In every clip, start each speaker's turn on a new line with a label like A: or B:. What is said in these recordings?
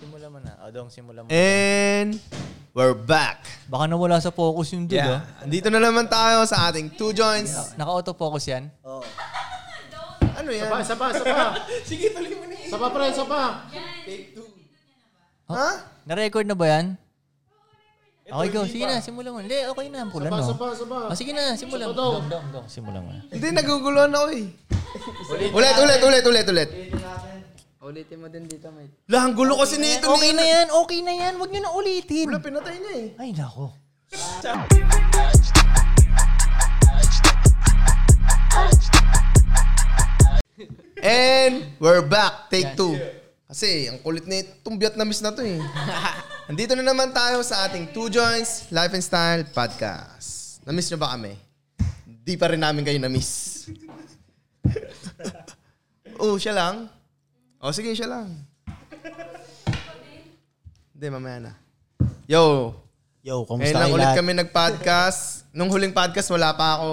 A: Simula mo na. O, Dong, simula mo.
B: And we're back.
C: Baka nawala sa focus yung dude, oh.
B: Yeah. Dito na naman tayo sa ating two joints.
C: ah. Naka-auto focus yan.
B: Ano yan?
D: Saba, saba, saba.
B: Sige, tuloy mo na eh.
D: Saba, pre, saba.
B: Ha?
C: Na-record na ba yan? Okay, go. Sige na, simulan mo. Hindi, okay na. Pulan, no?
D: Saba, saba.
C: Oh, sige na, simulan mo. Dong, dong, dong. Simulan mo. na.
B: Hindi, naguguluhan ako eh. ulit, ulit, ulit, ulit, ulit.
E: Ulitin mo din dito, mate.
B: Lahang gulo kasi nito
C: Okay na
B: nito.
C: yan, okay na yan. Huwag nyo na ulitin.
B: Wala, pinatay niya eh.
C: Ay, nako.
B: And we're back, take two. Kasi ang kulit na itong Vietnamese na to eh. Nandito na naman tayo sa ating Two Joints Life and Style Podcast. Namiss nyo ba kami? Di pa rin namin kayo namiss. oh, siya lang? O oh, sige, siya lang. Hindi, mamaya na. Yo,
A: Yo,
B: ngayon
A: kumusta
B: lang
A: kayo
B: ulit
A: lahat?
B: kami nag-podcast. Nung huling podcast, wala pa ako.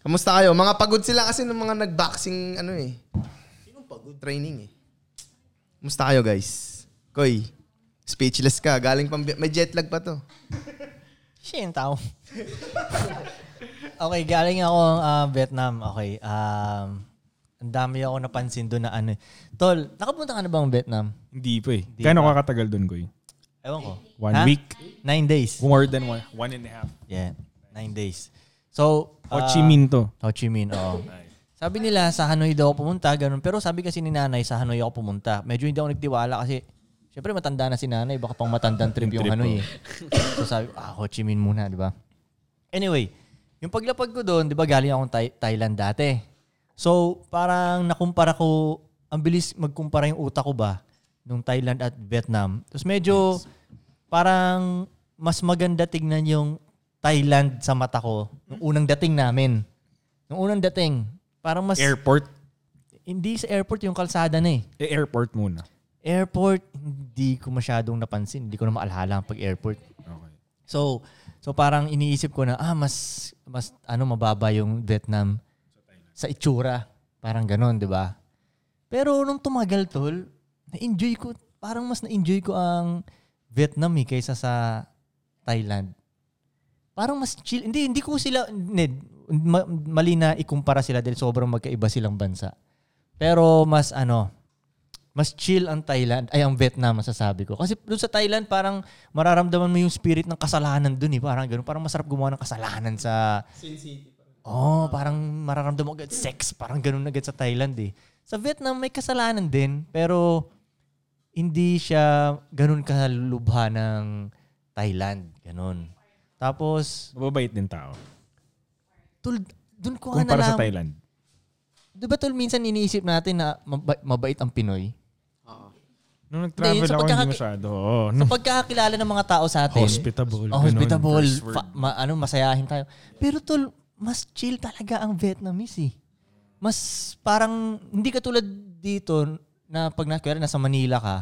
B: Kamusta kayo? Mga pagod sila kasi ng mga nag-boxing ano eh. pagod? Training eh. Kamusta kayo guys? Koy, speechless ka. Galing pang... Bi- May jet lag pa to.
C: Shit, tao. okay, galing ako ah, Vietnam. Okay, um, ang dami ako napansin doon na ano. eh. Tol, nakapunta ka na bang Vietnam?
F: Hindi pa eh. Kano ka katagal doon, Koy?
C: Ewan ko.
F: One
C: Ha?
F: week?
C: Nine days.
F: More than one, one and a half.
C: Yeah, nine days. So,
F: Ho
C: ah,
F: Chi Minh to.
C: Ho Chi Minh, oo. Sabi nila sa Hanoi daw ako pumunta, ganun. Pero sabi kasi ni nanay sa Hanoi ako pumunta. Medyo hindi ako nagtiwala kasi syempre matanda na si nanay. Baka pang matandang trip yung
F: Trip,
C: Hanoi eh. so sabi ko, ah, Ho Chi Minh muna, di ba? Anyway, yung paglapag ko doon, di ba galing akong Thai- Thailand dati. So parang nakumpara ko, ang bilis magkumpara yung utak ko ba nung Thailand at Vietnam. Tapos medyo parang mas maganda tignan yung Thailand sa mata ko nung unang dating namin. Nung unang dating, parang mas
F: Airport?
C: hindi sa airport yung kalsada na eh.
F: Eh, airport muna.
C: Airport, hindi ko masyadong napansin. Hindi ko na maalala ang pag-airport.
F: Okay.
C: So, so parang iniisip ko na ah mas mas ano mababa yung Vietnam sa itsura, parang ganon, 'di ba? Pero nung tumagal tol, na-enjoy ko, parang mas na-enjoy ko ang Vietnam eh, kaysa sa Thailand. Parang mas chill. Hindi hindi ko sila Ned, ma- mali na ikumpara sila dahil sobrang magkaiba silang bansa. Pero mas ano, mas chill ang Thailand, ay ang Vietnam masasabi ko. Kasi doon sa Thailand parang mararamdaman mo yung spirit ng kasalanan doon eh, parang ganoon. Parang masarap gumawa ng kasalanan sa Sin City. Oh, parang mararamdaman mo agad sex, parang ganoon agad sa Thailand eh. Sa Vietnam may kasalanan din, pero hindi siya ganun kalubha ng Thailand, ganun. Tapos,
F: Mababait din tao.
C: tul, doon ko nga
F: Kumpara sa
C: nalaman.
F: Thailand.
C: Di ba tul, minsan iniisip natin na maba- mabait ang Pinoy?
F: Nung
C: Hindi,
F: nag-travel
C: yun sa
F: ako, hindi
C: pagkaka-
F: masyado. Oo. nung
C: Pagkakakilala ng mga tao sa atin.
F: hospitable.
C: Oh,
F: ganun,
C: hospitable.
F: first world.
C: Fa- ma- ano, masayahin tayo. Pero tol, mas chill talaga ang Vietnamese eh. Mas parang, hindi ka tulad dito na pag nakuha, nasa Manila ka,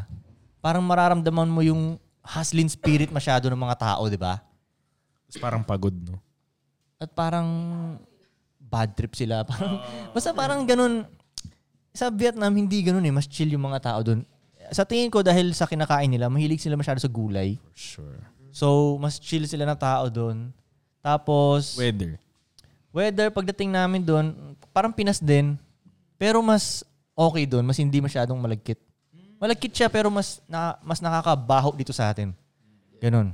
C: parang mararamdaman mo yung hustling spirit masyado ng mga tao, di ba?
F: Tapos parang pagod, no?
C: At parang bad trip sila. Parang, basta parang ganun. Sa Vietnam, hindi ganun eh. Mas chill yung mga tao doon. Sa tingin ko, dahil sa kinakain nila, mahilig sila masyado sa gulay.
F: For sure.
C: So, mas chill sila na tao doon. Tapos,
F: Weather.
C: weather, pagdating namin doon, parang Pinas din. Pero mas okay doon. Mas hindi masyadong malagkit. Malagkit siya, pero mas, na, mas nakakabaho dito sa atin. Ganun.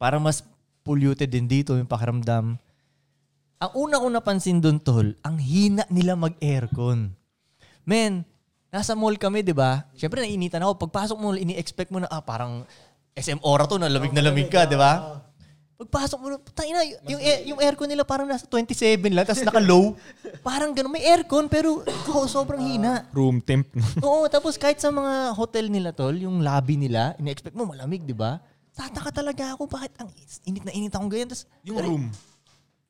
C: Parang mas polluted din dito yung pakiramdam. Ang una kong napansin doon, tol, ang hina nila mag-aircon. Men, nasa mall kami, di ba? Siyempre, nainitan ako. Pagpasok mo, ini-expect mo na, ah, parang SM Ora to, na lamig na lamig ka, di ba? Pagpasok mo, tayo na, yung, air- yung aircon nila parang nasa 27 lang, tapos naka-low. parang ganun, may aircon, pero oh, sobrang hina.
F: Room temp.
C: Oo, tapos kahit sa mga hotel nila, tol, yung lobby nila, ini-expect mo, malamig, di ba? Tataka talaga ako, bakit ang init na init akong ganyan? Tapos,
F: yung room.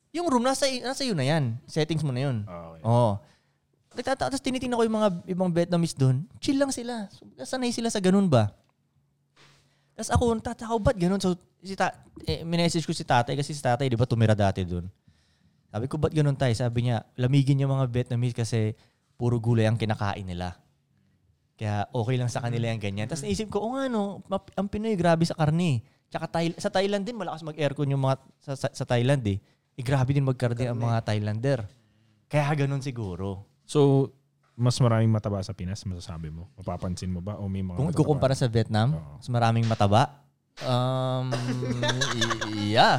C: yung room, nasa, nasa yun na yan. Settings mo na yun.
F: Okay.
C: Oo. Nagtataka, tapos tinitingnan ko yung mga ibang Vietnamese doon. Chill lang sila. So, sanay sila sa ganun ba? Tapos ako, tataka ko, ba't ganun? So, si ta- eh, minessage ko si tatay kasi si tatay, di ba, tumira dati doon. Sabi ko, ba't ganun tayo? Sabi niya, lamigin niya mga Vietnamese kasi puro gulay ang kinakain nila. Kaya okay lang sa
F: Mm.
C: kanila yung ganyan. Tapos naisip ko, o nga no, map- ang Pinoy grabe sa karne. eh. Tsaka Thail- sa Thailand din, malakas mag-aircon yung mga sa, sa, sa Thailand eh. Eh, grabe din magkarne ang mga Thailander. Kaya ganun siguro.
F: So, mas maraming mataba sa Pinas, masasabi mo. Mapapansin mo ba? O may mga
C: Kung
F: matataba?
C: ikukumpara sa Vietnam,
F: Mm. Oo.
C: mas maraming mataba. Um, y- yeah.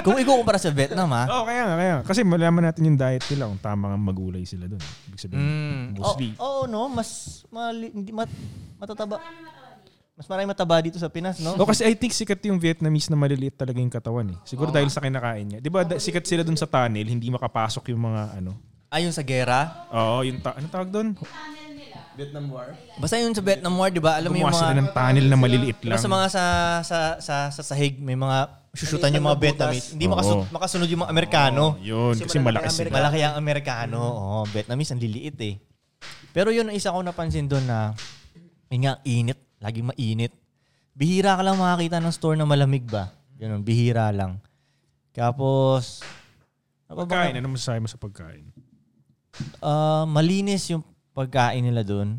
C: Kung ikukumpara sa Vietnam ha.
F: Oo, kaya nga, kaya nga. Kasi malaman natin yung diet nila kung tama nga magulay sila doon. Ibig sabihin,
C: Oo,
F: mostly.
C: oh, no, mas mali, hindi mat, matataba. Mas maraming mataba dito sa Pinas, no?
F: O Oh, kasi I think sikat yung Vietnamese na maliliit talaga yung katawan eh. Siguro dahil sa kinakain niya. 'Di ba da- sikat sila dun sa tunnel, hindi makapasok yung mga ano.
C: Ayon sa gera.
F: Oo, yung ta- ano tawag doon?
B: Vietnam War?
C: Basta yun sa Vietnam War, di ba? Alam mo
F: Gumawa
C: yung
F: sila
C: mga...
F: ng tunnel na maliliit
C: Diba
F: lang.
C: sa mga sa sa sa, sa sahig, may mga susutan yung mga Vietnamese. Hindi makasu-
F: Oo.
C: makasunod yung mga Amerikano.
F: Yun, kasi eh. malaki sila.
C: Malaki ang Amerikano. Oo, Vietnamese, ang liliit eh. Pero yun, ang isa ko napansin doon na, yun nga, init. Laging mainit. Bihira ka lang makakita ng store na malamig ba? Yun, bihira lang. Tapos,
F: Pagkain, ano masasabi mo sa pagkain?
C: Ah, malinis yung pagkain nila doon.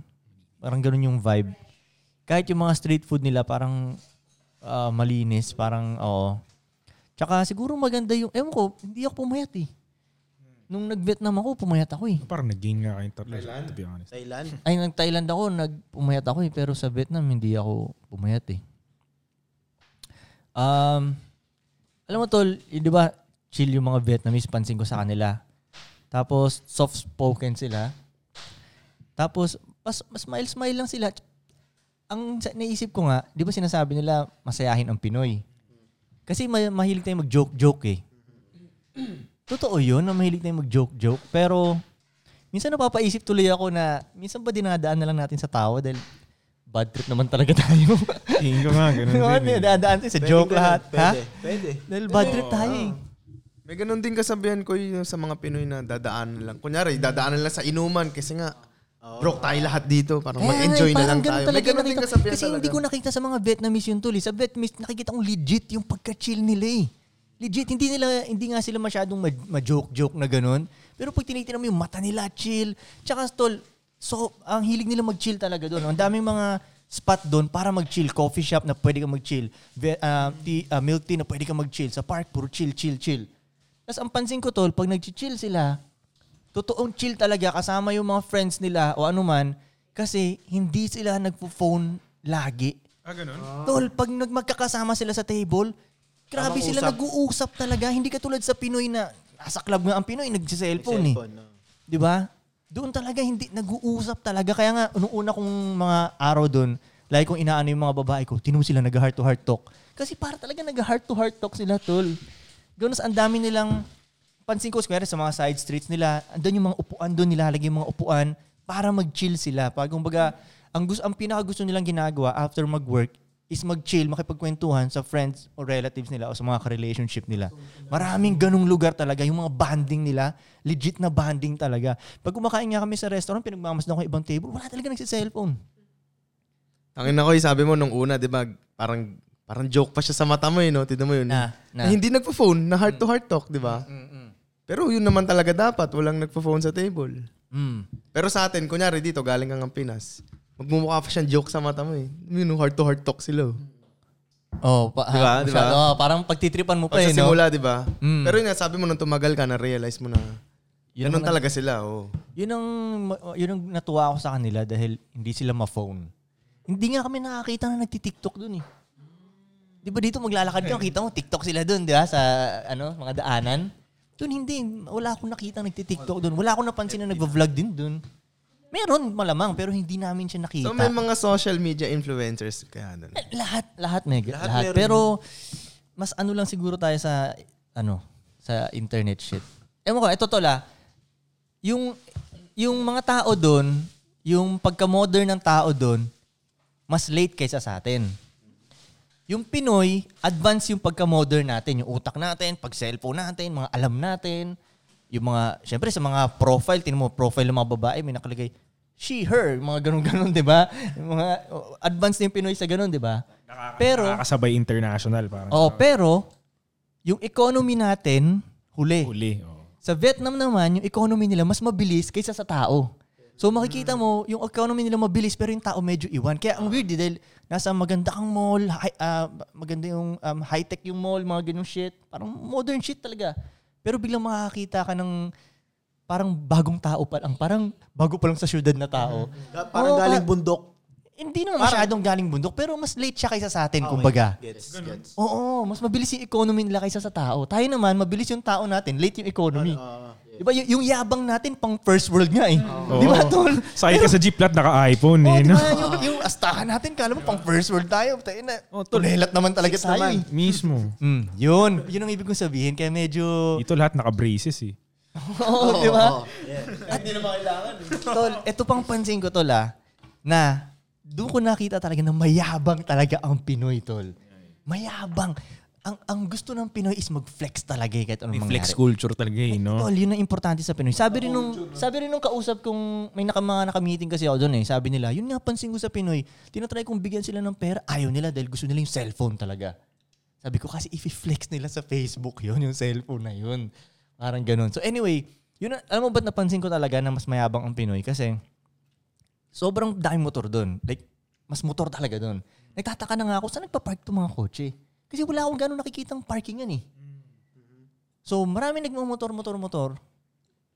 C: Parang ganun yung vibe. Kahit yung mga street food nila, parang ah, malinis. Parang, oo. Tsaka siguro maganda yung, ewan ko, hindi ako pumayat eh. Nung nag-Vietnam ako, pumayat ako eh.
F: Parang nag-gain nga kayong tatlo. eh, To be honest.
A: Thailand.
C: Ay, nag-Thailand ako, nag-pumayat ako eh. Pero sa Vietnam, hindi ako pumayat eh. Um, alam mo tol, y- di ba, chill yung mga Vietnamese, pansin ko sa kanila. Tapos, soft-spoken sila. Tapos, mas, mas smile-smile lang sila. Ang sa- naisip ko nga, di ba sinasabi nila, masayahin ang Pinoy. Kasi may, mahilig tayo mag-joke-joke eh. Totoo yun na mahilig tayo mag-joke-joke. Pero, minsan napapaisip tuloy ako na, minsan ba dinadaan na lang natin sa tawa dahil bad trip naman talaga tayo.
F: Tingin ko nga, ganun
C: Ano
F: din. eh.
C: dinadaan tayo sa joke lahat. Ha?
A: Pwede. Pwede.
C: Dahil bad trip tayo eh.
B: May ganun din kasabihan ko yung sa mga Pinoy na dadaan lang. Kunyari, dadaan lang sa inuman kasi nga broke tayo lahat dito. Parang
C: Kaya
B: mag-enjoy
C: nga eh,
B: na
C: parang
B: lang
C: ganun
B: tayo. May
C: talaga
B: ganun din
C: nakita-
B: kasabihan
C: Kasi
B: talaga.
C: hindi ko nakita sa mga Vietnamese yung tuli. Sa Vietnamese, nakikita kong legit yung pagka-chill nila eh. Legit, hindi nila hindi nga sila masyadong ma- ma-joke-joke na ganun. Pero pag tinitingnan mo yung mata nila, chill. Tsaka tol, so ang hilig nila mag-chill talaga doon. Ang daming mga spot doon para mag-chill. Coffee shop na pwede kang mag-chill. Ve- ah, tea, ah, milk tea na pwede kang mag-chill. Sa park, puro chill, chill, chill. Tapos ang pansin ko tol, pag nag-chill sila, totoong chill talaga kasama yung mga friends nila o anuman kasi hindi sila nagpo-phone lagi.
F: Ah, ganun?
C: Tol, pag nag- magkakasama sila sa table, grabe sila nag-uusap talaga. Hindi katulad sa Pinoy na nasa club nga ang Pinoy, nagsiselfone eh.
A: Cellphone, no?
C: Di ba? Doon talaga hindi nag-uusap talaga. Kaya nga, nung una kong mga araw doon, lagi kong inaano yung mga babae ko, tinong sila nag-heart to heart talk. Kasi para talaga nag-heart to heart talk sila, tol. Ganun, ang dami nilang, pansin ko, square sa mga side streets nila, andun yung mga upuan doon, nilalagay yung mga upuan para mag-chill sila. Pag kumbaga, ang, gusto, ang pinaka gusto nilang ginagawa after mag-work is mag-chill, makipagkwentuhan sa friends o relatives nila o sa mga relationship nila. Maraming ganung lugar talaga. Yung mga bonding nila, legit na bonding talaga. Pag kumakain nga kami sa restaurant, pinagmamasdan ko yung ibang table, wala talaga nagsiselfone.
B: Tangin na ko, sabi mo nung una, di ba, parang parang joke pa siya sa mata mo eh, no? Tignan mo yun.
C: Na, na. Mm,
B: hindi nagpo-phone, na heart-to-heart talk, di ba? Pero yun naman talaga dapat, walang nagpo-phone sa table.
C: Mm.
B: Pero sa atin, kunyari dito, galing kang ng Pinas, magmumukha pa siyang joke sa mata mo eh. Yun, heart-to-heart talk sila. oh.
C: Mm. Oh, pa,
B: Diba?
C: ah,
B: Diba?
C: masyado. Oh, parang pagtitripan mo pa
B: Pag
C: eh,
B: sa
C: no?
B: simula, di ba?
C: Mm.
B: Pero yun nga, sabi mo nung tumagal ka, na-realize mo na
C: Yun
B: ganun
C: ang-
B: talaga sila. Oh.
C: Yun ang, oh, yun ang natuwa ako sa kanila dahil hindi sila ma-phone. Hindi nga kami nakakita na nagtitiktok dun eh. Di ba dito maglalakad
B: Eh.
C: ka, kita mo, tiktok sila dun, di ba? Sa ano, mga daanan. Dun hindi, wala akong nakita nagtitiktok dun. Wala akong napansin
B: Eh,
C: na nagvo-vlog din dun. Meron malamang, pero hindi namin siya nakita.
B: So may mga social media influencers kaya ano doon.
C: Eh, Lahat, lahat, Meg. Lahat.
A: meron.
C: Pero, mas ano lang siguro tayo sa, ano, sa internet shit. Ewan ko, ito tola, yung, yung mga tao doon, yung pagka-modern ng tao doon, mas late kaysa sa atin. Yung Pinoy, advance yung pagka-modern natin. Yung utak natin, pag-cellphone natin, mga alam natin. Yung mga, syempre sa mga profile, tinan mo, profile ng mga babae, may nakalagay, she, her, mga ganun-ganun, di ba? Yung Mga, oh, advance na yung Pinoy sa ganun, di ba? Pero,
F: Nakakasabay international parang.
C: oh, pero, yung economy natin, huli.
F: Huli. oh. oo.
C: Sa Vietnam naman, yung economy nila mas mabilis kaysa sa tao. So makikita mo, yung economy nila mabilis pero yung tao medyo iwan. Kaya ang weird eh, dahil nasa maganda kang mall, hi- ah, maganda yung um, high-tech yung mall, mga ganung shit. Parang modern shit talaga. Pero biglang makakita ka ng parang bagong tao pa lang. Parang bago pa lang sa syudad na tao.
A: Mm-hmm.
C: Oo,
A: Parang galing
C: pa-
A: bundok.
C: Hindi naman masyadong galing bundok pero mas late siya kaysa sa
A: Ah,
C: atin, kumbaga.
A: Gets, gets.
C: Oo, mas mabilis yung economy nila kaysa sa tao. Tayo naman, mabilis yung tao natin, late yung economy. Diba, y- yung yabang natin pang first world nga eh. Di ba, tol?
F: Sayang ka sa G-Plat, naka-iPhone
C: Oo,
F: eh.
C: di
F: no?
C: ba? Yung, yung astahan natin, kala mo pang first world tayo. Tayo na,
F: Oh, tol.
C: tulelat naman talaga tayo. eh.
F: Mismo.
C: Mm, yun. Yun ang ibig kong sabihin. Kaya medyo...
F: Dito lahat naka-braces eh.
C: Oo, di ba? Hindi naman kailangan. eh. tol, ito pang pansin ko, tol, ah, na doon ko nakita talaga na mayabang talaga ang Pinoy, tol. Mayabang. Ang ang gusto ng Pinoy is mag-flex talaga eh, kahit anong mangyari.
F: Flex culture talaga eh, no?
C: Tol, yun ang importante sa Pinoy. Sabi rin nung, sabi rin nung kausap kong, may naka, mga naka-meeting kasi ako doon eh. Sabi nila, yun nga pansin ko sa Pinoy, tinatry kong bigyan sila ng pera, ayaw nila dahil gusto nila yung cellphone talaga. Sabi ko kasi i-flex nila sa Facebook yun, yung cellphone na yun. Parang ganun. So anyway, yun, ang- alam mo ba't napansin ko talaga na mas mayabang ang Pinoy? Kasi sobrang daming motor doon. Like, mas motor talaga doon. Nagtataka na nga ako, saan nagpa-park itong mga kotse? Kasi wala akong gano'ng nakikitang parking yan eh. So marami nagmumotor, motor, motor.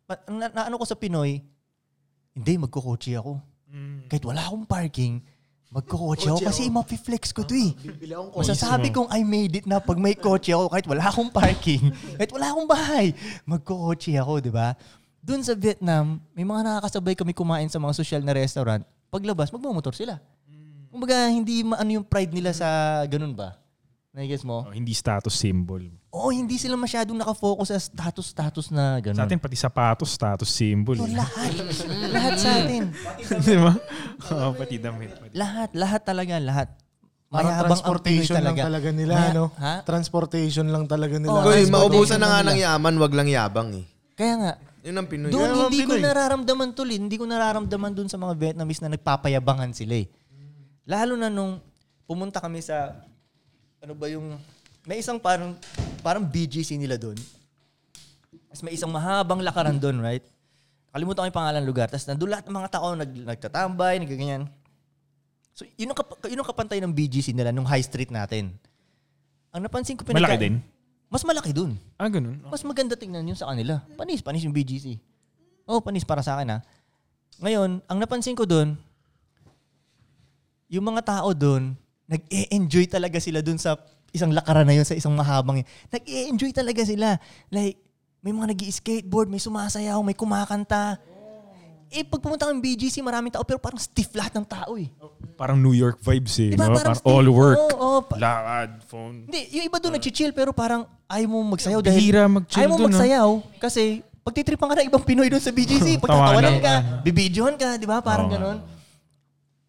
C: Pa- Na, na- ano ko sa Pinoy, hindi, magkukotse ako. Kahit wala akong parking, magkukotse ako kasi ma-flex ko to eh. Masasabi kong I made it na pag may kotse ako, kahit wala akong parking, kahit wala akong bahay, magkukotse ako, di ba? Doon sa Vietnam, may mga nakakasabay kami kumain sa mga social na restaurant. Paglabas, magmumotor sila. Kumbaga, hindi maano yung pride nila sa ganun ba? Nai-guess mo?
F: Oh, hindi status symbol.
C: Oo, hindi sila masyadong nakafocus sa status-status na ganun.
F: Sa atin, pati sapatos, status symbol.
C: So,
F: eh.
C: lahat. lahat sa atin.
F: Di ba? Oo, pati damit. Pati.
C: Lahat, lahat talaga, lahat.
D: Parang
C: Mayabang ang Pinoy
D: transportation lang talaga nila,
C: Ma-
D: no?
C: Ha?
D: Transportation lang talaga nila.
C: Oh,
B: Uy,
C: Transportation
B: maubusan na nga
C: nila.
B: ng yaman, wag lang yabang eh.
C: Kaya nga,
B: Yun ang Pinoy.
C: doon
B: Yabang
C: hindi ko
B: Pinoy.
C: nararamdaman tol, eh. hindi ko nararamdaman doon sa mga Vietnamese na nagpapayabangan sila eh. Lalo na nung pumunta kami sa, ano ba yung, may isang parang, parang BGC nila doon. Tapos may isang mahabang lakaran doon, right? Kalimutan ko yung pangalan ng lugar. Tapos nandun lahat ng mga tao nag, nagtatambay, nagaganyan. So, yun ang, kap- yun ang kapantay ng BGC nila nung high street natin. Ang napansin ko pinaka-
F: Malaki din?
C: Mas malaki dun.
F: Ah, ganun.
C: Mas maganda tingnan yun sa kanila. Panis, panis yung BGC. Oh, panis para sa akin ha. Ngayon, ang napansin ko doon, yung mga tao doon, nag-e-enjoy talaga sila doon sa isang lakaran na yun, sa isang mahabang yun. Nag-e-enjoy talaga sila. Like, may mga nag skateboard may sumasayaw, may kumakanta. Eh, pag pumunta kang BGC, maraming tao, pero parang stiff lahat ng tao eh.
F: Parang New York vibes eh.
C: Di ba?
F: no?
C: Diba, Parang
F: Parang, all
C: stiff.
F: work.
C: Oo, oo, pa-
F: Lakad, phone.
C: Hindi, yung iba doon nag-chill pero parang ayaw mo magsayaw dahil
F: Bihira mag-chill
C: ayaw mo
F: dun, no?
C: magsayaw kasi pagtitripan ka na ibang Pinoy doon sa BGC, pagtatawanan
F: Tawanan.
C: ka, bibidyohan ka, di ba? Parang
F: Oo nga.
C: ganon.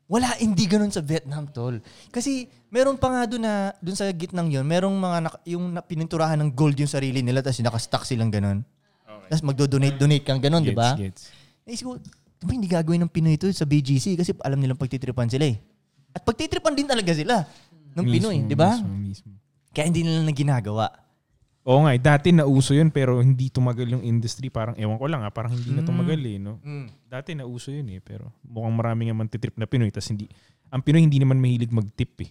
C: Wala, hindi ganun sa Vietnam, tol. Kasi meron pa nga doon na, doon sa gitnang yon merong mga, nak- yung na- pininturahan ng gold yung sarili nila, tapos nakastack silang ganun. Tapos magdo-donate-donate kang ganun, di ba?
F: Gets, gets.
C: Naisip ko, "Di ba hindi gagawin ng Pinoy ito sa BGC kasi alam nilang pagtitripan sila eh. At pagtitripan din talaga sila ng Pinoy,
F: Mismo,
C: di ba?
F: mismo, mismo.
C: Kaya hindi nila na ginagawa.
F: Oo nga, eh, dati nauso yun pero hindi tumagal yung industry. Parang ewan ko lang ah, parang hindi na
C: Hmm.
F: tumagal eh. No? Dati nauso yun eh, pero mukhang marami nga mantitrip na Pinoy. tas hindi, ang Pinoy hindi naman mahilig mag-tip eh.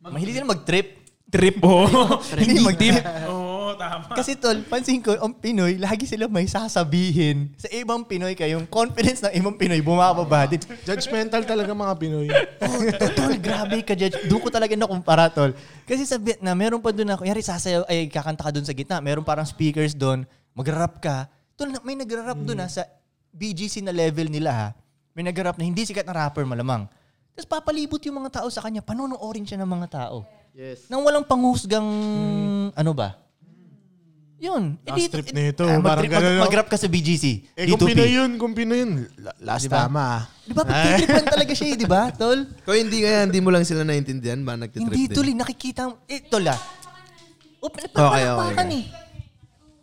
C: Mahilig sila mag-trip.
F: Trip oh!
C: Hindi mag-tip.
F: Oo, tama.
C: Kasi tol, pansin ko, ang Pinoy, lagi sila may sasabihin sa ibang Pinoy kayo. Yung confidence ng ibang Pinoy, bumababa din.
D: Judgmental talaga mga Pinoy.
C: Oh, tol, grabe ka, Judge. Doon ko talaga nakumpara, tol. Kasi sa Vietnam, meron pa doon na, kunyari sasayaw, ay kakanta ka doon sa gitna, meron parang speakers doon, magra-rap ka. Tol, na- may nagra-rap doon ha, sa BGC na level nila ha. May nagra-rap na hindi sikat na rapper malamang. Tapos papalibot yung mga tao sa kanya, panonoorin siya ng mga tao.
E: Yes.
C: Nang walang panghusgang, ano ba? Yun. Eh,
D: Last
C: dito-
D: trip na ito,
C: Ah,
D: parang
C: mag-trip- mag-
D: ganun, no?
C: mag-rap ka sa BGC.
D: Eh, kung
C: D2P.
D: Pinoy yun, kung Pinoy yun, la- last
C: Diba?
D: tama ah.
C: Di ba? Pagtitripan talaga siya, eh, di ba, tol?
B: Kung hindi kaya, hindi mo lang sila naintindihan ba nagtitrip
C: Hindi,
B: din?
C: tol. eh, Nakikita mo. Eh, tol ah. O,
B: okay,
C: pinapalakpakan eh.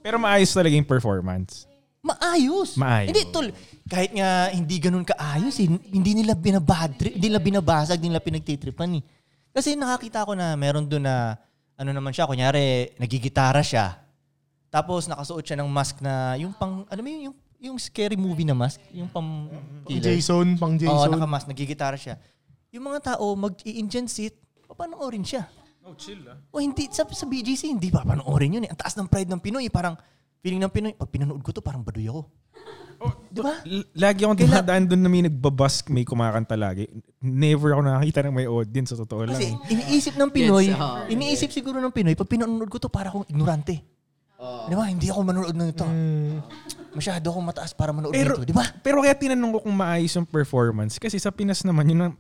F: Pero maayos talaga yung performance.
C: Maayos.
F: Maayos.
C: Hindi, tol. Kahit nga hindi ganun kaayos eh. Hindi nila binabadri, hindi nila binabasag, hindi nila pinagtitripan eh. Kasi nakakita ko na meron doon na, ano naman siya, kunyari, nagigitara siya. Tapos nakasuot siya ng mask na, yung pang, alam mo yun, yung, yung scary movie na mask, yung pam killer.
D: Jason, pang
C: Oo,
D: Jason.
C: nakamask, nagigitara siya. Yung mga tao, mag-i-engine seat, papanoorin siya.
F: Oh, chill ah.
C: O hindi, sa, sa BGC, hindi papanoorin yun eh. Ang taas ng pride ng Pinoy. Parang, feeling ng Pinoy, pag pinanood ko to, parang baduy ako.
F: Oh,
C: Di ba?
F: L- lagi akong dumadaan doon na may nagbabask, may kumakanta lagi. Never ako nakakita ng may audience, sa totoo lang.
C: Kasi iniisip ng Pinoy,
E: Gets, ah.
C: iniisip siguro ng Pinoy, pag pinanood ko to, para akong ignorante. Di ba? Hindi ako manood ng ito. Masyado akong mataas para manood
F: Pero-
C: nito. Di ba?
F: Pero kaya tinanong ko kung maayos yung performance. Kasi sa Pinas naman, yun ang,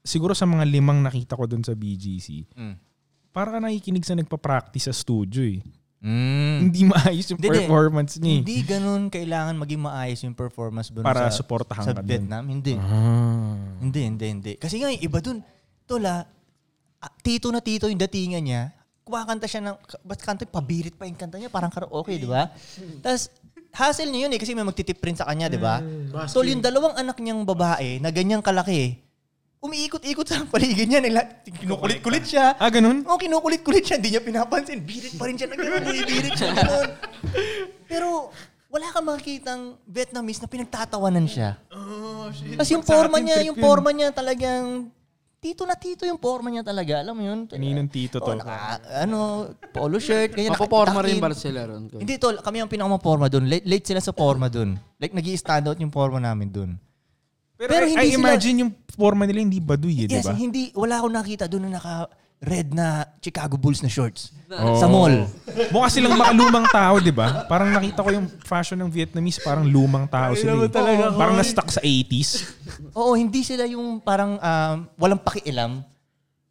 F: siguro sa mga limang nakita ko doon sa BGC,
C: Mm.
F: para ka nakikinig sa nagpa-practice sa studio eh. Hindi maayos yung
C: Mm. Hindi, hindi.
F: performance niya eh.
C: Hindi ganun kailangan maging maayos yung performance dun
F: Para
C: sa,
F: suportahan
C: sa
F: ka dun.
C: Vietnam. Hindi.
F: Ah.
C: Hindi, hindi, hindi. Kasi nga yung iba dun, tola, ah, tito na tito yung datingan niya, kumakanta siya ng, ka- ba't kanta, pabirit pa yung kanta niya, parang karaoke, di ba? Tapos, hassle niya yun eh, kasi may magtitip rin sa kanya, di ba? Tol, yung dalawang anak niyang babae, na ganyang kalaki, umiikot-ikot sa paligid niya, nila, kinukulit-kulit siya.
F: Ah, ganun?
C: Oo, kinukulit-kulit siya, hindi niya pinapansin. Birit pa rin siya na gano'n, birit siya gano'n. Pero, wala kang makikitang Vietnamese na pinagtatawanan siya.
E: Oh,
C: Tapos yung forma niya, yung forma niya talagang tito na tito yung forma niya talaga. Alam mo yun?
F: Kaninong tito to?
C: Oh, naka, ano, polo shirt, ganyan.
E: Mapoporma rin ba
C: nakaitakin.
E: sila ron? Ko?
C: Hindi tol, kami ang pinakamaporma doon. Late, late sila sa forma doon. Like, nag stand out yung forma namin doon.
F: Pero,
C: Pero
F: I,
C: hindi
F: I
C: sila-
F: imagine yung forma nila hindi baduy eh, di
C: Yes,
F: ba?
C: hindi, wala akong nakita doon na naka red na Chicago Bulls na shorts.
F: Oo.
C: Sa mall.
F: Mukha silang mga lumang tao, di ba? Parang nakita ko yung fashion ng Vietnamese, parang lumang tao
C: ano
F: sila. eh. Parang na-stuck sa 80s.
C: Oo, hindi sila yung parang um, walang pakialam.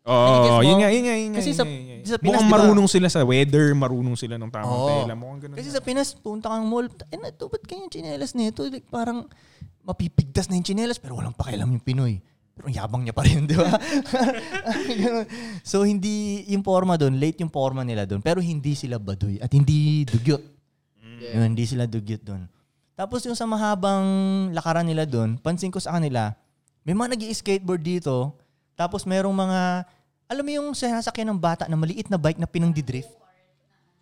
F: Oo, oh,
C: Nagigets mo?
F: yun nga, yun nga, yun nga.
C: Kasi
F: yun
C: sa-
F: nga, yun nga.
C: sa Pinas,
F: Mukhang
C: di ba?
F: marunong sila sa weather, marunong sila ng tamang
C: Oo.
F: tela. Mukhang ganun.
C: Kasi sa Pinas, punta kang mall, eh, na, to, ba't kanya chinelas nito? Like, parang mapipigtas na yung chinelas pero walang pakialam yung Pinoy. Pero ang yabang niya pa rin, di ba? Ganun. so, hindi yung forma doon, late yung forma nila doon, pero hindi sila baduy at hindi dugyot. Yun, hindi sila dugyot doon. Tapos yung sa mahabang lakaran nila doon, pansin ko sa kanila, may mga nag skateboard dito, tapos merong mga, alam mo yung sinasakyan ng bata na maliit na bike na pinang-drift?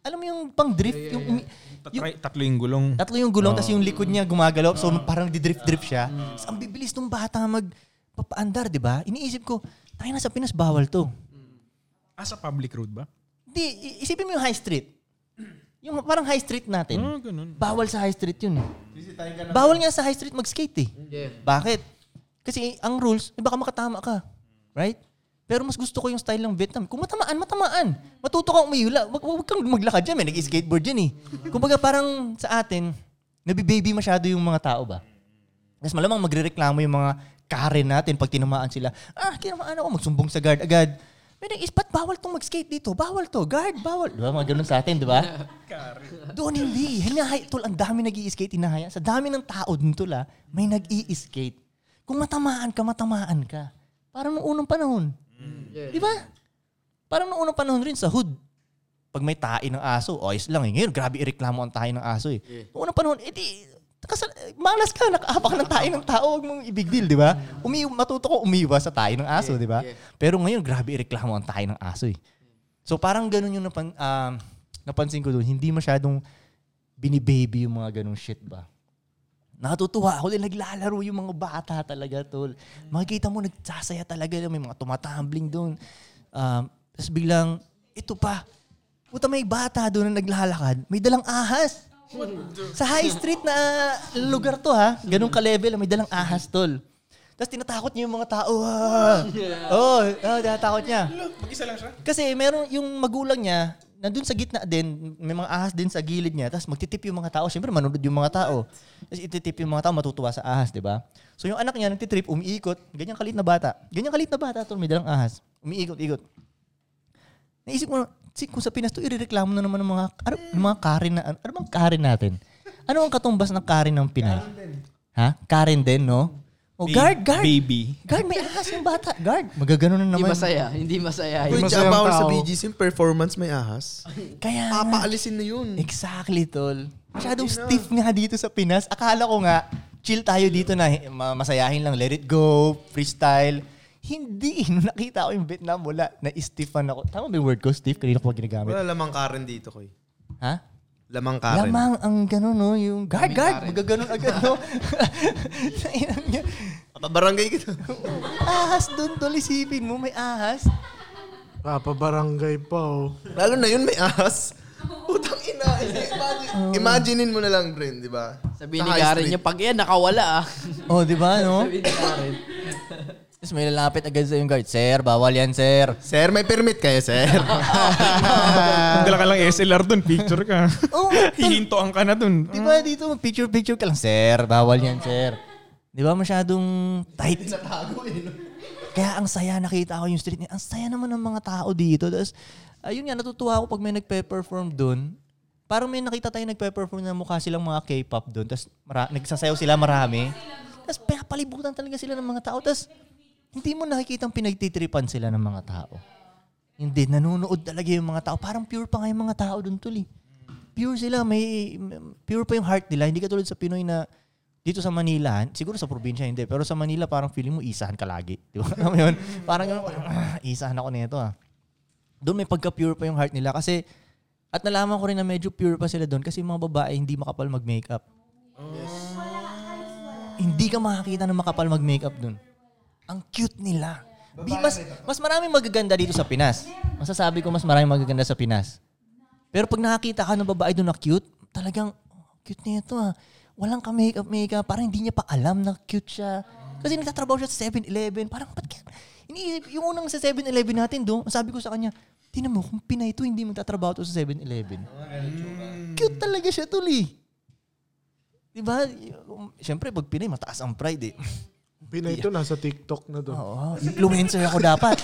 C: Alam mo yung pang-drift? yung, umi- yung-
F: Tatry- tatlo yung gulong.
C: Tatlo yung gulong, tas yung likod niya gumagalaw. So parang didrift-drift siya. Tas ang bibilis nung bata mag papaandar, di ba? Iniisip ko, tayo na sa Pinas, bawal to.
F: Ah, sa public road ba?
C: Di, i- isipin mo yung high street. Yung parang high street natin.
F: Ah, ganun.
C: Bawal sa high street yun. eh. Bawal nga sa high street mag-skate eh.
E: Yeah.
C: Bakit? Kasi ang rules, eh, baka makatama ka. Right? Pero mas gusto ko yung style ng Vietnam. Kung matamaan, matamaan. Matuto kang umiula. Wag, wag kang maglakad dyan. May nag-skateboard dyan eh. Kumbaga parang sa atin, nabibaby masyado yung mga tao ba? Mas malamang magrereklamo yung mga karen natin pag tinamaan sila. Ah, tinamaan ako, magsumbong sa guard agad. Pwede ispat, bawal tong mag-skate dito. Bawal to. Guard, bawal. Di ba? Mga ganun sa atin, di ba? Doon hindi. Hinahay, tol, ang dami nag skate hinahaya. Sa dami ng tao dun, tol, ah, may nag skate Kung matamaan ka, matamaan ka. Parang noong unang panahon.
E: Yeah.
C: Di ba? Parang noong unang panahon rin sa hood. Pag may tae ng aso, ayos lang eh. Ngayon, grabe ireklamo ang tae ng aso eh. Noong unang panahon, edi, kasal, eh, malas ka, nakahapak ng tae ng tao, huwag mong ibig deal, di ba? Umi, matuto ko umiwas sa tae ng aso, di ba?
E: yeah.
C: Pero ngayon, grabe ireklamo ang tae ng aso eh. So parang ganun yung napan, um, napansin ko doon. Hindi masyadong binibaby yung mga ganung shit ba. Natutuwa ako din naglalaro yung mga bata talaga, tol. Makikita mo nagsasaya talaga, may mga tumatumbling doon. Um, Tapos biglang, ito pa. Puta may bata doon na naglalakad, may dalang ahas. Sa high street na lugar to ha, ganun ka-level, may dalang ahas, tol. Tapos tinatakot niya yung mga tao. Ah. Oh, oh, tinatakot niya. Kasi meron yung magulang niya, nandun sa gitna din, may mga ahas din sa gilid niya, tapos magtitip yung mga tao. Siyempre, manunod yung mga tao. Tapos ititip yung mga tao, matutuwa sa ahas, di ba? So yung anak niya, nagtitrip, umiikot, ganyan kalit na bata. Ganyan kalit na bata, tol, may dalang ahas. Umiikot-ikot. Naisip mo, si kung sa Pinas to, irereklamo na naman ng mga, ano, ng mga Karen na, ano, ano bang Karen natin? Ano ang katumbas ng Karen ng Pinay? Karen din. Ha? Karen din, no? O, Oh, guard, guard.
F: Baby.
C: Guard, may ahas yung bata. Guard. Magagano na
E: Hindi
C: naman.
E: masaya. Hindi masaya.
B: Uy,
D: masayang
B: tsaka bawal sa
D: tao.
B: BGC yung performance may ahas.
C: Kaya nga.
B: Papaalisin na
C: Mm.
B: yun.
C: Exactly, tol. Masyadong stiff nga dito sa Pinas. Akala ko nga, chill tayo dito na eh, ma- masayahin lang, let it go, freestyle. Hindi. Nung nakita ko yung Vietnam, wala. Na-stiffan ako. Tama ba yung word ko, stiff? Kanina ko pa ginagamit.
B: Wala lamang Karen dito, Koy.
C: Ha?
B: Lamang Karen.
C: Lamang ang gano'n, no? Yung guard, guard.
B: Karen.
C: Magaganon agad, no? Tainan niya.
B: Kapabarangay kita.
C: ahas doon, tol. Isipin mo, may ahas.
D: Papabarangay pa, oh.
B: Lalo na yun, may ahas. Putang ina. Imagine, imaginein mo na lang, Bren, di ba?
E: Sabi
B: Sa
E: ni
B: high
E: Karen
B: street.
E: niya, pag yan, nakawala ah.
C: Oh, di ba, no?
E: Sabi ni Karen.
C: Tapos may lalapit agad sa yung guard. Sir, bawal yan, sir.
B: Sir, may permit kayo, sir.
F: Kung dala ka lang SLR dun, picture ka.
C: Oh,
F: Hihintoan ka na dun.
C: di ba dito, picture-picture ka lang. Sir, bawal yan, sir. Di ba masyadong tight? Kaya ang saya, nakita ko yung street niya. Ang saya naman ng mga tao dito. Tapos, ayun nga, natutuwa ako pag may nagpe-perform doon. Parang may nakita tayo nagpe-perform na mukha silang mga K-pop doon. Tapos, mara- nagsasayaw sila marami. Tapos, pinapalibutan talaga sila ng mga tao. Tapos, hindi mo nakikita pinagtitripan sila ng mga tao. Hindi, nanonood talaga yung mga tao. Parang pure pa nga yung mga tao doon, tol eh. Pure sila, may, pure pa yung heart nila. Hindi katulad sa Pinoy na dito sa Manila, siguro sa probinsya hindi, pero sa Manila parang feeling mo isahan ka lagi. Di ba? Alam mo yun? Parang ganun, parang, "Ah, isahan ako nito ah. Doon may pagka-pure pa yung heart nila kasi at nalaman ko rin na medyo pure pa sila doon kasi yung mga babae hindi makapal mag-makeup. Hindi ka makakita ng makapal mag-makeup doon. Ang cute nila. Di, mas, mas maraming magaganda dito sa Pinas. Masasabi ko mas maraming magaganda sa Pinas. Pero pag nakakita ka ng babae doon na cute, talagang, oh, cute na ito ah. Walang ka-makeup, makeup. Parang hindi niya pa alam na cute siya. Kasi nagtatrabaho siya sa 7-Eleven. Parang, ba't kaya? Iniisip, yung unang sa 7-Eleven natin doon, sabi ko sa kanya, tinan mo, kung Pinay to, hindi magtatrabaho to sa 7-Eleven. Cute talaga siya, eh. tuli. Diba? Siyempre, pag Pinay, mataas ang pride eh.
D: Pinay to, nasa TikTok na to.
C: Oo, influencer ako dapat.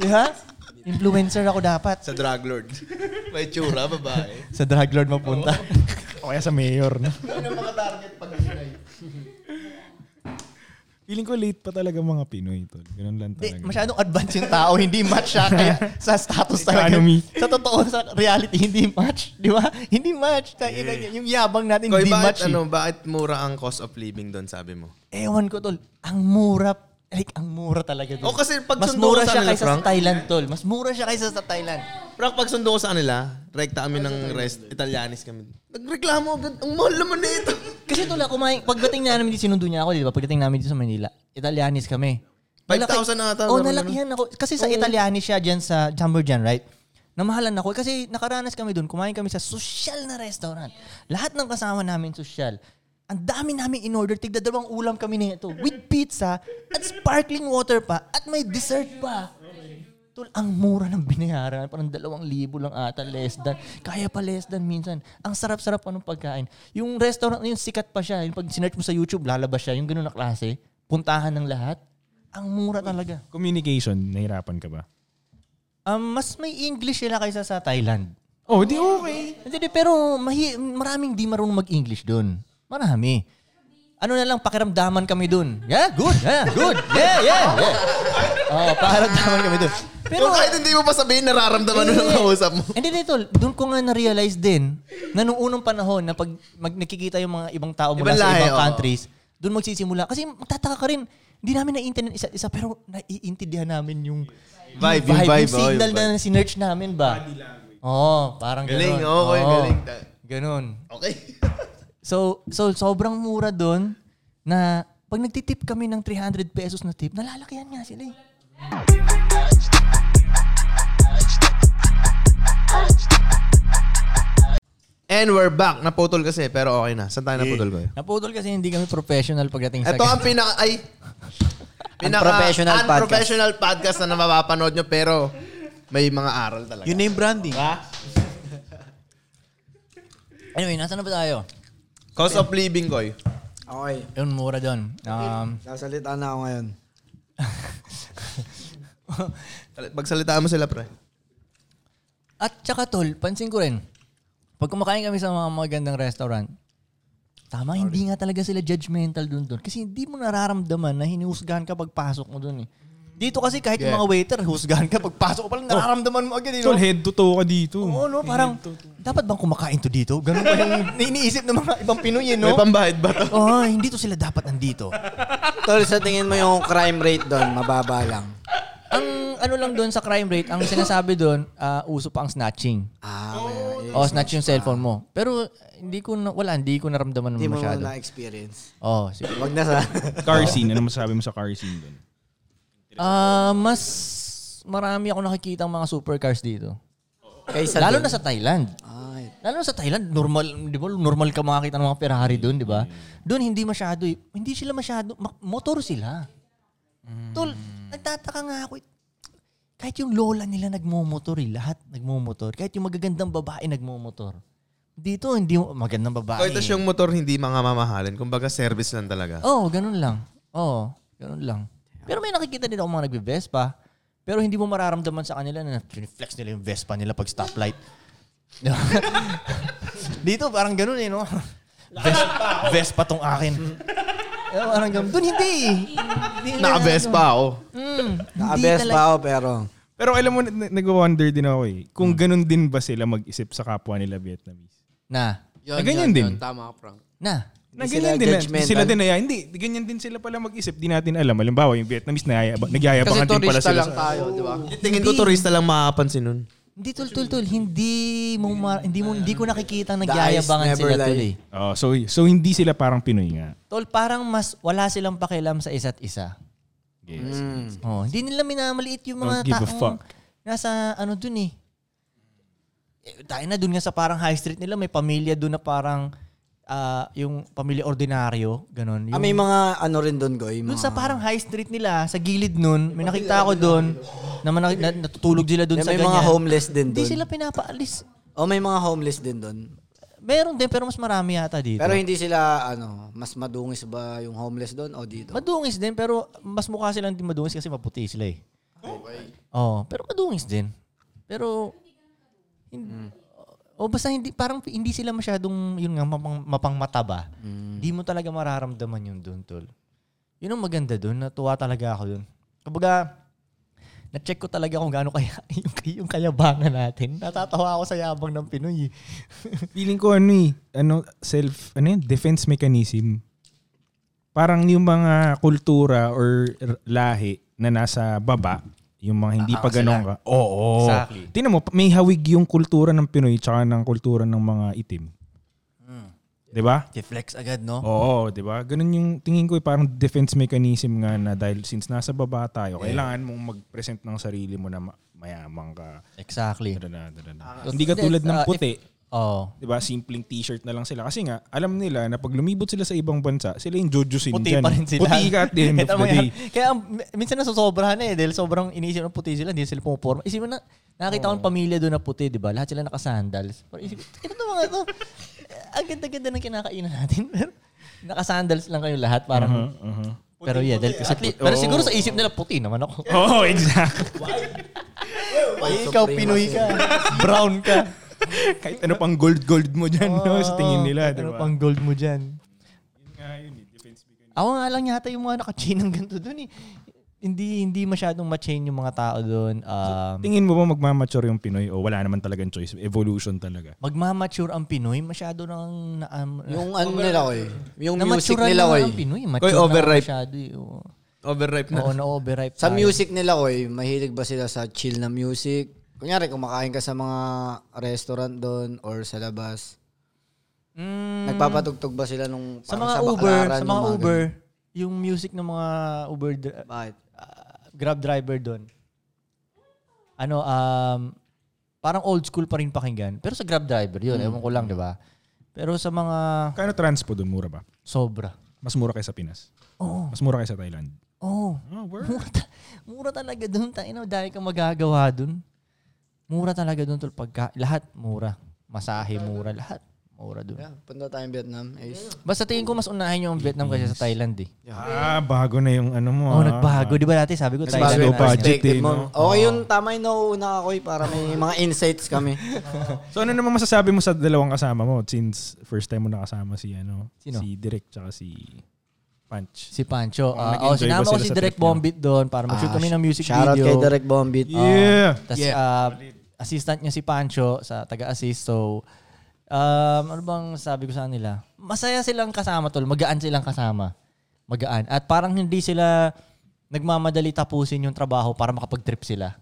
C: Di ba? Influencer ako dapat.
B: sa drug lord. May tsura, babae.
C: Sa drug lord mapunta.
F: Ah, O kaya sa mayor. No?
B: Ano ang mga target pag Pinay?
F: Feeling ko late pa talaga mga Pinoy, tol. Ganun lang
C: Hindi,
F: talaga.
C: masyadong advanced yung tao, hindi match siya kaya sa status talaga.
F: Economy.
C: Sa totoo, sa reality, hindi match. Di ba? Hindi match. Tangina niya. Yung yabang natin,
B: Koy,
C: hindi match. eh.
B: bakit, ano, bakit mura ang cost of living doon, sabi mo?
C: Ewan ko, tol. Ang mura. Like, ang mura talaga. Tol.
B: O, kasi pag
C: Mas
B: sundo ko
C: mura
B: sa
C: siya
B: kanila,
C: kaysa
B: Frank.
C: sa Thailand, tol. Mas mura siya kaysa sa Thailand.
B: Prak, pag sundo ko sa kanila, rekta kami ng rest, Italianis kami. Nagreklamo agad, ang mahal naman na ito.
C: Kasi tol, ako, kumain, pagdating na namin dito, sinundo niya ako, di ba? Pagdating namin dito sa Manila, Italianis kami.
B: 5,000 na ata,
C: Oh,
B: parang
C: nalakihan ako. Kasi sa Italianis siya dyan sa Jamborjan, right? Namahalan ako. Kasi nakaranas kami doon, kumain kami sa social na restaurant. Lahat ng kasama namin social. Ang dami namin in order, tigda dalawang ulam kami nito. With pizza, at sparkling water pa, at may dessert pa. Tol, ang mura ng binayaran. Parang dalawang libo lang ata, less than. Kaya pa less than minsan. Ang sarap-sarap pa ng pagkain. Yung restaurant na yun, sikat pa siya. Yung pag sinerch mo sa YouTube, lalabas siya. Yung ganun na klase. Puntahan ng lahat. Ang mura talaga.
F: Communication, nahirapan ka ba?
C: Um, mas may English sila kaysa sa Thailand.
F: Oh, di okay.
C: Hindi, di, pero mahi, maraming di marunong mag-English doon. Marami. Ano na lang, pakiramdaman kami doon. Yeah, good. Yeah, good. Yeah, yeah. yeah. Oh, pakiramdaman kami doon. Pero,
B: Pero kahit hindi mo pa sabihin, nararamdaman mo ng Ano kausap mo.
C: Eh, Hindi dito, doon ko nga na-realize din na nung unang panahon na pag mag, nakikita yung mga ibang tao mula
B: Ibang
C: sa
B: lahi,
C: ibang
B: oo.
C: countries, doon magsisimula. Kasi magtataka ka rin, hindi namin naiintindihan isa't isa pero naiintindihan namin yung
B: Vibe,
C: yung,
B: yung vibe, oo, yung
C: signal
B: vibe.
C: na sinerch namin ba? Oo, parang
B: Galing,
C: ganun.
B: okay,
C: Oo,
B: galing.
C: Ganun.
B: Okay.
C: So, so sobrang mura doon na pag nagtitip kami ng 300 pesos na tip, nalalakihan nga sila eh.
B: And we're back. Naputol kasi, pero okay na. Saan tayo naputol ko?
C: Naputol kasi hindi kami professional pagdating sa
B: Ito ang pinaka... Ay!
A: Unprofessional podcast.
B: unprofessional podcast na napapanood nyo, pero may mga aral talaga.
A: Yun na yung branding.
C: Anyway, nasa na ba tayo?
B: Cost of living, Koy.
A: Okay.
C: Yun, mura doon. Um,
A: Sasalita na ako ngayon.
B: Pagsalitaan mo sila, pre.
C: At tsaka tol, pansin ko rin, pag kumakain kami sa mga magandang restaurant, tama, hindi nga talaga sila judgmental dun dun. Kasi hindi mo nararamdaman na hinuhusgahan ka pagpasok mo dun eh. Dito kasi kahit yung mga waiter, husgahan ka pagpasok ko palang nararamdaman mo agad. eh, no?
F: Tol, head to toe ka dito.
C: Oo, no? Parang, dapat bang kumakain to dito? Ganun ba yung iniisip ng mga ibang Pinoy, eh,
B: May
C: no?
B: pambahid ba to?
C: Oh, hindi to sila dapat nandito.
A: Tol, sa tingin mo yung crime rate doon, mababa lang.
C: ang ano lang doon sa crime rate, ang sinasabi doon, ah, uso pa ang snatching.
A: Ah, oh,
C: Oh, snatch yung cellphone mo. Pero eh, hindi ko na, wala, hindi ko naramdaman
A: Hindi mo
C: masyado.
A: na-experience.
C: Oh, sige.
A: Wag na sa...
F: Car scene. Ano masabi mo sa car scene dun?
C: Ah, mas marami ako nakikita mga supercars dito.
A: Kaysa
C: Lalo
A: dun.
C: na sa Thailand.
A: Ay,
C: Lalo na sa Thailand, normal, di ba, normal ka makakita ng mga Ferrari doon, di ba?
A: Mm.
C: Doon hindi masyado, eh. hindi sila masyado, ma- motor sila.
A: Mm.
C: Tol, nagtataka nga ako. eh. Kahit yung lola nila nagmumotor, eh, lahat nagmumotor. Kahit yung magagandang babae nagmumotor. Dito, hindi mo- magandang babae.
B: Koitos yung motor hindi mga mamahalin. Kumbaga service lang talaga.
C: Oo, oh, ganun lang. Oo, oh, ganun lang. Pero may nakikita din ako mga nagbe-Vespa. Pero hindi mo mararamdaman sa kanila na flex nila yung Vespa nila pag stoplight. Di ba? Dito parang ganun eh, no? Ves- Vespa tong akin. Eh, parang ganun. Doon hindi eh. Hindi nila
B: Naka-Vespa ako.
C: ano. Mm, hindi
A: Nakabest
C: talaga.
A: pa ako pero...
F: Pero alam mo, na- nag-wonder din ako eh. Kung ganun din ba sila mag-isip sa kapwa nila Vietnamese?
C: Na,
F: Ah, ganyan din.
E: tama ka, Frank.
C: na.
F: Na
A: Hindi
F: ganyan
A: sila
F: din. na-
A: judgmental.
F: Sila din naya. Hindi, ganyan din sila pala mag-isip. Di natin alam. Halimbawa, yung Vietnamese, nayayaba-
E: Kasi
F: nagyayabangan din pala
E: turista
F: sila.
E: lang
F: sa-
E: tayo, di ba?
B: Tingin ko turista lang makakapansin nun.
C: Hindi tol tol tol, hindi mo ma- hindi mo hindi ko nakikita
A: eyes
C: nagyayabangan
A: never
C: sila
A: lie.
C: tol eh.
F: Oh, so, so hindi sila parang Pinoy nga.
C: Tol, parang mas wala silang pakialam sa isa't isa.
F: Yes.
C: Oh, hindi nila minamaliit yung mga
F: Don't give a
C: taong
F: fuck.
C: nasa ano dun eh. eh tayo na dun nga sa parang high street nila, may pamilya dun na parang ah, yung pamilya ordinaryo, ganun. Yung,
A: Ah, may mga ano rin doon, Goy.
C: dun
A: Mga,
C: sa parang high street nila, sa gilid nun, may nakita ako dun na, mana- na- natutulog sila dun
A: may,
C: sa
A: may
C: ganyan.
A: mga homeless din
C: Hindi
A: doon.
C: sila pinapaalis.
A: O may mga homeless din doon.
C: Meron din, pero mas marami yata dito.
A: Pero hindi sila, ano, mas madungis ba yung homeless doon o dito?
C: Madungis din, pero mas mukha silang hindi madungis kasi maputi sila eh. Oh, pero madungis din. Pero, hin- o basta hindi, parang hindi sila masyadong, yun nga, mapang, mapangmata ba? Hindi mo talaga mararamdaman yun doon, tol. Yun ang maganda doon, natuwa talaga ako doon. Kumbaga, na-check ko talaga kung gaano kaya yung, yung kayabangan natin. Natatawa ako sa yabang ng Pinoy. eh.
F: Feeling ko ano eh, ano, self, ano yun, defense mechanism. Parang yung mga kultura or r- lahi na nasa baba, yung mga hindi pa ganun ka. Oo.
C: Ah, Exactly.
F: Tingnan mo, may hawig yung kultura ng Pinoy tsaka ng kultura ng mga itim.
C: Hmm.
F: 'Di ba?
C: Deflex agad, no?
F: Oo, 'di ba? Ganun yung tingin ko eh, parang defense mechanism nga na dahil since nasa baba tayo, kailangan mong mag-present ng sarili mo na ma- mayamang ka.
C: Exactly.
F: Dadadadada. Hindi ka tulad ng
C: Uh, if-
F: puti.
C: Oh.
F: 'di ba? Diba? Simpleng t-shirt na lang sila kasi nga alam nila na pag lumibot sila sa ibang bansa, sila yung jojosin
C: puti
F: dyan.
C: pa rin sila.
F: Puti ka at the end of
C: Kita mo
F: the
C: yan.
F: day.
C: Kaya m- minsan nasusobrahan eh. Dahil sobrang iniisip ng puti sila, hindi sila pumuporma. Isipin mo na, nakakita ko ng pamilya doon na puti, di ba? Lahat sila nakasandals. Pero isipin, ito to mga ano to. Ang ganda-ganda ng kinakainan natin. Pero nakasandals lang kayo lahat. Parang, Pero yeah, dahil, sa, pero siguro sa isip nila, puti naman ako.
F: Oo, oh, exactly.
C: Ay, ikaw, Pinoy ka. Brown ka.
F: Kahit ano pang gold-gold mo dyan, no? sa tingin nila, diba? di
C: Ano
F: ba?
C: pang gold mo dyan? Ako nga lang yata yung mga naka-chain ng ganito dun eh. Hindi, hindi masyadong ma-chain yung mga tao dun. Um,
F: Tingin mo ba magmamature yung Pinoy o wala naman talagang choice? Evolution talaga.
C: magmamature ang Pinoy, masyado nang na, um,
A: Yung ano nila, Goy. Yung
C: na
A: music
C: mature
A: nila,
C: na
A: Goy.
C: ang Pinoy. Mature na
B: overripe.
C: masyado. eh, Oo,
B: Overripe na.
C: Oo, na-overripe
A: Sa
C: tayo.
A: music nila, Goy, mahilig ba sila sa chill na music? Kunyari, kumakain ka sa mga restaurant doon or sa labas.
C: Mm,
A: Nagpapatugtog ba sila nung
C: sa
A: parang
C: mga Uber,
A: baklaran,
C: sa
A: nung
C: mga Uber,
A: ganun?
C: yung music ng mga Uber, dri-
A: Bakit?
C: ah, Grab driver doon. Ano, um, parang old school pa rin pakinggan. Pero sa Grab driver, yun, ewan ko lang, di ba? Pero sa mga
F: Kano trans po doon? Mura ba?
C: sobra.
F: Mas mura kaysa Pinas.
C: Oo.
F: Mas mura kaysa Thailand.
C: Oo.
F: Oh,
C: Mura, ta- mura talaga doon. Tayo na, dahil kang magagawa doon. Mura talaga doon. Tol, pagka, lahat mura. Masahe, mura. Lahat mura doon.
A: Yeah, punta tayong Vietnam. Ace.
C: Basta tingin ko mas unahin yung Vietnam kasi sa Thailand eh.
F: Ah, bago na yung ano mo.
C: Oo, oh,
F: ah.
C: nagbago. Di ba dati sabi ko
A: Mas
C: Thailand
A: bago
F: Slow
A: yung
C: na.
F: budget
A: perspective
F: eh,
A: mo.
F: no?
A: Okay, yun. Tama yung nauuna ako, Goy, para may mga insights kami.
F: So ano naman masasabi mo sa dalawang kasama mo since first time mo nakasama si ano?
C: Sino?
F: Si Direk tsaka si Punch.
C: Si Pancho. Ah,
F: Parang
C: oh,
F: nag-enjoy ba
C: sinama ko
F: sila
C: si
F: sa
C: Direct
F: trip niyo?
C: Bombit doon para mag-shoot kami ng music
A: Shoutout
C: video.
A: kay Direk Bombit.
F: Yeah!
C: Tapos ah, assistant niya si Pancho sa taga-assist. So, um, ano bang sabi ko sa nila? Masaya silang kasama, tol. Magaan silang kasama. Magaan. At parang hindi sila nagmamadali tapusin yung trabaho para makapag-trip sila.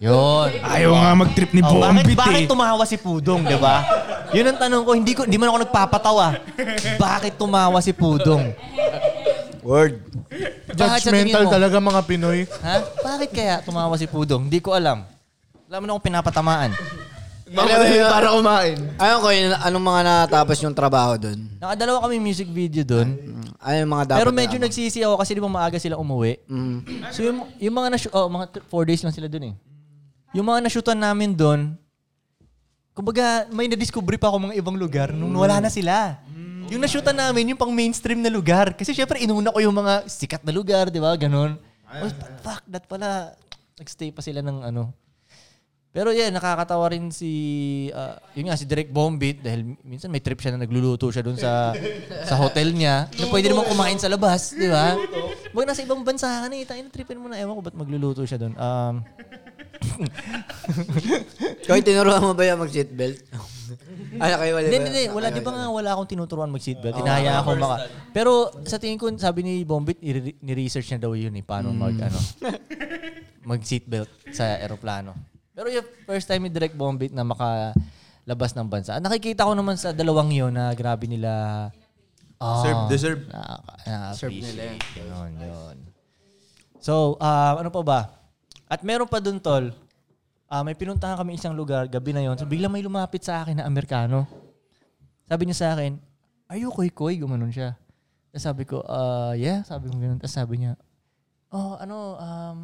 C: Yun.
F: Ayaw nga mag-trip ni
C: Oh, bakit,
F: Bombit
C: bakit
F: eh.
C: tumawa si Pudong, di ba? Yun ang tanong ko, hindi ko hindi man ako nagpapatawa. Bakit tumawa si Pudong?
A: Word.
C: Bakit sa tingin
D: Judgmental
C: mo?
D: talaga mga Pinoy.
C: Ha? Bakit kaya tumawa si Pudong? Hindi ko alam. Alam mo na akong pinapatamaan.
B: Mamadali
C: uh,
B: para kumain.
A: Ayun ko, yun, anong mga natapos yung trabaho doon?
C: Nakadalawa kami music video doon.
A: Ano yung mga dapat
C: Pero medyo
A: na-
C: nagsisi ako kasi di ba maaga sila umuwi.
A: Mm.
C: So yung, yung mga na oh, mga t- four days lang sila doon eh. Yung mga na-shootan namin doon, kumbaga may na-discovery pa ako mga ibang lugar nung wala na sila. Yung na-shootan namin, yung pang mainstream na lugar. Kasi syempre inuna ko yung mga sikat na lugar, di ba? Ganon. Oh, fuck, that pala. Nagstay pa sila ng ano. Pero yeah, nakakatawa rin si, ah, yun nga, si Direk Bombit dahil minsan may trip siya na nagluluto siya dun sa sa hotel niya. Na pwede naman kumain sa labas, di ba? Huwag nasa ibang bansa ka na eh, tayo na tripin mo na. Ewan ko ba't magluluto siya dun. Um,
A: Koy, tinuruan mo ba yung mag-seatbelt? ano kayo, wala
C: Hindi,
A: ba?
C: hindi, hindi. Wala, di ba nga wala akong tinuturuan mag-seatbelt. Inaya ako maka... Pero sa tingin ko, sabi ni Bombit, nire- ni-research niya daw yun eh. Paano mag, ano, mag-seatbelt sa aeroplano. Pero yung first time ni Direct Bombit na makalabas ng bansa. ah, Nakikita ko naman sa dalawang yun na grabe nila... Oh,
B: Ah. Serve, deserve.
C: Na, na, nila. Yun, yun. So, ah, ano pa ba? At meron pa dun, tol. Ah, may pinuntahan kami isang lugar, gabi na yon. So, biglang may lumapit sa akin na Amerikano. Sabi niya sa akin, are you koy-koy? Gumanon siya. Tapos sabi ko, ah, yeah. Sabi ko ganun. Tapos sabi niya, oh, ano, um,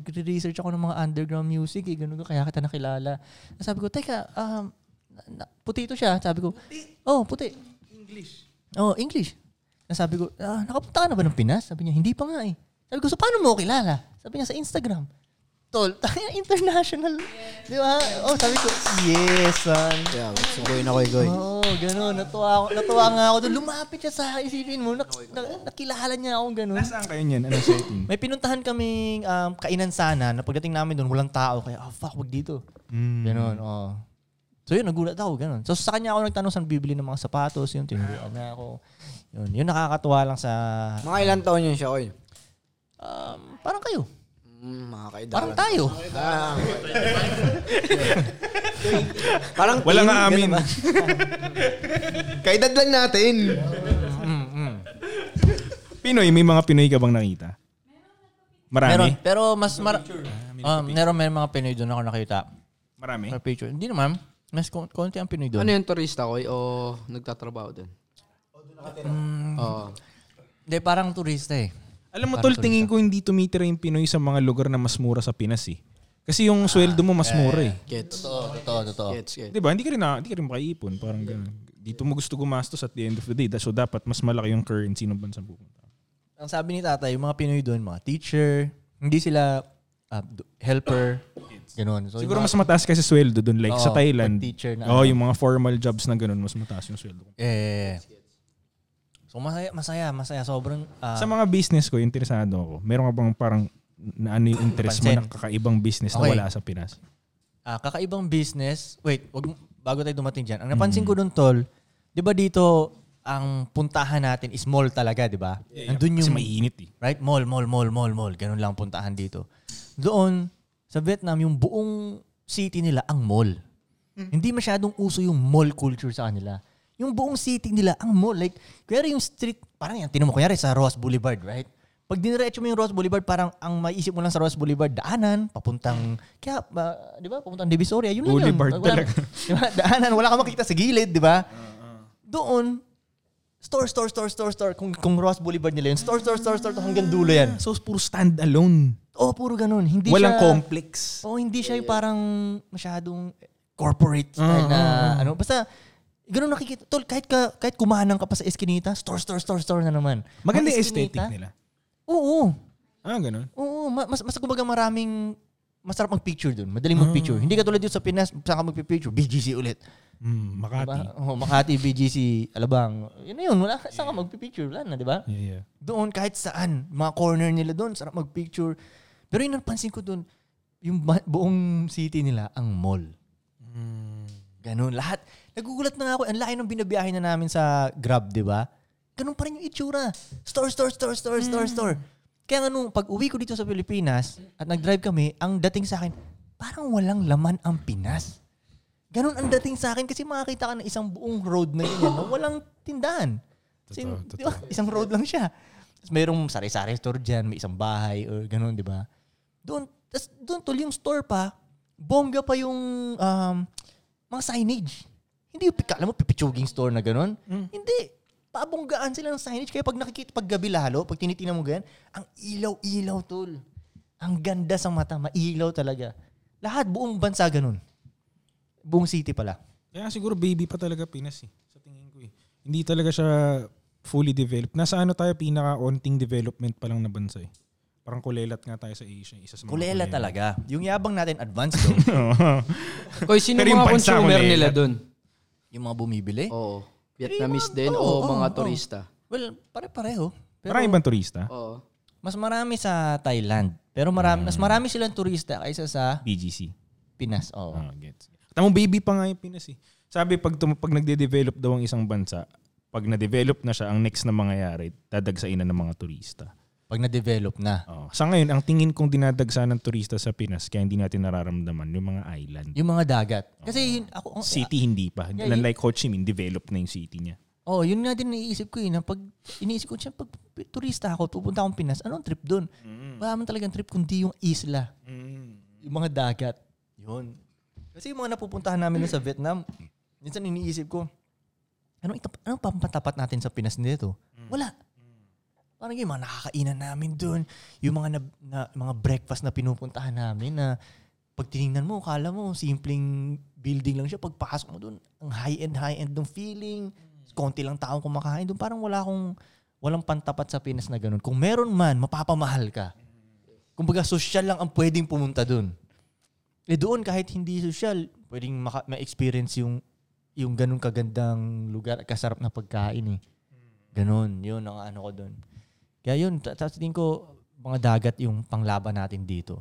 C: nagre-research ako ng mga underground music, eh, ganun ko, kaya kita nakilala. Tapos sabi ko, teka, um, na- na- puti ito siya. Sabi ko, oh, puti. Oh, English. Tapos sabi ko, ah, nakapunta ka na ba ng Pinas? Sabi niya, hindi pa nga eh. Sabi ko, so paano mo ako kilala? Sabi niya, sa Instagram. Tol, tayo international. Di ba? Oh, sabi ko, yes, son.
A: Yeah, subuhin ako, Koy.
C: Oo, oh, ganun. Natuwa, ako, natuwa nga ako. doon. Lumapit siya sa akin. Isipin mo, nak, na- nakilala niya ako ganun.
F: Nasaan kayo niyan? Ano, Anong setting?
C: May pinuntahan kaming um, kainan sana na pagdating namin doon, walang tao. Kaya, ah, fuck, wag dito. Ganun, oo. So yun, nagulat ako, ganun. So sa kanya ako nagtanong saan bibili ng mga sapatos, yun, tinuruan niya ako. Yun, yun nakakatuwa lang sa,
A: Mga ilang taon yun siya, Koy?
C: um, parang kayo.
A: Mm, mga kaidaran.
C: Parang tayo.
A: Ah. Parang
F: Wala
A: teen,
F: nga amin.
A: ganun ba?
B: Kaedad lang natin.
F: Pinoy, may mga Pinoy ka bang nakita?
C: Meron,
F: Marami?
C: pero mas mar... Um, meron, may mga Pinoy doon ako nakita.
F: Marami?
C: May picture. Hindi naman. Mas kon- konti ang Pinoy doon.
E: Ano yung turista ko o nagtatrabaho doon? Oo.
C: Hindi, parang turista eh.
F: Alam mo tol, tingin ko hindi tumitira yung Pinoy sa mga lugar na mas mura sa Pinas eh. Kasi
C: Ah,
F: yung sweldo mo mas mura eh.
A: Gets.
C: Totoo, totoo, totoo.
A: Gets, gets.
F: Di ba? Hindi ka rin, na, hindi ka rin makaipon. Parang ganun. Dito mo gusto gumastos at the end of the day. So dapat mas malaki yung currency ng bansa pupunta.
C: Ang sabi ni tatay, yung mga Pinoy doon, mga teacher, hindi sila ah, do- helper, ganun. So,
F: Siguro
C: yung
F: mas
C: mga-
F: mataas kasi sweldo doon. Like sa
C: Oo,
F: Thailand.
C: pag teacher na
F: Oo,
C: ano.
F: yung mga formal jobs na ganun, mas mataas yung sweldo.
C: Eh, so masaya, masaya, masaya. Sobrang, ah,
F: Sa mga business ko, interesado ako. Meron ka bang parang na ano yung interest mo
C: Pansin.
F: ng kakaibang business
C: Okay.
F: na wala sa Pinas?
C: ah, kakaibang business. Wait, wag, mo- bago tayo dumating dyan. Ang
F: Mm.
C: napansin ko doon, Tol, di ba dito, ang puntahan natin is mall talaga, di ba? Nandun
F: Kasi
C: yung,
F: mainit eh.
C: right? Mall, mall, mall, mall, mall. Ganun lang ang puntahan dito. Doon, sa Vietnam, yung buong city nila ang mall.
F: Mm.
C: Hindi masyadong uso yung mall culture sa kanila. Yung buong city nila ang mall. Like, kaya yung street, parang yan, tinan mo, kunyari sa Ross Boulevard, right? Pag diniretso mo yung Ross Boulevard, parang ang maiisip mo lang sa Ross Boulevard, daanan, papuntang, kaya, ba, di ba, papuntang Divisoria, yun lang
F: Boulevard
C: yun. Wala-
F: talaga.
C: Di ba, daanan, wala kang makita sa gilid, di ba? Doon, store, store, store, store, store. Kung, kung Ross Boulevard nila yun, store, store, store, store, hanggang dulo yan.
F: So puro stand alone.
C: Oh, puro ganun. Hindi
F: Walang
C: siya,
F: complex.
C: Oh, hindi siya yung parang masyadong corporate
F: Ah,
C: style na ano. Basta, ganun nakikita. Tol, kahit, ka, kahit kumahanan ka pa sa Eskinita, store, store, store, store na naman.
F: Maganda
C: Ang
F: yung aesthetic
C: Eskinita,
F: nila.
C: Oo.
F: Ah, ganun.
C: Oo, ma- mas mas kumbaga maraming masarap mag-picture doon.
F: Ah.
C: Madaling mag-picture. Hindi ka tulad dito sa Pinas, saan ka mag-picture? BGC ulit.
F: Mm, Makati.
C: Diba? Oh, Makati, BGC, Alabang. Yun na yun. Wala, saan ka mag-picture? Wala na, diba? di ba?
F: Yeah, yeah.
C: Doon kahit saan, mga corner nila doon, sarap magpicture. Pero yung napansin ko doon, yung ba- buong city nila ang mall. Ganun lahat. Nagugulat na nga ako, ang laki ng binabiyahe na namin sa Grab, 'di ba? Ganun pa rin yung itsura. Store, store, store, store, store, store. Kaya nga nung pag-uwi ko dito sa Pilipinas at nag-drive kami, ang dating sa akin, parang walang laman ang Pinas. Ganun ang dating sa akin kasi makakita ka ng isang buong road na yun na walang tindahan. Kasi,
F: Totoo,
C: di ba, isang road lang siya. Tapos mayroong sari-sari store dyan, may isang bahay or ganun, di ba? Doon, tas doon tol yung store pa, bongga pa yung um, mga signage. Hindi yung, pika- alam mo, pipitsuging store na ganun.
F: Hmm.
C: Hindi. Pabonggaan sila ng signage. Kaya pag nakikita, pag gabi lalo, pag tinitingnan mo ganyan, ang ilaw-ilaw, tol. Ang ganda sa mata, mailaw talaga. Lahat, buong bansa ganun. Buong city pala.
F: Kaya siguro baby pa talaga Pinas eh. Sa tingin ko eh. Hindi talaga siya fully developed. Nasa ano tayo pinaka-onting development pa lang na bansa eh. Parang kulelat nga tayo sa Asia. eh, Isa sa mga
C: Kulela
F: kulelat.
C: talaga. Yung yabang natin, advance daw.
E: Koy, sino
F: Pero yung
E: mga
F: bansa ko
E: consumer
F: nila,
E: nila doon?
C: yung mga bumibili.
E: Oo. Vietnamese
C: Yung mga-
E: din
C: oo,
E: o
C: oo,
E: mga
C: oo.
E: turista?
C: Well, pare-pareho. Pero Oh.
F: Maraming bang turista?
E: Oo.
C: mas marami sa Thailand. Pero marami, mas
F: Hmm.
C: marami silang turista kaysa sa
F: BGC.
C: Pinas. Oo.
F: Ah, gets. Tamang baby pa nga yung Pinas eh. Sabi pag, tum- pag nagde-develop daw ang isang bansa, pag na-develop na siya, ang next na mangyayari, dadagsain na ng mga turista.
C: Pag na-develop na.
F: Oh. Sa ngayon, ang tingin kong dinadagsa ng turista sa Pinas, kaya hindi natin nararamdaman yung mga island.
C: Yung mga dagat. Kasi yun, ako,
F: Hmm. City hindi pa.
C: Yeah,
F: Unlike like Ho Chi Minh, developed na yung city niya.
C: Oh, yun nga din naiisip ko eh, na pag iniisip ko siya, pag turista ako, pupunta akong Pinas, anong trip doon? Wala man talagang trip kundi yung isla, yung mga dagat. Yun. Kasi yung mga napupuntahan namin doon sa Vietnam, minsan iniisip ko, anong, itap- anong pampatapat natin sa Pinas nito? Wala. Parang yung mga nakakainan namin doon, yung mga na- na- mga breakfast na pinupuntahan namin na pag tiningnan mo, kala mo simpleng building lang siya. Pagpasok mo doon, ang high-end, high-end ng feeling. Konti lang taong kumakain doon. Parang wala akong, walang pantapat sa Pinas na ganun. Kung meron man, mapapamahal ka. Kumbaga, social lang ang pwedeng pumunta doon. Eh doon, kahit hindi social, pwedeng maka- ma-experience yung, yung ganun kagandang lugar at kasarap na pagkain eh. Ganun, yun ang ano ko doon. Kaya yun, ta- tapos tingin ko, mga dagat yung panglaban natin dito.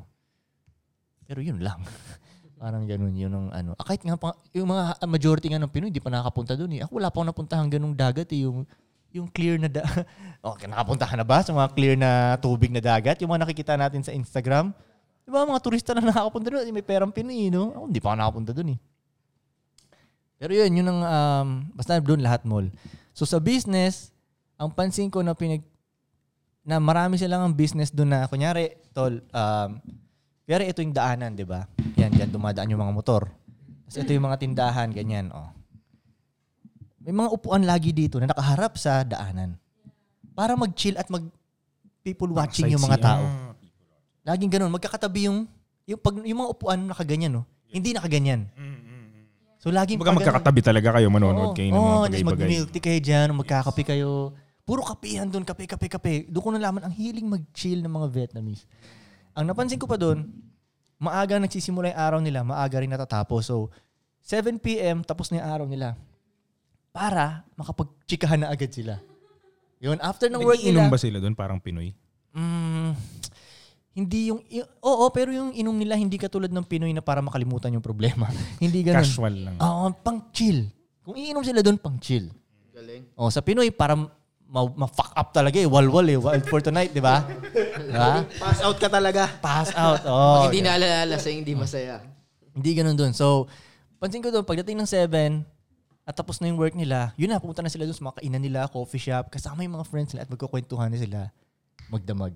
C: Pero yun lang. Parang ganun yun ang ano. Ah, kahit nga pa, yung mga majority nga ng Pinoy, hindi pa nakapunta doon eh. Ako wala pa akong napuntahan ganung dagat eh. Yung, yung clear na da- oh, nakapuntahan na ba sa mga clear na tubig na dagat? Yung mga nakikita natin sa Instagram? Di ba mga turista na nakakapunta doon? May perang Pinoy, no? Ako hindi pa ako nakapunta doon eh. Pero yun, yun ang, um, basta doon lahat mall. So sa business, ang pansin ko na pinag, na marami silang ang business doon na, kunyari, tol, um, kunyari ito yung daanan, di ba? Yan, dyan dumadaan yung mga motor. Tapos ito yung mga tindahan, ganyan, oh. May mga upuan lagi dito na nakaharap sa daanan. Para mag-chill at mag people watching yung mga tao.
F: Ah, Mm.
C: Laging ganun. Magkakatabi yung, yung, pag, yung mga upuan nakaganyan, no? Hindi nakaganyan. So, laging
F: Mm, Kumbaga
C: pag-
F: magkakatabi talaga kayo, manonood
C: Oo.
F: kayo ng
C: Oo,
F: mga
C: tapos
F: bagay-bagay.
C: Oh, mag-milk tea kayo dyan, magkakape kayo. Puro kapehan doon, kape, kape, kape. Doon ko nalaman, ang hiling mag-chill ng mga Vietnamese. Ang napansin ko pa doon, maaga nagsisimula yung araw nila, maaga rin natatapos. So, 7 p.m. tapos na yung araw nila para makapag-chikahan na agad sila. Yun, after ng work
F: Nagiinom
C: nila,
F: ba sila doon parang Pinoy?
C: Mm, hindi yung, y- oo, pero yung inom nila hindi katulad ng Pinoy na para makalimutan yung problema. hindi ganun.
F: Casual lang.
C: Oo, pang chill. Kung iinom sila doon, pang chill.
E: Galing.
C: Oh, sa Pinoy, parang ma- ma-fuck up talaga eh. Walwal eh. Wild for tonight, di ba? Diba?
B: Pass out ka talaga.
C: Pass out. Oh,
E: hindi naalala sa hindi masaya.
C: Hindi ganun doon. So, pansin ko doon, pagdating ng 7, at tapos na yung work nila, yun na, pupunta na sila doon sa mga kainan nila, coffee shop, kasama yung mga friends nila at magkukwentuhan na sila, magdamag.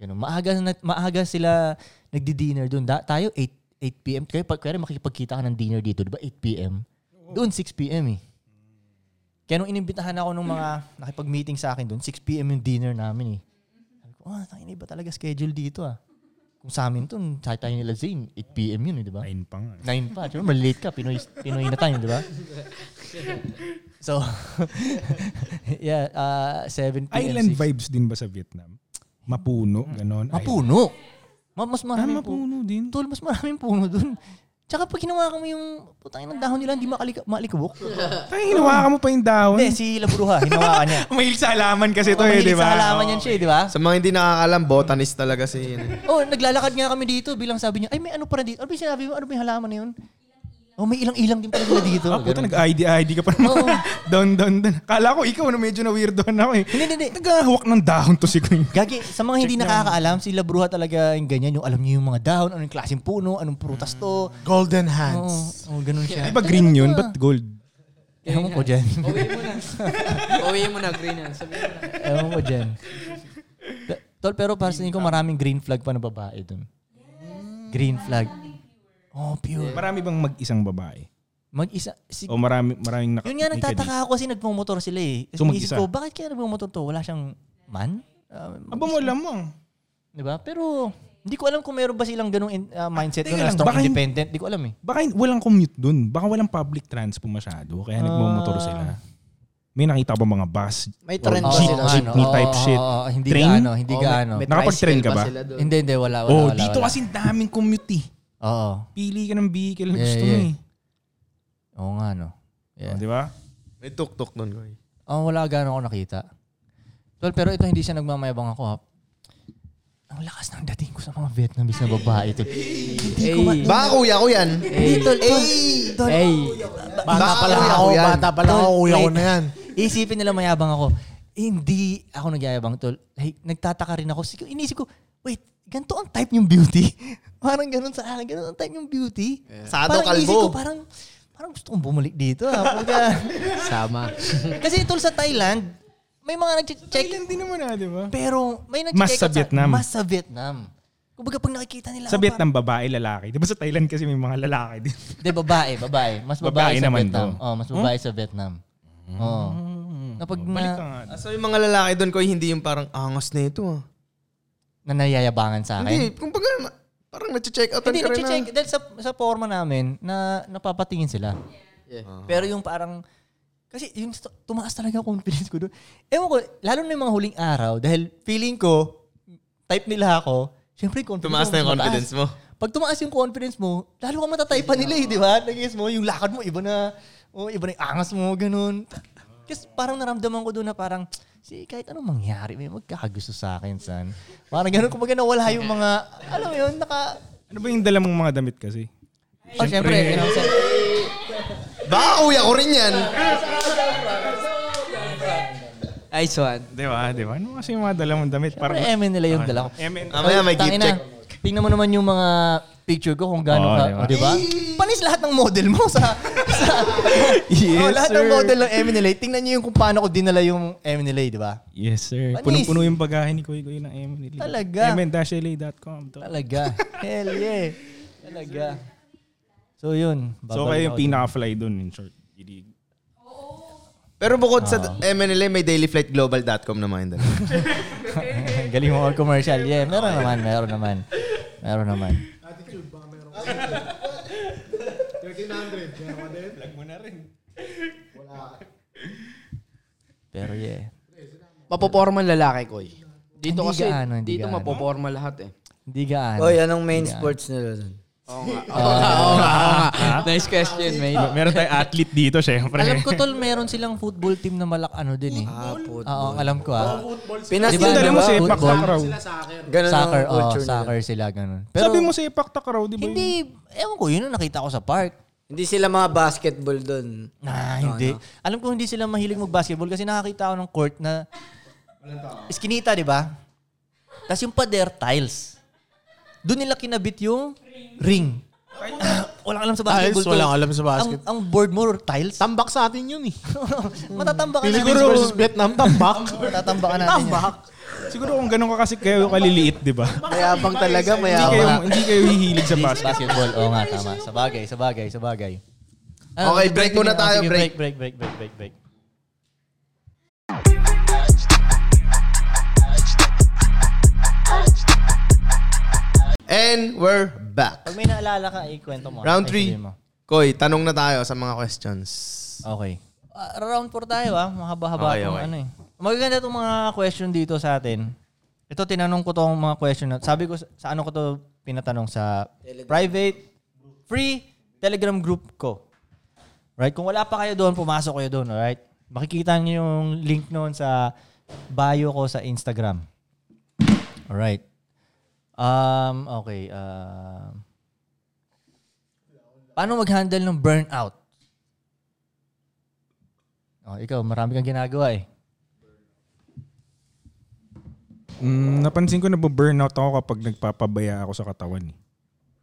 C: Ganun. Maaga, na, maaga sila nagdi-dinner doon. Da, tayo, 8, 8 p.m. Kaya pag kaya makikipagkita ka ng dinner dito, di ba? 8 p.m. Doon, 6 p.m. eh. Kaya nung inimbitahan ako ng mga nakipag-meeting sa akin doon, 6 p.m. yung dinner namin eh. Sabi ko, ah, tangina, iba talaga schedule dito ah. Kung sa amin to, sa tayo nila Zane, 8 p.m. yun eh, di ba?
F: Ayun pa nga. eh.
C: Nine pa. Siyempre, malate ka. Pinoy, Pinoy na time, di ba? So, yeah, uh, 7 p.m.
F: Island
C: 6.
F: vibes din ba sa Vietnam? Mapuno, ganon.
C: Mapuno. Ma- mas
F: Island. Hmm. Ah,
C: maraming puno.
F: mapuno din.
C: Tol, mas maraming puno dun. Tsaka pag hinawakan mo yung putangin ng dahon nila, hindi makalika- malikabok.
F: Tayo, hinawakan mo pa yung dahon.
C: Hindi, si Labruha, hinawakan niya.
F: Mahilig sa halaman kasi to eh,
C: Mahilig
F: Oh. di ba?
C: sa halaman yan siya, eh, di ba?
B: Sa mga hindi nakakalam, botanist talaga si...
C: Ano Oh, naglalakad nga kami dito bilang sabi niya, ay may ano pa na dito. Ano ba yung sinabi mo? Ano ba yung halaman na yun? Oh, may ilang-ilang din pala sila dito.
F: Ah, puta,
C: Ganun.
F: nag-ID, ID ka pa naman.
C: Oo.
F: down, down, down. Kala ko ikaw na medyo na weirdohan ako eh.
C: Hindi, hindi, hindi.
F: Nagahawak ng dahon to si Queen.
C: Gagi, sa mga hindi nakakaalam, sila bruha talaga yung ganyan. Yung alam niyo yung mga dahon, anong klaseng puno, anong prutas to.
D: Golden
F: Hmm.
C: Oo,
D: hands.
C: oo, ganun siya.
F: Di ba green yun? Ba't gold?
C: Ewan ko dyan.
F: Oh,
E: Uwi mo na. Uwi mo na, green yan. Sabi mo na.
C: Ewan ko dyan. Ta- Tol, pero para sa tingin ko maraming green flag pa na babae dun. Green flag. Oh, pure.
F: Marami bang mag-isang babae?
C: Mag-isa. Si,
F: O marami, maraming naka-
C: yun nga
F: Oh, may kadi?
C: nagtataka ako kasi nagmumotor sila eh. Kasi
F: So,
C: iniisip
F: mag-isa.
C: ko, bakit kaya nagmumotor to? Wala siyang man? Ah,
F: Aba mo lamang.
C: Di ba? Pero hindi ko alam kung meron ba silang ganung in- ah, mindset
F: Teka
C: na
F: lang,
C: strong
F: baka hin-
C: independent. Hindi ko alam eh.
F: Baka hin- walang commute dun. Baka walang public transport
C: Ah.
F: masyado. Kaya nagmamotor sila. May nakita ba mga bus?
A: May
F: Or
A: trend
C: Oo,
F: Oh,
A: kasi
F: jeep,
A: sila.
F: jeepney
C: oo,
F: type
C: oo,
F: shit.
C: oo, hindi
F: Train?
C: gaano, ano? hindi ano?
E: Oh, may-
C: gaano.
E: may
F: Nakapag-train ka
E: tricycle
F: ba?
E: sila doon?
C: Hindi, hindi, wala, wala.
F: oh,
C: wala,
F: dito
C: wala.
F: kasi daming commute eh.
C: Oo.
F: Pili ka ng vehicle
C: Yeah,
F: na gusto mo
C: yeah.
F: eh.
C: Oo nga, ano. no. Yeah.
F: O, Di ba?
B: May tuktok nun, Goy.
C: Oh, wala gaano ako nakita. Tol, pero ito hindi siya nagmamayabang ako ha. Ang lakas ng dating ko sa mga Vietnamese na babae ito.
E: Ay.
B: Baka kuya ko yan.
E: Ay. Ay.
D: Bata
B: Baka
D: pa lang
B: kuya
D: ako,
B: ko yan.
D: bata pa lang ako,
C: Tol,
D: kuya ko
C: wait.
D: na yan.
C: Iisipin nila mayabang ako. Hindi ako nagyayabang, tol. Like, nagtataka rin ako. Sige, Iniisip ko, wait, ganito ang type yung beauty? parang ganun sa akin, ganun ang type yung beauty.
B: Sado
C: parang iisip
B: kalbo.
C: ko, parang, parang gusto kong bumalik dito. Ha? Pagka-
E: Sama.
C: Kasi tol sa Thailand, may mga nag-check.
F: Thailand din naman ah, di ba?
C: Pero may nag-check
F: Mas sa Vietnam.
C: Mas sa Vietnam. Kumbaga pag nakikita nila.
F: Sa
C: ako,
F: Vietnam, babae, lalaki. Di ba sa Thailand kasi may mga lalaki din?
C: parang- Hindi, babae, babae. Mas babae,
F: Babae
C: sa
F: naman
C: Vietnam.
F: to. Hmm?
C: Oh, mas babae sa Vietnam. Oo. Kapag na,
F: Balik ka nga.
B: Ah, So yung mga lalaki doon, Koy, hindi yung parang angas na ito ah.
C: na nayayabangan sa akin.
B: Hindi, kumbaga, na- parang nag-check out ka
C: Hindi,
B: rin ah. na.
C: nag-check. Dahil sa, sa forma namin, na napapatingin sila.
E: Yeah.
B: Ah.
C: Pero yung parang, kasi yung st- tumaas talaga ang confidence ko doon. Ewan ko, lalo na yung mga huling araw, dahil feeling ko, type nila ako, syempre yung confidence
B: Tumaas
C: ko
B: na yung
C: mataas.
B: confidence mo.
C: Pag tumaas yung confidence mo, lalo ka matatay pa nila eh, di ba? Nag-guess mo, yung lakad mo, iba na, oh, iba na yung angas mo, ganun. Kasi parang naramdaman ko doon na parang, si kahit anong mangyari, may magkakagusto sa akin, son. Parang ganun, kumbaga nawala yung mga, alam mo yun, naka...
F: Ano ba yung dala mong mga damit kasi?
C: Oh, syempre, you know, sen-
B: Baka kuya ko rin yan.
E: Nice one.
F: Di ba? Di ba? Ano kasi yung mga dala mong damit?
C: Parang Ah. M nila yung dala ko.
F: MN.
B: Mamaya may gift
C: Tangina,
B: check.
C: Tingnan mo naman yung mga picture ko kung gaano
F: Oo,
C: ka,
F: diba?
C: oh, di ba? Panis lahat ng model mo sa... sa
F: Yes,
C: oh, lahat ng
F: sir.
C: model ng Eminele. Tingnan niyo yung kung paano ko dinala yung Eminele, di ba?
F: Yes, sir.
C: Panis.
F: Punong-puno yung bagahe ni Kuy Kuy ng MN.
C: Talaga.
F: MN-LA.com. to.
C: Talaga. Hell yeah. Talaga. So yun. babalik
F: So, kayo yung
C: ako dun.
F: pinaka-fly dun, in short. Hindi-
B: Pero bukod sa
C: Ah.
B: MNLA, may dailyflightglobal.com naman yun.
C: Galing mo all commercial. Yeah, meron naman, meron naman. Meron naman. Pero yeah.
E: Mapoporma lalaki ko eh. Dito
C: Hindi
E: kasi,
C: gaano, hindi
E: dito
C: gaano.
E: mapoporma lahat eh.
C: Hindi gaano.
A: Oy, anong main sports nila dun?
E: Oo nga. Oo nga, oo nga, oo nga. Nice question, mate.
F: Meron tayong athlete dito, syempre.
C: Alam ko tol, meron silang football team na malak ano din eh.
A: Ah, football.
C: Oo, alam ko ah.
A: Pinas
C: Di
E: Diba,
C: ba,
A: yun,
F: Dala
A: di
F: mo
A: ba?
F: sa Epak
C: Football.
F: Takraw.
A: Ganun ang
C: Soccer, oh,
A: culture nila.
C: soccer sila ganun. Pero
F: Sabi mo sa Epak Takraw, di ba? yun?
C: hindi, ewan ko, yun ang nakita ko sa park.
A: Hindi sila mga basketball dun.
C: Ah, hindi. Alam ko hindi sila mahilig mag-basketball kasi nakakita ako ng court na iskinita, di ba? Tapos yung pader, tiles. Doon nila kinabit yung ring. Ah, walang alam sa basketball.
D: Tiles, walang
C: to.
D: alam sa basket.
C: Ang, ang board mo, tiles.
D: Tambak sa atin yun eh.
C: Matatamba ka
D: Philippines
C: natin.
D: versus Vietnam, tambak.
C: Matatamba ka natin. yan.
D: tambak.
F: Siguro kung ganun ka kasi kayo kaliliit, di ba?
A: Mayabang talaga,
F: Hindi
A: mayabang.
F: kayo, hindi kayo hihilig sa
C: Please,
F: basket.
C: basketball. Oo nga, tama. Sabagay, sabagay, sabagay.
B: Okay, break muna tayo,
C: break. Ano, Break, break, break, break, break.
B: And we're back.
C: Pag may naalala ka, ikwento mo. Ay,
B: Round three.
C: sabihin mo.
B: Koy, tanong na tayo sa mga questions.
C: Okay. Ah, round 4 tayo ah. Mahaba-haba
B: Okay,
C: itong
B: okay.
C: ano eh. Magaganda itong mga question dito sa atin. Ito, tinanong ko tong mga question na, sabi ko, sa, sa ano ko to pinatanong sa private, free telegram group ko. Right? Kung wala pa kayo doon, pumasok kayo doon, alright? Makikita niyo yung link noon sa bio ko sa Instagram. Alright. Um, okay. Um, Paano mag-handle ng burnout? Oh, ikaw, marami kang ginagawa eh.
F: Mm, napansin ko na burnout ako kapag nagpapabaya ako sa katawan. eh.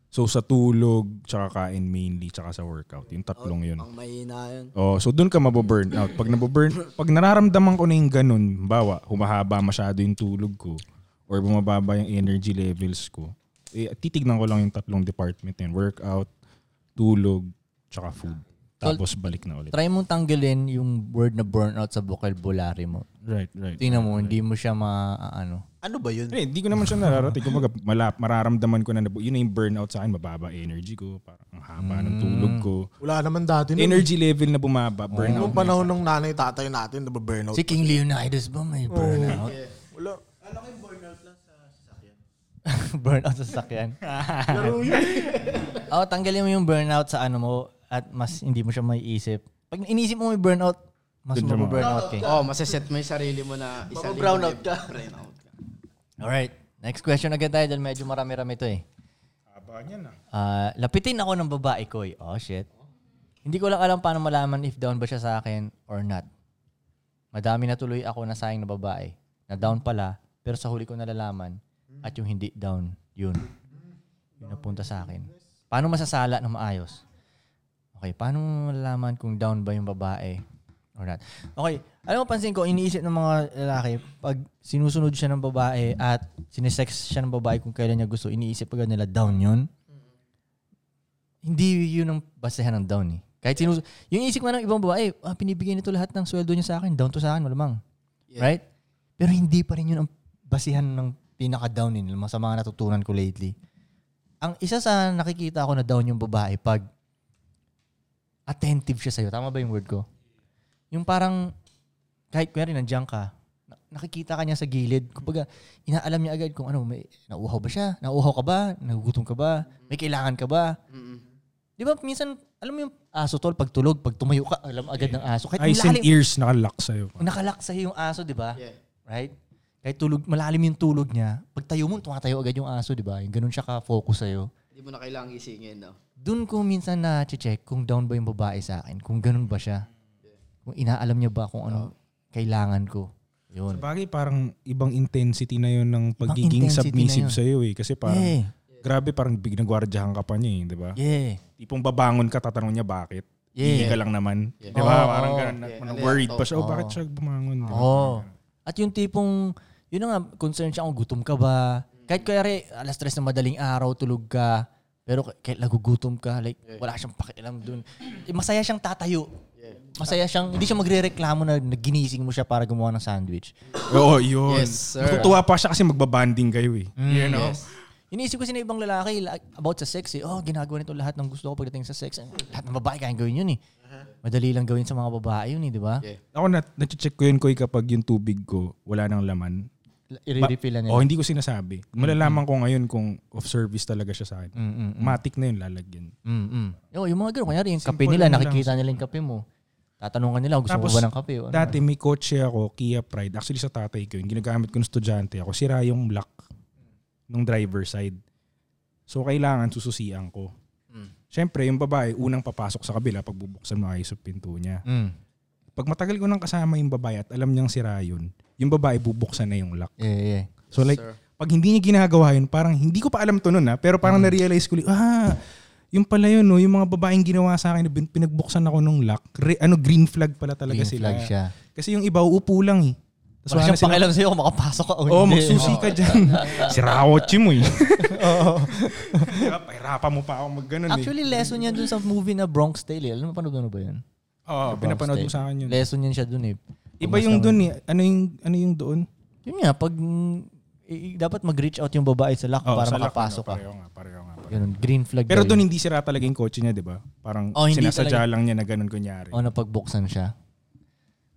F: So sa tulog, tsaka kain mainly, tsaka sa workout. Yung tatlong yun.
A: Ang mahina yun.
F: Oh, so doon ka mababurn out. Pag nababurn, pag nararamdaman ko na yung ganun, bawa, humahaba masyado yung tulog ko or bumababa yung energy levels ko, eh, titignan ko lang yung tatlong department na yun. Workout, tulog, tsaka food. Tapos balik na ulit.
C: Try mong tanggalin yung word na burnout sa vocabulary mo.
F: Right, right.
C: Tingnan mo, hindi mo siya ma... ano.
D: Ano ba yun?
F: Eh, hindi ko naman siya nararating. Kumbaga, mala, mararamdaman ko na, nabu- yun na yung burnout sa akin, mababa energy ko, parang ang haba ng tulog ko.
D: Wala naman dati. nun.
F: Energy level na bumaba, burnout.
D: Noong panahon ng nanay tatay natin, na burnout.
C: Si King Leonidas ba
F: Oh,
C: may burnout?
D: Wala.
C: burnout sa sasakyan. Oo, tanggalin mo yung burnout sa ano mo at mas hindi mo siya maiisip. Pag iniisip mo may burnout, mas
F: Doon siya
C: mababurnout ka. eh.
E: Oo, oh, masaset mo yung sarili mo na isa brown out ka. Brown out ka.
C: Alright. Next question agad tayo dahil medyo marami-rami to eh.
F: Haba niyan ah.
C: Ah, lapitin ako ng babae ko eh. Oh, shit. Hindi ko lang alam paano malaman if down ba siya sa akin or not. Madami na tuloy ako na sayang na babae. Na down pala, pero sa huli ko nalalaman at yung hindi down, yun. Yung napunta sa akin. Paano masasala ng maayos? Okay, paano mo malalaman kung down ba yung babae or not? Okay, alam mo, pansin ko, iniisip ng mga lalaki, pag sinusunod siya ng babae at sinisex siya ng babae kung kailan niya gusto, iniisip agad nila down yun hindi yun ang basehan ng down eh. Kahit sinus- yung isip nga ng ibang babae, ah, pinibigay nito lahat ng sweldo niya sa akin, down to sa akin, malamang.
E: Yeah.
C: Right? Pero hindi pa rin yun ang basihan ng pinaka-down eh, sa mga natutunan ko lately. Ang isa sa nakikita ko na down yung babae pag attentive siya sa'yo. Tama ba yung word ko? Yung parang, kahit kuya rin, nandiyan ka, na- nakikita ka niya sa gilid. Kumbaga, inaalam niya agad kung ano, may, nauuhaw ba siya? Nauuhaw ka ba? Nagugutom ka ba? May kailangan ka ba? Di ba minsan, alam mo yung aso tol, pag tulog, pag tumayo ka, alam agad ng aso. Kahit
F: Eyes and
C: malalim,
F: ears nakalock sa'yo.
C: nakalak sa'yo yung aso, di ba?
E: Yeah.
C: Right? Kahit tulog, malalim yung tulog niya, pag tayo mo, tumatayo agad yung aso, di ba? Yung Ganun siya ka-focus sa'yo.
E: Hindi mo na kailangang isingin, no?
C: Doon ko minsan na-check kung down ba yung babae sa akin, kung ganun ba siya. Kung inaalam niya ba kung ano kailangan ko. Yun.
F: Bagay parang ibang intensity na yun ng
C: Ibang
F: pagiging
C: intensity na
F: submissive
C: yun.
F: sa iyo eh kasi parang
C: Yeah.
F: grabe parang biglang gwardiyahan ka pa niya eh, 'di ba?
C: Yeah.
F: Tipong babangon ka tatanong niya bakit? Hindi
C: Yeah.
F: ka lang naman,
E: Yeah.
F: 'di ba?
C: Oo,
F: parang
C: oo.
F: ganun, na-
E: Yeah,
F: parang
E: alert.
F: worried pa siya, oh,
C: Oo.
F: bakit siya bumangon? 'di ba?
C: Oo. At yung tipong, yun na nga, concern siya kung gutom ka ba. Kahit kaya alas tres na madaling araw, tulog ka. Pero k- kahit nagugutom ka, like, wala siyang pakialam dun. Eh, Masaya siyang tatayo. Masaya siyang, hindi siya magre-reklamo na na ginising mo siya para gumawa ng sandwich.
F: Oo, yun.
E: Yes, sir.
F: Matutuwa pa siya kasi magbabanding kayo eh. You know?
C: Iniisip ko kasi ng ibang lalaki like, about sa sex eh. Oh, ginagawa nito lahat ng gusto ko pagdating sa sex. Eh, Lahat ng babae kaya gawin yun eh. Madali lang gawin sa mga babae yun eh, di ba?
E: Yeah.
F: Ako na check ko yun ko kapag yung tubig ko wala nang laman. Ba-
C: I-refill nila.
F: oh, hindi ko sinasabi. Malalaman ko ngayon kung of service talaga siya sa akin.
C: Mm, mm, mm.
F: Matik na yun lalagyan.
C: Mm-mm. Yo, yung mga ganun, kunyari yung
F: Simple
C: kape nila,
F: lang lang.
C: nakikita nila yung kape mo. Tatanungan nila, gusto
F: Tapos,
C: mo ba ng kape? O ano?
F: Dati may kotse ako, Kia Pride. Actually sa tatay ko yun, ginagamit ko ng estudyante ako. Sira yung lock nung driver side. So kailangan sususian ko. Siyempre, yung babae, unang papasok sa kabila pag bubuksan mo ayos yung pinto niya.
C: Mm.
F: Pag matagal ko nang kasama yung babae at alam niyang sira yun, yung babae bubuksan na yung lock.
C: Yeah, yeah.
F: So like, pag hindi niya ginagawa yun, parang hindi ko pa alam to nun ha, pero parang na-realize ko, ah, yung pala yun, no, yung mga babaeng ginawa sa akin, bin- pinagbuksan ako nung lock, re- ano, green flag pala talaga
C: Green
F: sila. ah.
C: flag siya.
F: Kasi yung iba uupo lang eh.
C: Wala
F: Tapos wala
C: siyang
F: na sila-
C: pakialam sa'yo kung makapasok ka o
F: Oo, oh,
C: hindi.
F: magsusi ka dyan. si Raochi mo eh. Oo. Pahirapan mo pa ako mag ganun eh.
C: Actually, lesson niya dun sa movie na Bronx Tale. eh. Alam mo, panood mo na ba yun?
F: Oo,
C: Bronx
F: pinapanood mo
C: Tale.
F: sa akin yun.
C: Lesson niya siya dun eh.
F: Diba? Iba
C: Kung
F: yung
C: mas-
F: dun eh. Ano yung, ano yung doon?
C: Yun nga, pag mm, i- i- dapat mag-reach out yung babae sa lock
F: Oo,
C: para
F: sa lock,
C: makapasok
F: ano,
C: ka.
F: Pareho nga, pareho nga. Pareho.
C: Ganun, green flag
F: Pero
C: daw
F: dun
C: yun.
F: hindi sira talaga yung kotse niya, di ba? Parang
C: Oh, hindi
F: sinasadya
C: talaga.
F: lang niya na ganun kunyari.
C: O, napagbuksan siya.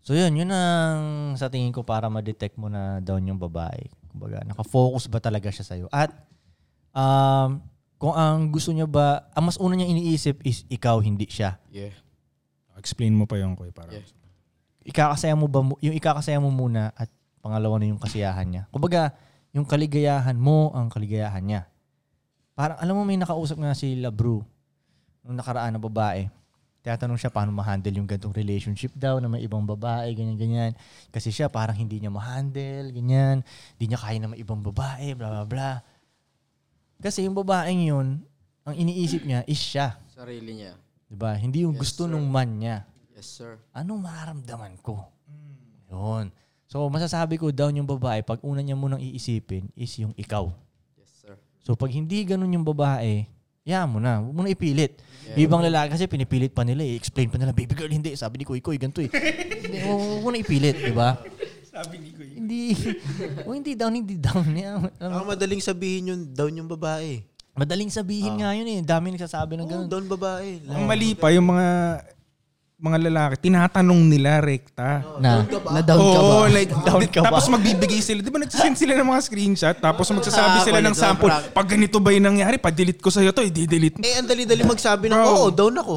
C: So yun, yun ang sa tingin ko para ma-detect mo na down yung babae. Kumbaga, nakafocus ba talaga siya sa'yo? At um, kung ang gusto niya ba, ang mas una niya iniisip is ikaw, hindi siya.
E: Yeah.
F: Explain mo pa yun, Koy. Parang.
E: Yeah.
C: Ikakasaya mo ba, mu- yung ikakasaya mo muna at pangalawa na yung kasiyahan niya. Kumbaga, yung kaligayahan mo ang kaligayahan niya. Parang alam mo may nakausap nga si Labru nung nakaraan na babae. Tinatanong siya paano ma-handle yung gantong relationship daw na may ibang babae, ganyan-ganyan. Kasi siya parang hindi niya ma-handle, ganyan. Hindi niya kaya na may ibang babae, bla bla bla. Kasi yung babaeng yun, ang iniisip niya is siya.
E: Sarili niya.
C: 'Di ba? Hindi yung gusto nung man niya
E: Yes, sir.
C: anong mararamdaman ko? Yun. So, masasabi ko down yung babae, pag una niya munang iisipin is yung ikaw.
E: Yes, sir.
C: So, pag hindi ganun yung babae, yeah mo na. Huwag mo na ipilit. Ibang lalaki kasi pinipilit pa nila. eh. I-explain pa nila, baby girl, hindi. Sabi ni Koy Koy, ganito eh. Hindi, Huwag huwag mo na ipilit, di ba? Sabi ni Koy. Hindi. Huwag hindi down, hindi down. Yeah, alam mo.
G: Ang madaling sabihin yun, down yung babae.
C: Madaling sabihin nga yun eh. Dami nagsasabi ng
G: Oh,
C: ganun.
G: down babae.
F: Ang mali pa yung mga mga lalaki, tinatanong nila rekta.
C: na,
E: Na-down ka ba?
F: Oo, like,
C: Down ka ba?
F: tapos magbibigay sila. Di ba nagsisend sila ng mga screenshot? Tapos magsasabi
G: Ah,
F: sila ng
G: ganito,
F: sample.
G: prank.
F: Pag ganito ba yung nangyari, pa-delete ko sa'yo to, i-delete mo.
G: Eh, ang dali-dali magsabi ng, oh,
F: Bro.
G: oo, down ako.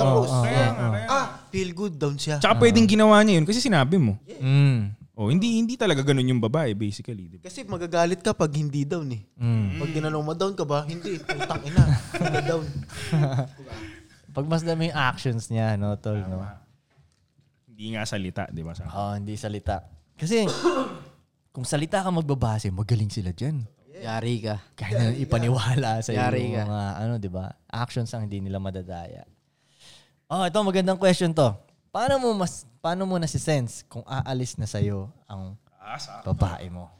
G: Tapos,
F: Kaya nga.
G: ah, feel good, down siya.
C: Ah.
F: Tsaka pwedeng ginawa niya yun kasi sinabi mo.
C: mm,
F: Oh, hindi hindi talaga ganun yung babae basically, di ba?
G: Kasi magagalit ka pag hindi down eh. Pag tinanong mo, down ka ba? Hindi, putang ina. Hindi down.
C: pag mas dami yung actions niya, no, tol, no?
F: Hindi nga salita, di ba? Sa-
C: Oo, hindi salita. Kasi kung salita ka magbabase, magaling sila dyan.
E: Yari ka.
C: Kaya na ipaniwala sa iyo yung
E: Yari ka.
C: mga ano, 'di ba? Actions ang hindi nila madadaya. Oh, ito magandang question 'to. Paano mo mas paano mo nasi-sense kung aalis na sa iyo ang babae mo?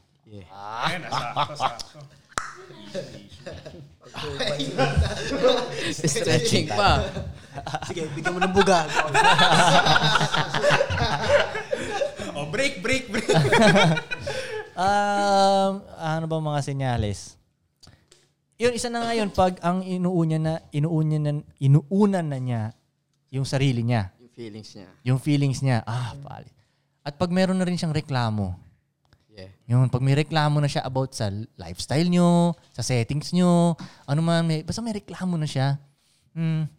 E: Stretching pa.
G: Sige, bigyan mo ng buga.
B: Oh, break, break, break.
C: Um, ano ba mga senyales? Yun, isa na nga yun, pag ang inuuna na, inuuna na, inuuna na niya yung sarili niya.
E: Yung feelings niya.
C: Yung feelings niya, ah, pali. At pag meron na rin siyang reklamo,
E: Yeah.
C: yun, pag may reklamo na siya about sa lifestyle nyo, sa settings nyo, ano man, may, basta may reklamo na siya, hmm,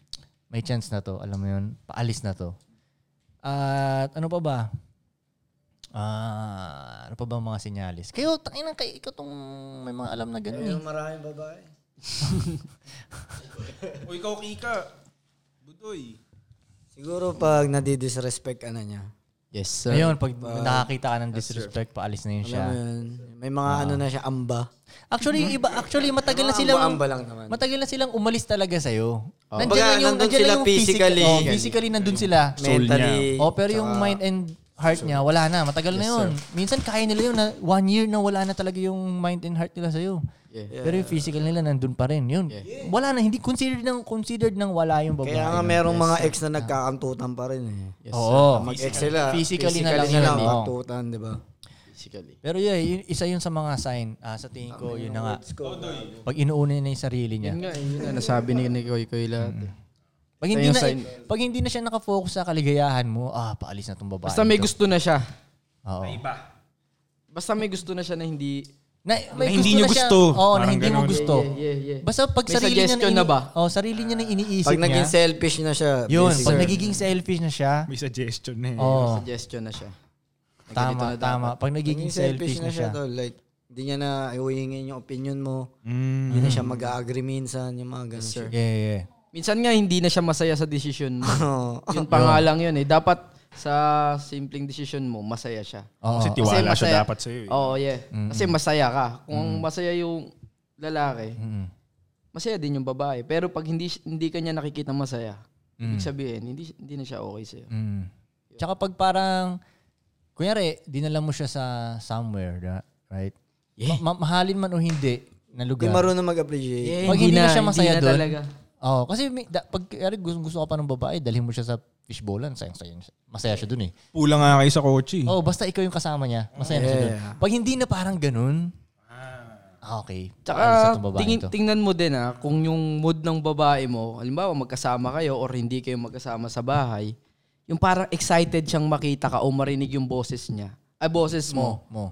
C: may chance na to, alam mo yun, paalis na to. At ano pa ba? Ah, ano pa ba ang mga sinyalis? Kayo, tangin na kayo, ikaw tong may mga alam na ganun. eh.
A: maraming babae.
F: o ikaw kika. Budoy.
A: Siguro pag nadidisrespect ka na niya.
E: Yes, sir.
C: Ayun, pag nakakita ka ng disrespect, paalis na yun
A: Ah, Alam mo
C: siya.
A: yun? May mga
E: Ah.
A: ano na siya, amba.
C: Actually, iba, actually, matagal
A: Ano
C: na silang,
A: Amba-amba Ah, lang naman.
C: matagal na silang umalis talaga sa'yo. Nandiyan
G: Baga,
C: lang yung,
G: nandun
C: nandiyan lang
G: sila
C: yung physically.
G: physically.
C: Oh, physically, nandun sila.
A: Mm. Mentally.
C: Oh, pero yung mind and heart niya, wala na. Matagal na yun. Minsan kaya nila yun na one year na wala na talaga yung mind and heart nila sa'yo.
E: Yeah.
C: Pero yung physical nila nandun pa rin. Yun. Wala na. Hindi considered ng, considered ng wala yung babae.
A: Kaya nga merong mga ex na nagkakamtutan pa rin eh.
C: Oo.
A: Mag-ex sila.
C: Physically na lang
A: na
E: eh.
C: yun,
A: lang
C: oo.
A: kamtutan, di ba?
E: Physically.
C: Pero yeah, yun, isa yun sa mga sign. Ah, sa tingin ko, yun na nga. Pag inuuna na yung sarili niya.
E: Yun nga, eh, yun
A: Mm.
E: na nasabi ni, ni Koy Koy lahat. eh.
C: Pag hindi na,
E: Ito yung sign.
C: pag hindi na siya nakafocus sa kaligayahan mo, ah, paalis na tong babae.
E: Basta may
C: to.
E: gusto na siya.
C: Oo.
E: Basta may gusto na siya na hindi...
C: Na, may
F: Na hindi niyo
C: na siya.
F: gusto.
C: Oo, na
F: Parang
C: hindi mo
F: ganun.
C: gusto.
E: Yeah, yeah.
C: Basta pag
E: May
C: sarili niya
E: suggestion na ba?
C: Oh, sarili niya na iniisip
A: Pag
C: niya.
A: naging selfish na siya.
C: yun,
A: basically.
C: pag nagiging selfish na siya.
F: May suggestion na eh.
C: Oh,
E: Suggestion na siya. Na ganito
C: tama,
E: na dapat.
C: tama. Pag nagiging selfish na siya.
A: tol. Like, hindi niya na iuhingin yung opinion mo.
F: Mm.
A: Hindi na siya mag-agree minsan, yung mga ganun.
E: sir.
C: Yeah, yeah.
E: Minsan nga hindi na siya masaya sa decision mo.
A: Oo.
E: yun pa nga lang yun eh. Dapat sa simpleng decision mo, masaya siya.
C: Oo.
F: Kasi tiwala siya dapat sa'yo eh.
E: Oo, yeah.
A: Mm.
E: Kasi masaya ka. Kung masaya yung lalaki,
C: Mm.
E: masaya din yung babae. Pero pag hindi hindi kanya nakikita masaya,
A: Mm.
E: ibig sabihin, hindi hindi na siya okay sa'yo.
C: Mm. Tsaka pag parang, kunyari, dinala mo siya sa somewhere, da- right? Ma- ma- mahalin man o hindi na
A: Hindi
C: lugar.
A: marunong mag-appreciate.
E: Yeah,
C: Pag hindi na siya masaya
E: Eh, hindi na
C: doon.
E: talaga.
C: Oo, kasi may, da- pag kunyari, gusto, gusto ka pa ng babae, dalhin mo siya sa fishbowlan, sayang, sayang, masaya siya dun eh.
F: Pula nga kayo sa kotse.
E: Mm.
F: eh.
C: Oh, basta ikaw yung kasama niya. Masaya na siya doon. Pag hindi na parang ganun, ah, okay.
E: Tsaka,
C: Alis na tong babaeng
E: tingin,
C: to.
E: tingnan mo din ah, kung yung mood ng babae mo, halimbawa magkasama kayo or hindi kayo magkasama sa bahay, yung parang excited siyang makita ka o marinig yung boses niya. Ay, boses mo.
C: mo.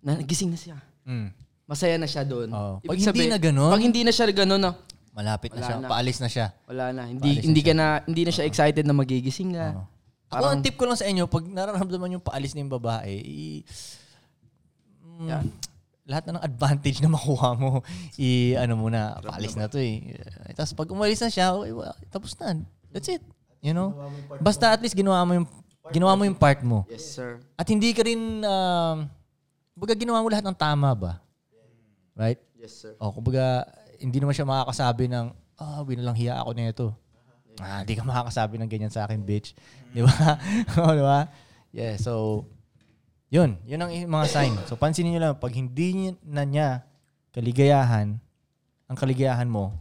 E: Na, gising na siya.
C: Mm.
E: Masaya na siya doon.
C: Oo.
E: Ibig
C: Oh. Pag hindi
E: sabihin-
C: na ganun-
E: Pag hindi na siya ganun, ah,
C: Malapit na
E: Wala
C: siya.
E: na.
C: Paalis na siya.
E: wala na. Hindi, hindi, ka na, hindi
C: Oh.
E: na siya excited na magigising ka.
C: Ako, ang tip ko lang sa inyo, pag nararamdaman yung paalis na yung babae, i- mm,
E: Yan.
C: lahat na ng advantage na makuha mo, i ano muna, paalis na to eh. Eh, Tapos pag umalis na siya, okay, well, tapos na. That's it. You know? Basta at least ginawa mo yung ginawa mo yung part mo.
E: Yes, sir.
C: At hindi ka rin um baga ginawa mo lahat ng tama ba? Right?
E: Yes, sir.
C: O, Oh, kumbaga, hindi naman siya makakasabi ng, ah, winalang hiya ako nito. Ah, hindi ka makakasabi ng ganyan sa akin, bitch. Di ba? o, di ba? Yeah, so, yun. Yun ang mga sign. So, pansinin nyo lang, pag hindi niya- na niya kaligayahan, ang kaligayahan mo,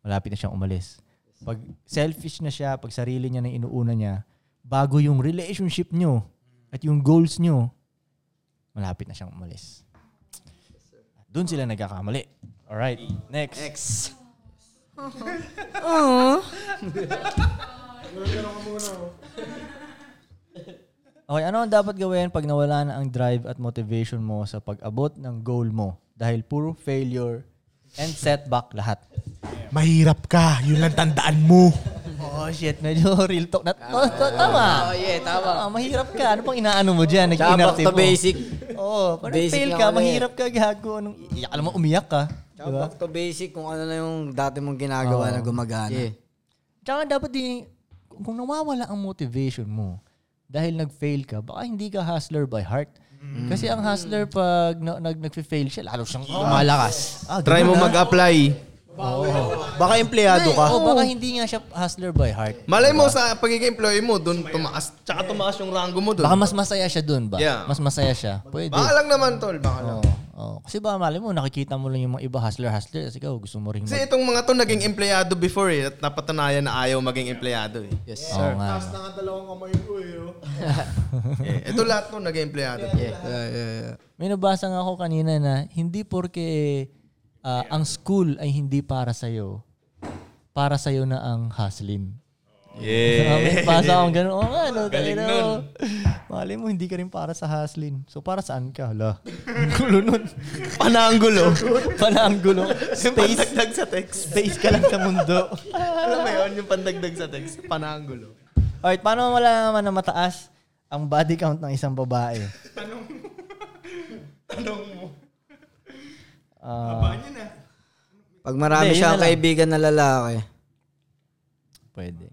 C: malapit na siyang umalis. Pag selfish na siya, pag sarili niya na inuuna niya, bago yung relationship nyo at yung goals nyo, malapit na siyang umalis. Doon sila nagkakamali. Alright, next.
E: Next.
C: Okay, ano ang dapat gawin pag nawala na ang drive at motivation mo sa pag-abot ng goal mo? Dahil puro failure and setback lahat.
D: Mahirap ka. Yun lang tandaan mo.
C: Oh shit, medyo real talk na. Oh, to- tama.
E: Oh, yeah,
C: Tama,
E: tama.
C: mahirap ka. Ano pang inaano mo dyan?
A: Tsaka back
C: Nag-inactive
A: to
C: mo.
A: basic.
C: Oo, parang
A: Basic
C: fail
A: lang
C: ka,
A: ulit.
C: mahirap ka, gago. Anong, iyak, alam mo, umiyak ka.
A: Tsaka back to basic kung ano na yung dati mong ginagawa na gumagana.
E: Yeah.
C: Tsaka dapat din, kung nawawala ang motivation mo, dahil nag-fail ka, baka hindi ka hustler by heart.
B: Mm.
C: Kasi ang hustler pag na, nag, nag-fail siya, lalo siyang
E: Malakas.
C: Ah,
B: Try mo
C: ganun, ah.
B: mag-apply.
G: Baka empleyado ka.
C: Oo, baka hindi nga siya hustler by heart.
B: Malay mo sa pagiging employee mo, doon tumaas. Tsaka tumaas yung rango mo doon.
C: Baka mas masaya siya dun ba?
B: Yeah.
C: Mas masaya siya. Pwede.
B: Baka lang naman, tol. Baka lang.
C: Oo, oo. Kasi baka mali mo, nakikita mo lang yung mga iba hustler-hustler. Kasi ikaw, gusto mo rin
B: Kasi
C: mag-
B: itong mga to naging empleyado before eh. At napatunayan na ayaw maging empleyado eh.
E: Yes,
C: Oo
E: sir.
C: nga, no.
B: eh ito lahat to naging empleyado.
C: May nabasa nga ako kanina na hindi porke ah, ang school ay hindi para sa'yo, para sa'yo na ang hustling. Yeah. may nabasa akong ganun. Oo nga, no, Galing nun. Mali mo, hindi ka rin para sa hustling. So para saan ka? Hala. Ang gulo nun.
B: Pananggulo.
C: Pala ang gulo.
B: yung pandagdag sa text.
C: Space ka lang sa mundo.
B: Alam mo yun, yung pandagdag sa text. Pananggulo.
C: Alright, paano wala naman na mataas ang body count ng isang babae?
B: Tanong mo.
C: Ah,
B: Baan yun ah?
A: Pag marami
C: Hindi, yun
A: siyang
C: na lang.
A: kaibigan na lalaki.
C: pwede.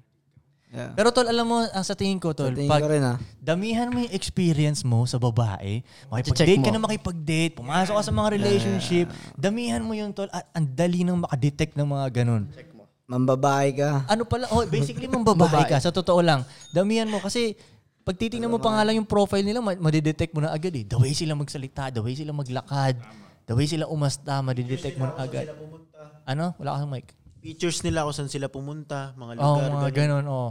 A: Yeah.
C: Pero tol, alam mo, ang sa tingin ko, tol,
A: Tingin
C: pag
A: ko rin ah.
C: damihan mo yung experience mo sa babae, makipag-date
E: mo.
C: ka na makipag-date, pumasok ka sa mga relationship, damihan mo yun, tol, at ang dali nang makadetect ng mga ganun.
A: Mambabae ka.
C: Ano pala, oh, basically mong babae ka, sa totoo lang. Damihan mo kasi pag titingnan mo pa nga lang yung profile nila, ma- madidetect mo na agad eh. The way sila magsalita, the way sila maglakad, the way sila umasta, madidetect mo na agad. Ano? Wala kang mic.
G: Pictures nila kung saan sila pumunta, mga
C: Oo,
G: lugar.
C: mga ganun, oo.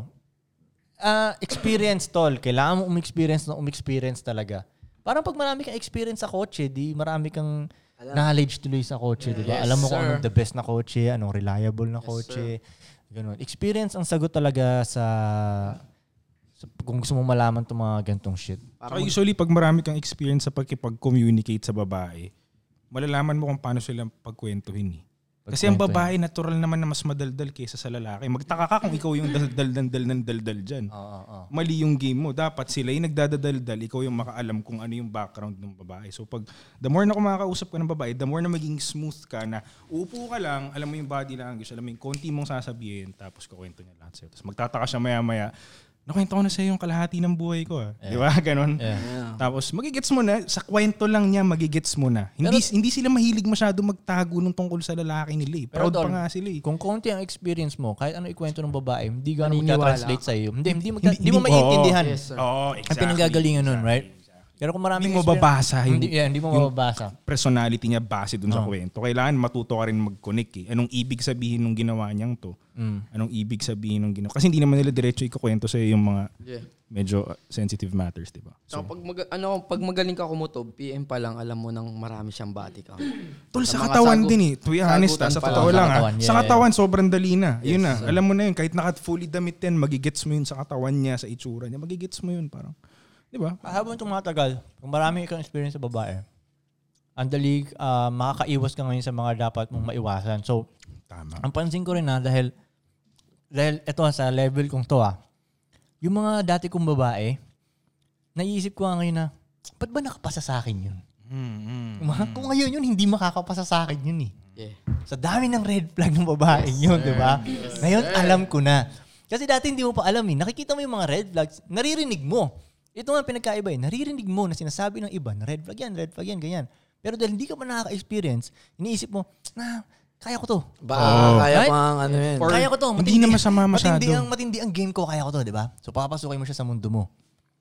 C: Ah, experience, tol. Kailangan mo umexperience na umexperience talaga. Parang pag marami kang experience sa kotse, di marami kang knowledge tuloy sa kotse, di ba?
E: Yes,
C: Alam mo kung
E: sir.
C: anong the best na kotse, anong reliable na kotse. ganun. Experience ang sagot talaga sa, sa- kung gusto mo malaman itong mga gantong shit.
F: Tsaka usually, pag marami kang experience sa pagkipag-communicate sa babae, malalaman mo kung paano sila pagkwentuhin eh. Kasi ang babae, natural naman na mas madaldal kaysa sa lalaki. Magtaka ka kung ikaw yung daldal ng dal ng daldal dyan. Mali yung game mo. Dapat sila yung nagdadadaldal, ikaw yung makaalam kung ano yung background ng babae. So pag, the more na kumakausap ka ng babae, the more na maging smooth ka na upo ka lang, alam mo yung body language, alam mo yung konti mong sasabihin, tapos kukwento niya lahat sa'yo. Tapos magtataka siya maya-maya, nakwento ko na sa'yo yung kalahati ng buhay ko ah. Di ba? Ganon. Tapos magigets mo na, sa kwento lang niya magigets mo na. Hindi hindi sila mahilig masyado magtago ng tungkol sa lalaki nila eh. Proud pa
C: tol,
F: nga sila eh.
C: Kung konti ang experience mo, kahit ano ikwento ng babae, hindi gano'n
E: Maniniwala
C: magka-translate sa'yo. Hindi, hindi, magka-
F: Hindi-
C: hindi mo
F: hindi-
C: maiintindihan.
F: oo. Oo,
C: Ang
F: exactly.
C: pinanggagalingan nun, right? Pero kung maraming
F: Hindi mo
C: experience-
F: babasa yung-
C: Hindi, yeah, hindi mo mababasa.
F: personality niya base dun sa kwento. Kailangan matuto ka rin mag-connect eh. Anong ibig sabihin nung ginawa niyang to? Anong ibig sabihin nung ginawa? Kasi hindi naman nila diretso ikukwento sa'yo yung mga
E: Yeah.
F: medyo uh, sensitive matters, di ba?
E: So, pag, mag- ano, pag magaling ka kumutob, PM pa lang, alam mo nang marami siyang body count.
F: Tol, sa,
E: mga
F: katawan
E: sagu-
F: din eh. To be honest, ah,
E: sagutan
F: sa
E: pa
F: totoo
C: lang. Sa
F: lang. ah.
C: katawan,
F: Sa
C: yeah,
F: katawan, sobrang dali na. Yun na. Alam mo na yun. Kahit naka-fully damit yan, magigets mo yun sa katawan niya, sa itsura niya. Magigets mo yun parang. Di ba?
C: Ah, Habang tumatagal, kung marami kang experience sa babae, ang dali ah, makakaiwas ka ngayon sa mga dapat mong maiwasan. So,
F: Tama.
C: ang pansin ko rin na dahil dahil ito ah, sa level kong to ah, yung mga dati kong babae, naiisip ko nga ngayon na, ba't ba nakapasa sa akin yun? Mga- Kung ngayon yun, hindi makakapasa sa akin yun eh.
E: Yeah.
C: Sa dami ng red flag ng babaeng yun, di ba? Ngayon, alam ko na. Kasi dati hindi mo pa alam eh. Nakikita mo yung mga red flags, naririnig mo. Ito nga ang pinagkaiba eh. Naririnig mo na sinasabi ng iba na red flag yan, red flag yan, ganyan. Pero dahil hindi ka pa nakaka-experience, iniisip mo, na, kaya ko to.
A: Baka kaya
C: Right?
A: pang ano yun.
C: kaya ko to.
F: Hindi na masama masyado.
C: Matindi ang, matindi ang game ko, kaya ko to, di ba? So papapasukin mo siya sa mundo mo.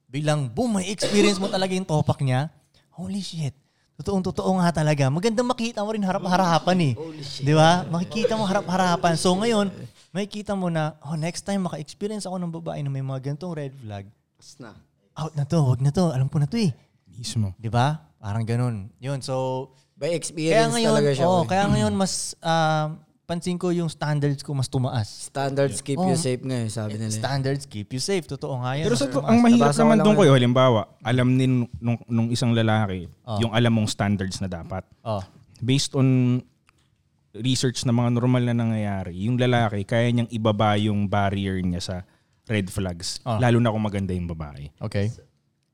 C: Bilang, boom, may experience mo talaga yung topak niya. Holy shit. Totoong totoo nga talaga. Magandang makita mo rin harap-harapan eh. Di ba? Makikita mo harap-harapan. So ngayon, makikita mo na, oh, next time maka-experience ako ng babae na may mga ganitong red flag.
E: Tapos na.
C: Out na to, wag na to. Alam ko na to eh.
F: Mismo.
C: Di ba? Parang ganun. Yun, so
A: By experience talaga siya. eh.
C: oh,
A: boy.
C: kaya ngayon mas ah, pansin ko yung standards ko mas tumaas.
A: Standards keep
C: Oh.
A: you safe ngayon, sabi nila. eh.
C: Standards keep you safe. Totoo nga yan.
F: Pero
C: Mas
F: sa to,
C: tumaas.
F: ang mahirap
A: Nabasa ko
F: naman
A: lang
F: doon ko,
A: yun.
F: eh, halimbawa, alam din nung, nung isang lalaki, yung alam mong standards na dapat.
C: Oh.
F: Based on research na mga normal na nangyayari, yung lalaki, kaya niyang ibaba yung barrier niya sa red flags.
C: Ah.
F: Lalo na kung maganda yung babae.
C: Okay.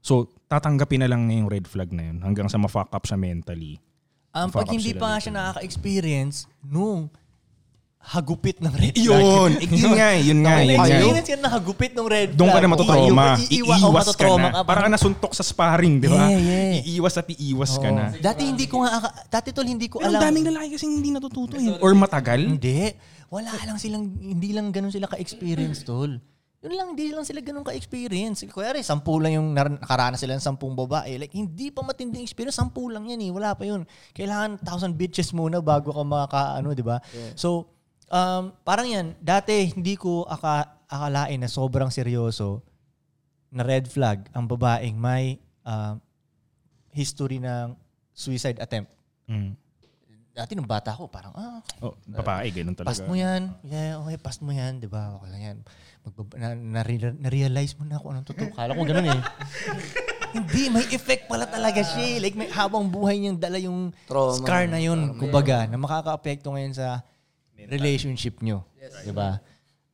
F: So, tatanggapin na lang niya yung red flag na yun hanggang sa ma-fuck up siya mentally.
C: Ang Um, pag
F: Fuck up
C: hindi
F: sila
C: pa nga
F: dito.
C: siya nakaka-experience nung hagupit ng red flag.
F: Yun! yun nga, eh, yun nga,
C: Kung
F: yun nga.
C: na-experience ka na hagupit ng red flag.
F: Doon ka na matotrauma.
C: Iiwa- o
F: Iiwas ka
C: matotrauma
F: na. Parang ka nasuntok sa sparring, di ba?
C: Yeah, yeah.
F: Iiwas at iiwas ka
C: Oo.
F: na.
C: Dati hindi ko nga, aka- dati tol hindi ko
F: Pero
C: alam.
F: ang daming lalaki kasi hindi natututo eh. yun. Or matagal.
C: Hindi. Wala lang silang, hindi lang ganun sila ka-experience, tol. Yun lang, hindi lang sila ganun ka-experience. Kuya rin, sampu lang yung nar- nakaranas sila ng sampung babae. Like, hindi pa matinding experience, sampu lang yan eh. Wala pa yun. Kailangan thousand bitches muna bago ka makaka, ano, di ba? So, um, parang yan, dati hindi ko aka- akalain na sobrang seryoso na red flag ang babaeng may uh, history ng suicide attempt.
F: Mm.
C: Dati nung bata ko, parang, ah,
F: Oh, babae, ganun talaga.
C: Past mo yan. Yeah, okay, past mo yan. Di ba? Okay lang yan. Magbab- na, na- na-realize mo na kung anong totoo. Kala ko ganun eh. Hindi, may effect pala talaga siya. eh. Like, may habang buhay niyang dala yung
A: Trauma.
C: scar na yun, kumbaga, na makaka-apekto ngayon sa relationship niyo. Di ba?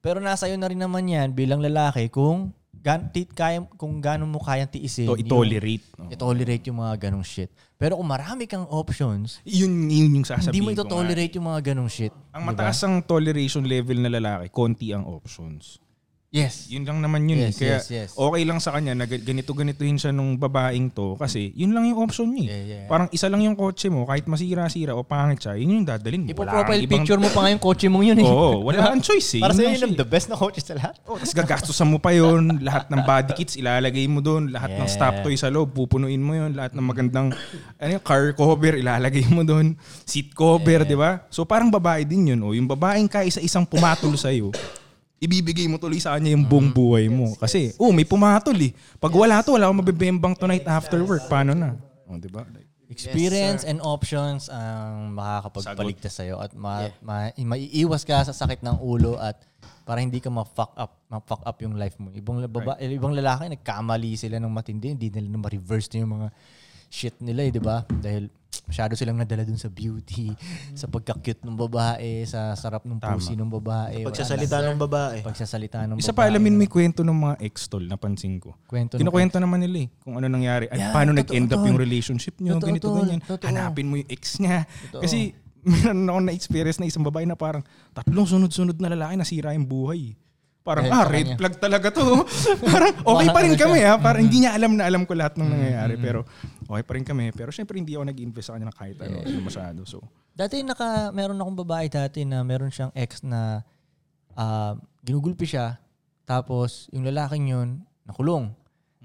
C: Pero nasa iyo na rin naman yan bilang lalaki kung gan ti- kaya kung gaano mo kayang tiisin.
F: To,
C: yung-
F: i-tolerate. no?
C: i-tolerate yung mga ganong shit. Pero kung marami kang options,
F: Yun, yun yung sasabihin
C: hindi mo
F: ko nga.
C: ito-tolerate yung mga ganong shit.
F: Ang mataas ang toleration level na lalaki, konti ang options.
C: Yes.
F: Yun lang naman yun.
C: Yes,
F: eh. Kaya
C: yes, yes.
F: okay lang sa kanya na ga- ganito-ganituhin siya nung babaeng to kasi yun lang yung option niya. eh.
C: Yeah, yeah.
F: Parang isa lang yung kotse mo, kahit masira-sira o pangit siya, yun yung dadalin mo. Wala kang
C: Ipo-profile
F: ibang-
C: picture mo pa nga yung kotse mong yun. eh.
F: Oo, wala kang choice eh.
C: Para
F: Yun
C: sa
F: lang
C: yun,
F: siya eh.
C: the best na kotse sa lahat.
F: Oh, tapos gagastusan mo pa yon lahat ng body kits ilalagay mo doon, lahat ng
C: Yeah.
F: stop toy sa loob pupunuin mo yon, lahat ng magandang ano yun, car cover ilalagay mo doon, seat cover, 'di ba? So parang babae din yun, oh, yung babaeng ka isa-isang pumatol sa iyo. Ibibigay mo tuloy sa kanya yung
C: Mm.
F: buong buhay mo kasi oh, may pumatol eh. Pag wala to, wala akong mabebembang tonight after work, paano na? Oh, 'di ba? Like,
C: Experience and options ang makakapagpaligtas sa'yo at ma- ma- maiiwas ka sa sakit ng ulo at para hindi ka ma-fuck up, ma-fuck up yung life mo. Ibang la- baba, ibang lalaki nagkamali sila ng matindi, hindi nila na ma-reverse na yung mga shit nila eh, di ba? Dahil masyado silang nadala dun sa beauty,
F: Mm.
C: sa pagka-cute ng babae, sa sarap ng pusi ng babae.
G: Pagsasalita ng babae.
C: Wala. Pagsasalita ng
F: eh. Isa
C: babae.
F: pa alamin may kwento ng mga ex tol napansin ko.
C: Kwento ng
F: Kinukwento naman nila eh kung ano nangyari. At
C: Yeah,
F: paano
C: totoo,
F: nag-end up
C: tol.
F: yung relationship nyo,
C: Totoo,
F: ganito
C: tol.
F: ganyan.
C: Totoo.
F: Hanapin mo yung ex niya. Kasi meron ako na experience na isang babae na parang tatlong sunod-sunod na lalaki nasira yung buhay. Parang
C: Dahil
F: ah,
C: sa
F: red
C: kanya.
F: flag talaga to. parang okay pa rin kami ha. Parang hindi niya alam na alam ko
C: Mm,
F: lahat ng nangyayari. Pero okay pa rin kami. Pero syempre hindi ako nag-invest sa kanya ng kahit ano na masyado. So,
C: Dati naka meron akong babae dati na meron siyang ex na ah, ginugulpi siya tapos yung lalaking yun nakulong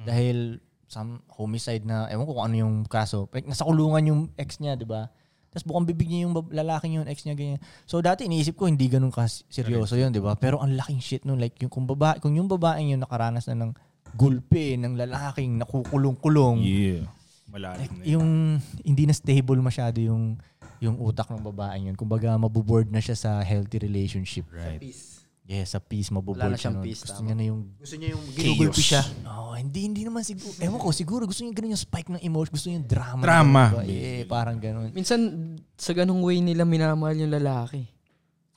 C: dahil some homicide na ewan ko kung ano yung kaso. Like, nasa kulungan yung ex niya, 'di ba? Tapos bukang bibig niya yung bab- lalaking yun, ex niya ganyan. So dati iniisip ko hindi ganun ka seryoso yun, 'di ba? Pero ang laking shit nun like yung kung babae, kung yung babaeng yun nakaranas na ng gulpi ng lalaking nakukulong-kulong
F: yeah. Malalim na yun.
C: Eh, yung hindi na stable masyado yung yung utak ng babae yun. Kumbaga mabuboard na siya sa healthy relationship. Right. Yes, sa peace mabuboard
E: Wala na siyang
C: nun.
E: peace,
C: Gusto
E: tama.
C: niya na yung
G: Gusto niya yung
F: Chaos.
G: ginugulpi siya.
C: Oh, hindi hindi naman siguro. Ewan ko, siguro gusto niya ganun yung spike ng emotion, gusto niya yung drama.
F: Drama.
C: Diba? Eh, parang ganun.
E: Minsan, sa ganung way nila minamahal yung lalaki.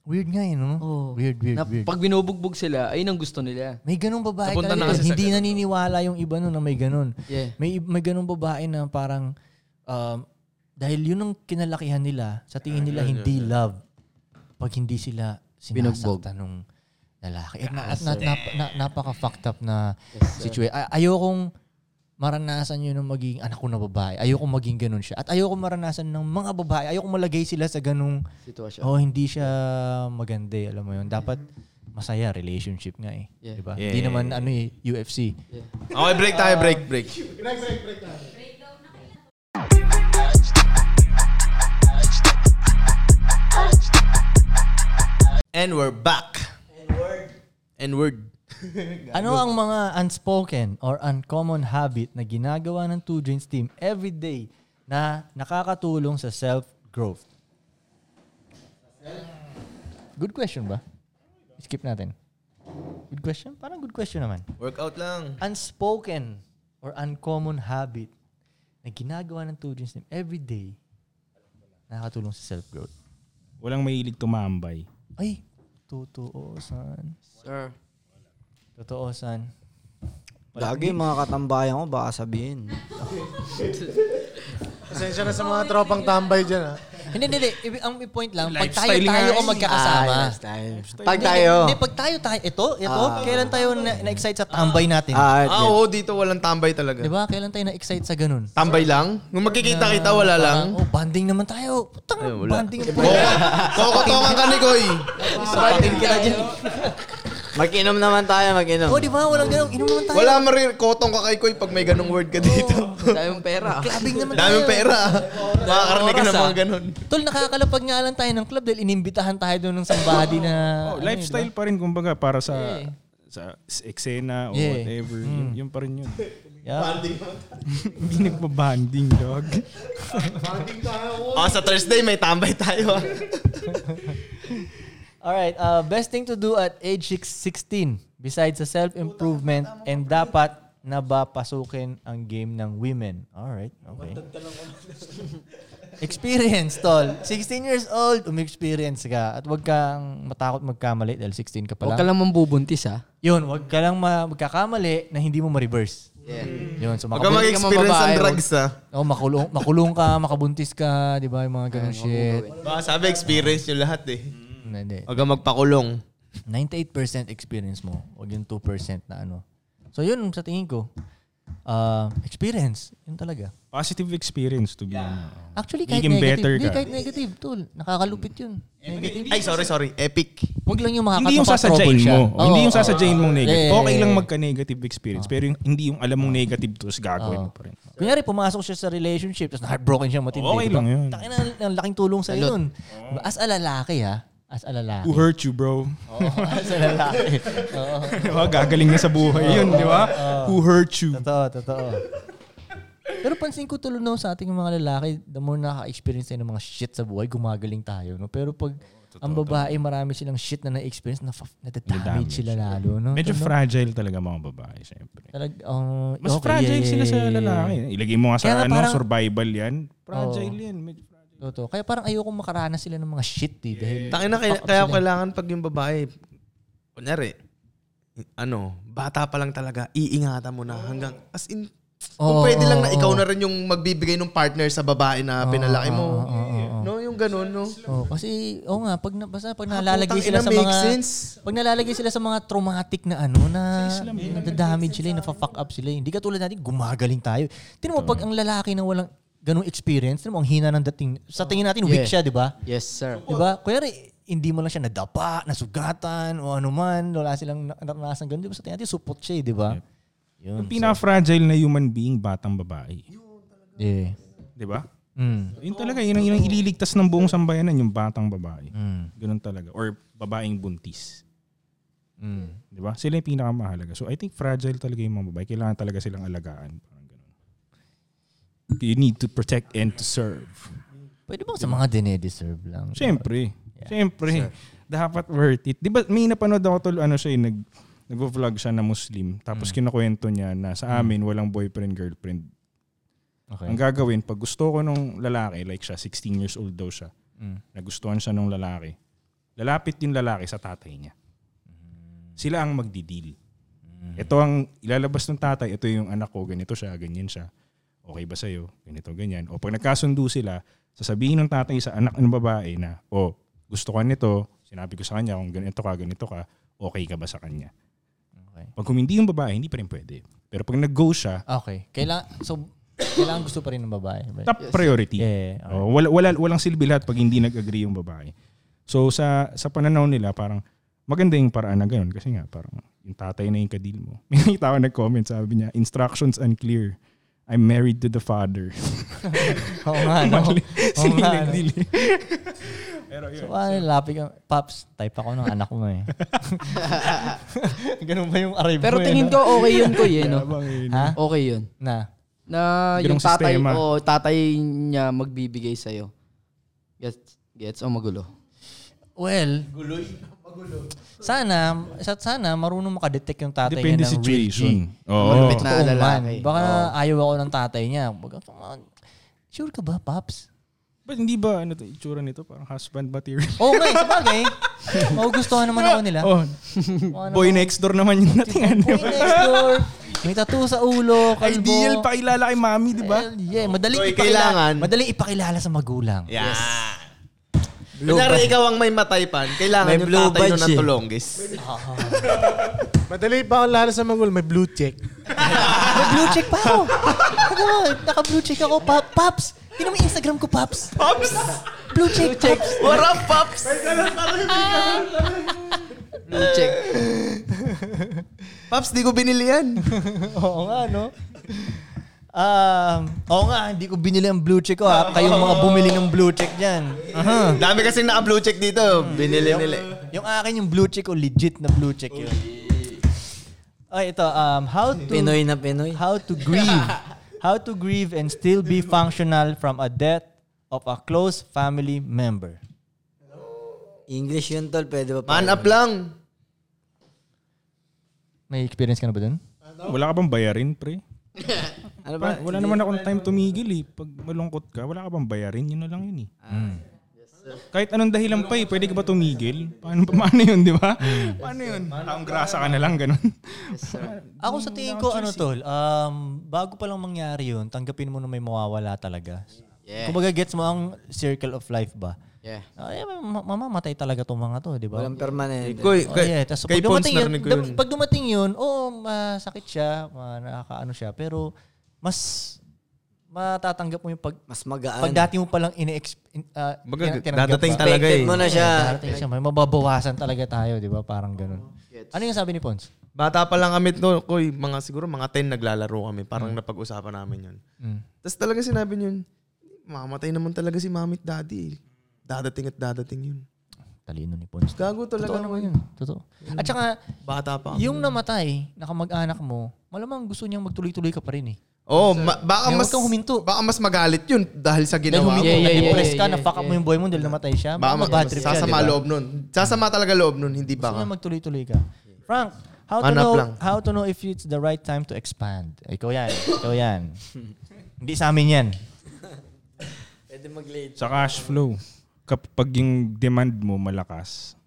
C: Weird nga yun, no?
E: Oo.
C: Weird, weird,
E: Na,
C: weird.
E: pag binubugbog sila, ayun ang gusto nila.
C: may ganung babae
E: Napunta na
C: talaga. eh.
E: kasi sa
C: hindi naniniwala yung iba nun na may ganun.
E: Yeah.
C: May may ganung babae na parang Um, dahil yun ang kinalakihan nila, sa tingin
E: Ah,
C: nila hindi love pag hindi sila sinasakta nung lalaki. At na, at na, nap- na- napaka-fucked up na situation. Ay, ayokong maranasan yun ng maging anak ko na babae. Ayokong maging ganun siya. At ayokong maranasan ng mga babae. Ayokong malagay sila sa ganung
E: Sitwasyon.
C: oh, hindi siya maganda, eh. alam mo yun. Dapat masaya relationship nga eh.
E: Yeah.
C: Diba?
B: Yeah.
C: Hindi naman ano eh, UFC.
B: Okay, break tayo, break, break. And we're back. N word.
C: Ano ang mga unspoken or uncommon habit na ginagawa ng Two Drinks team every day na nakakatulong sa self-growth? Good question ba? Skip natin. Good question? Parang good question naman.
B: Workout lang.
C: Unspoken or uncommon habit na ginagawa ng Two Drinks team every day na nakakatulong sa self-growth.
F: Walang mahilig tumambay.
C: Ay, totoo, san.
E: Sir.
C: Totoo, san.
A: Lagi mga katambayan ko, baka sabihin.
G: Pasensya na sa mga tropang tambay dyan, ha?
C: hindi, hindi, hindi. Ibi- Ang point lang, pag tayo,
F: Lifestyle nga eh.
C: tayo ang
F: yun.
C: magkakasama.
B: Ah,
A: Ayos tayo. Ah, Pag
C: Hindi,
A: tayo.
C: eh. Hindi, pag tayo, tayo. Ito, ito. kailan tayo na- na-excite sa tambay natin?
A: Ah,
B: Ah, oo, dito walang tambay talaga.
C: Di ba? Kailan tayo na-excite sa ganun?
B: Tambay lang? Kung magkikita-kita, wala lang.
C: Parang, oh, banding naman tayo. Putang, banding.
B: Kokotongan ka ni Koy.
A: Sabating kita dyan. Mag-inom naman tayo, mag-inom.
C: Oh, di ba? Walang ganun. Inom naman tayo.
B: Wala marir. Kotong ka kay Koy pag may ganong word ka dito.
E: Tayong pera.
C: Clubbing naman tayo.
B: Daming pera. ah. Makakarinig ka ng mga ganon.
C: Tol, nakakalapag nga lang tayo ng club dahil inimbitahan tayo doon ng somebody na...
F: Oh,
C: ano,
F: lifestyle pa rin kumbaga para sa sa s- eksena o
C: Yeah. Mm.
F: whatever. Yun, yun pa rin yun.
C: eh. Yeah.
F: Hindi nagpa-banding, dog.
B: Ah, sa Thursday may tambay tayo. ah.
C: Alright, uh, best thing to do at age six- 16 besides sa self-improvement and dapat na ba pasukin ang game ng women? Alright, okay. experience, tol. 16 years old, umexperience ka. At huwag kang matakot magkamali dahil 16 ka pa
E: Huwag
C: lang.
E: ka lang mambubuntis ha.
C: Yun, huwag ka lang ma- magkakamali na hindi mo ma-reverse.
E: Yeah.
C: Yun, so
B: Huwag ka
C: makabuntis,
E: Mabuti ka
B: mag-experience ng
E: mababae,
B: drugs ah.
C: oh, makulong, makulong ka, makabuntis ka, di ba? Yung mga ganun shit.
B: Baka sabi experience nyo lahat eh.
C: Hindi.
B: Huwag kang magpakulong.
C: 98% experience mo, wag yung 2% na ano. So yun sa tingin ko, uh, experience, yun talaga.
F: Positive experience to be ano.
C: Actually, kahit
F: Magiging
C: negative,
F: better
C: hindi,
F: ka.
C: kahit negative, tol, nakakalupit yun. Negative.
B: Ay, sorry, sorry. Epic.
C: Wag lang yung
F: Hindi yung
C: makakatapatrouble
F: sasadyain
C: siya.
F: mo.
C: Oo,
F: hindi yung
C: Ah, oo.
F: sasadyain mong
C: Yeah,
F: negative.
C: yeah,
F: Okay lang
C: yeah.
F: magka-negative experience. Pero yung, hindi yung alam mong negative to, is gagawin mo pa rin.
C: Kunyari, pumasok siya sa relationship, tapos heartbroken siya matindi.
F: Okay lang yun.
C: Takin na, ang laking tulong sa'yo nun. As a lalaki, ha? As a lalaki.
F: Who hurt you, bro?
C: As a lalaki. Oo.
F: Diba? Gagaling na sa buhay yun, di ba? Who hurt you?
C: Totoo, totoo. Pero pansin ko tuloy no, sa ating mga lalaki, the more naka-experience tayo ng mga shit sa buhay, gumagaling tayo. No? Pero pag ang babae, marami silang shit na na-experience, na
F: Nadadamage.
C: damage sila lalo. No?
F: Medyo
C: Tol, no?
F: fragile talaga mga babae, syempre.
C: Talag, oh,
F: Mas
C: okay,
F: fragile
C: yeah,
F: sila sa
C: yeah, yeah.
F: lalaki. Ilagay mo nga sa
C: Kaya nga
F: ano,
C: parang-
F: survival yan. Fragile yan. Medyo fragile.
C: Totoo. Kaya parang ayoko makaranas sila ng mga shit eh. Dahil,
B: Tangin na, kaya, kaya kailangan pag yung babae, kunyari, ano, bata pa lang talaga, iingatan mo na hanggang, as in, kung
C: Oo,
B: pwede lang na
C: oo,
B: ikaw
C: oo.
B: na rin yung magbibigay ng partner sa babae na pinalaki
C: oo,
B: mo.
C: oo, oo.
B: No, yung ganun, no?
C: oh, kasi, oh nga, pag, na, basta pag nalalagay
B: Ah, putang
C: sila
B: ina,
C: sa
B: make
C: mga...
B: sense.
C: Pag nalalagay sila sa mga traumatic na ano, na nadadamage sila, nafa-fuck up sila. Hindi katulad natin, gumagaling tayo. Tinan mo, pag ang lalaki na walang ganung experience, tinan mo, ang hina ng dating. Sa tingin natin, weak siya, di ba?
E: Yes, sir.
C: Di ba? Kunyari, hindi mo lang siya nadapa, nasugatan, o ano man, wala silang na- naranasan ganun. Di ba? Sa tingin natin, support siya, eh, di ba? Yun.
F: Yung pinaka-fragile na human being, batang babae.
C: Yeah.
F: Di ba?
C: Mm.
F: Yun talaga, yun ang, yun ang ililigtas ng buong sambayanan, yung batang babae. Ganun talaga. Or babaeng buntis.
C: Mm.
F: Di ba? Sila yung pinakamahalaga. So I think fragile talaga yung mga babae. Kailangan talaga silang alagaan. Parang ganun. You need to protect and to serve.
C: Pwede bang sa mga dinedeserve lang?
F: Siyempre. Siyempre. Dapat worth it. Di ba may napanood ako tol, ano siya, eh, nag, nag-vlog siya na Muslim. Tapos kinakwento niya na sa amin, walang boyfriend, girlfriend.
C: Okay.
F: Ang gagawin, pag gusto ko nung lalaki, like siya, 16 years old daw siya,
C: Mm.
F: nagustuhan siya nung lalaki, lalapit yung lalaki sa tatay niya.
C: Mm.
F: Sila ang magdidil. Ito ang ilalabas ng tatay, ito yung anak ko, ganito siya, ganyan siya. okay ba sa'yo, ganito, ganyan. O pag nagkasundo sila, sasabihin ng tatay sa anak ng babae na, o gusto ka nito, sinabi ko sa kanya kung ganito ka, ganito ka, okay ka ba sa kanya?
C: Okay.
F: Pag kung hindi yung babae, hindi pa rin pwede. Pero pag nag-go siya,
C: Okay. Kailangan, so, kailangan gusto pa rin ng babae. Right?
F: top priority.
C: Yeah, alright.
F: Oh, wala, wala, walang silbi lahat pag hindi nag-agree yung babae. So sa sa pananaw nila, parang maganda yung paraan na ganun. Kasi nga, parang yung tatay na yung kadil mo. May nakita ako nag-comment, sabi niya, instructions unclear. I'm married to the father.
C: Oo nga, no?
F: Mali.
C: Oo nga,
F: Sino yung
C: no?
F: nagdil eh? Pero yun.
C: So, ano, lapit ka. Pops, type ako ng anak mo eh. Ganun ba yung arrive
E: Pero
C: mo eh,
E: tingin
C: no?
E: ko okay yun ko eh, no?
F: Yabang eh, no?
C: Ha?
E: Okay yun.
C: Na.
E: Na yung
F: Ganong
E: tatay,
F: sistema.
E: o tatay niya magbibigay sa'yo. Gets, gets o magulo?
C: Well, guloy. Magulo. Sana, sa- sana marunong makadetect yung tatay
F: Depende
C: niya ng real
F: situation.
C: G.
F: Oo.
E: Malupit na
C: Totoo man.
E: lalaki.
C: Baka ayaw ako ng tatay niya. Baga, come on. Sure ka ba, Pops?
F: But hindi ba ano to, itsura nito? Parang husband material.
C: Oo nga, eh, sabagay. Magugustuhan naman ako nila.
F: Oh,
C: Ano,
F: boy next door naman yung natingan.
C: Boy next door. May tattoo sa ulo, kalbo.
F: Ideal pa kilala kay mami, di ba?
C: Well, yeah, madaling
G: So,
C: ipakilala,
G: kailangan-
C: madaling ipakilala sa magulang.
B: Yeah. Kunyari, ikaw ang may matay pan, kailangan
G: May
B: yung
G: blue
B: tatay nun
G: badge
B: ng
G: eh.
B: tulong, guys.
D: Madali pa ako lalo sa mangul, may blue check.
C: May blue check pa ako. Ano, naka-blue check ako. Pa- Paps, tinan mo yung Instagram ko, Paps.
B: Pops!
C: Blue check, Paps.
B: What up, Pops?
E: Blue check.
B: Pops, di ko binili yan.
C: Oo nga, no? Um, oo nga, hindi ko binili ang blue check ko. Ha? Kayong mga bumili ng blue check dyan. Aha.
B: Dami kasing naka-blue check dito. Binili nila. eh.
C: Yung akin yung blue check ko, legit na blue check yun. Ay, ito, um, how to...
A: Pinoy na Pinoy.
C: How to grieve. How to grieve and still be functional from a death of a close family member.
A: English yun, tol. Pwede ba pa?
B: Man up lang.
C: May experience ka na ba dun?
F: Wala ka bang bayarin, pre?
A: Ano ba?
F: Pa- wala naman akong time tumigil eh. Pag malungkot ka, wala ka bang bayarin? Yun na lang yun eh. Kahit anong dahilan pa eh, pwede ka ba tumigil? Paano, paano yun, di ba? Paano yun? Taong grasa ka na lang, ganun.
C: Ako sa tingin ko, ano tol, um, bago pa lang mangyari yun, tanggapin mo na may mawawala talaga.
E: Yeah.
C: Kumbaga, gets mo ang circle of life ba?
E: Yeah.
C: Ay, ma- mamamatay talaga tong mga to, di ba?
A: Walang permanent.
B: Kuy,
C: Oh,
B: kay-
C: yeah. Tapos
B: kay
C: pag dumating
B: Pons
C: yun,
B: narinig ko
C: dam- pag dumating yun, oo, masakit siya, ma- nakakaano siya, pero mas matatanggap mo yung pag
A: Mas magaan.
C: pag dati mo palang ine-ex- in- ah,
B: Baga,
C: tina- tinanggap
B: dadating
C: ba?
B: talaga eh.
A: Expected mo na siya.
C: Darating siya, may mababawasan talaga tayo, di ba? Parang ganun. Ano yung sabi ni Pons?
B: Bata pa lang kami, no, koy, mga siguro mga 10 naglalaro kami. Parang napag-usapan namin yun. Tapos talaga sinabi niyon, mamatay naman talaga si mami at daddy. eh. Dadating at dadating yun.
C: Talino ni Pons.
B: Gago
C: Totoo
B: talaga
C: naman yun.
B: naman.
C: Totoo. At saka,
B: Bata pa.
C: yung namatay, nakamag-anak mo, malamang gusto niyang magtuloy-tuloy ka pa rin eh.
B: Oo, oh, ma- baka
C: Kaya
B: mas
C: huwag kang huminto.
B: Baka mas magalit yun dahil sa
C: Dahil
B: ginawa
C: huminto,
B: ko.
E: Yeah, yeah,
C: na-depress
E: yeah,
C: ka,
E: yeah,
C: na-fuck up mo yung boy mo dahil namatay siya.
B: Baka
C: Baka
B: mag-
C: bad trip siya, di
B: sasama
C: ba?
B: loob nun. Sasama talaga loob nun, hindi
C: Gusto niya
B: baka.
C: magtuloy-tuloy ka. Frank, how to
B: Hanap
C: know
B: lang.
C: how to know if it's the right time to expand? Ikaw yan. Ikaw yan. Hindi sa amin yan.
A: Pwede mag-late.
F: Sa cash flow, kapag yung demand mo malakas,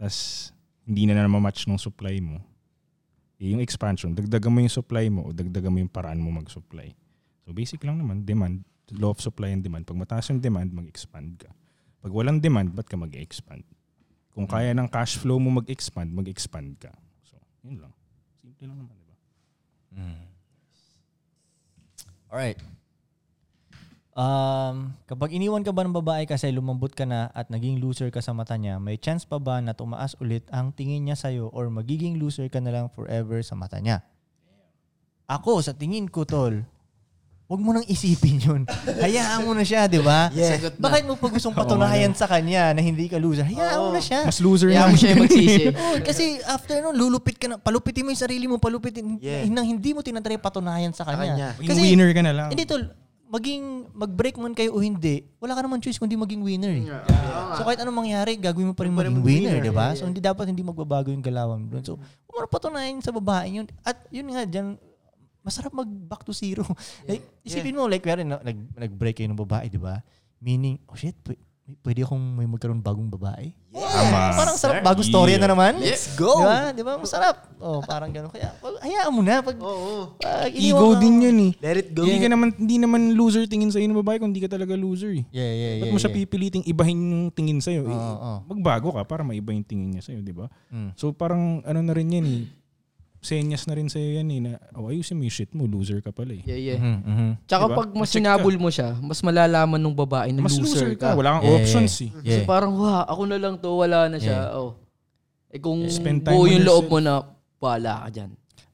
F: tas hindi na naman match ng supply mo, eh, yung expansion, dagdagan mo yung supply mo o dagdagan mo yung paraan mo mag-supply. So basic lang naman, demand, law of supply and demand. Pag mataas yung demand, mag-expand ka. Pag walang demand, ba't ka mag-expand? Kung kaya ng cash flow mo mag-expand, mag-expand ka. So, yun lang. Simple lang naman, di ba?
C: Alright. Um, kapag iniwan ka ba ng babae kasi lumambot ka na at naging loser ka sa mata niya, may chance pa ba na tumaas ulit ang tingin niya sa'yo or magiging loser ka na lang forever sa mata niya? Ako, sa tingin ko, tol, huwag mo nang isipin yun. Hayaan mo na siya, di ba?
E: Sagot na.
C: Bakit mo pa gustong patunayan sa kanya na hindi ka loser? Hayaan mo na siya.
F: Mas loser
E: Kaya mo siya yung magsisi.
C: Oo, kasi after nun, lulupit ka na. Palupitin mo yung sarili mo, palupitin.
G: Yeah.
C: Nang hindi mo tinatry patunayan sa kanya.
F: Maging winner ka na lang.
C: Hindi tol, maging mag-break man kayo o hindi, wala ka naman choice kundi maging winner. eh. So kahit anong mangyari, gagawin mo pa rin maging winner, di ba? So hindi dapat hindi magbabago yung galawan mo. dun. So umano patunayan sa babae yun. At yun nga, dyan, masarap mag back to zero. like, isipin mo, like, kaya nag, nag-break kayo ng babae, di ba? diba? Meaning, oh shit, p- may may- pwede akong may magkaroon bagong babae.
F: Tama.
C: Parang sarap, bagong storya na naman.
E: Let's
C: go! Di ba? Di ba? Masarap. Oh, parang gano'n. Kaya, wag- hayaan mo na. Pag, pag iniwan
F: Ego
C: ka-
F: din yun eh.
G: Let it go.
F: Hindi ka naman, hindi naman loser tingin sa'yo ng babae kung hindi ka talaga loser eh.
C: Yeah, yeah, yeah.
F: Ba't mo siya
C: yeah.
F: pipiliting ibahin yung tingin sa'yo? Eh,
C: Oo, oo.
F: Magbago ka para maiba yung tingin niya sa'yo, di ba?
C: Mm.
F: So parang ano na rin yan eh. Senyas na rin sa'yo yan eh na oh, ayusin mo yung shit mo, loser ka pala eh.
E: Yeah, yeah.
C: Mhm, mhm.
E: Tsaka
F: Diba?
E: pag mas
F: Mas check ka.
E: sinabol mo siya, mas malalaman ng babae na
F: Mas loser ka. Wala kang
C: Yeah,
F: options
C: yeah,
F: eh.
C: Yeah.
E: Kasi parang, wah, ako na lang to, wala na siya. Oh. Eh kung
F: Spend time
E: buo
F: on
E: yung loob
F: yourself.
E: mo na, wala ka dyan.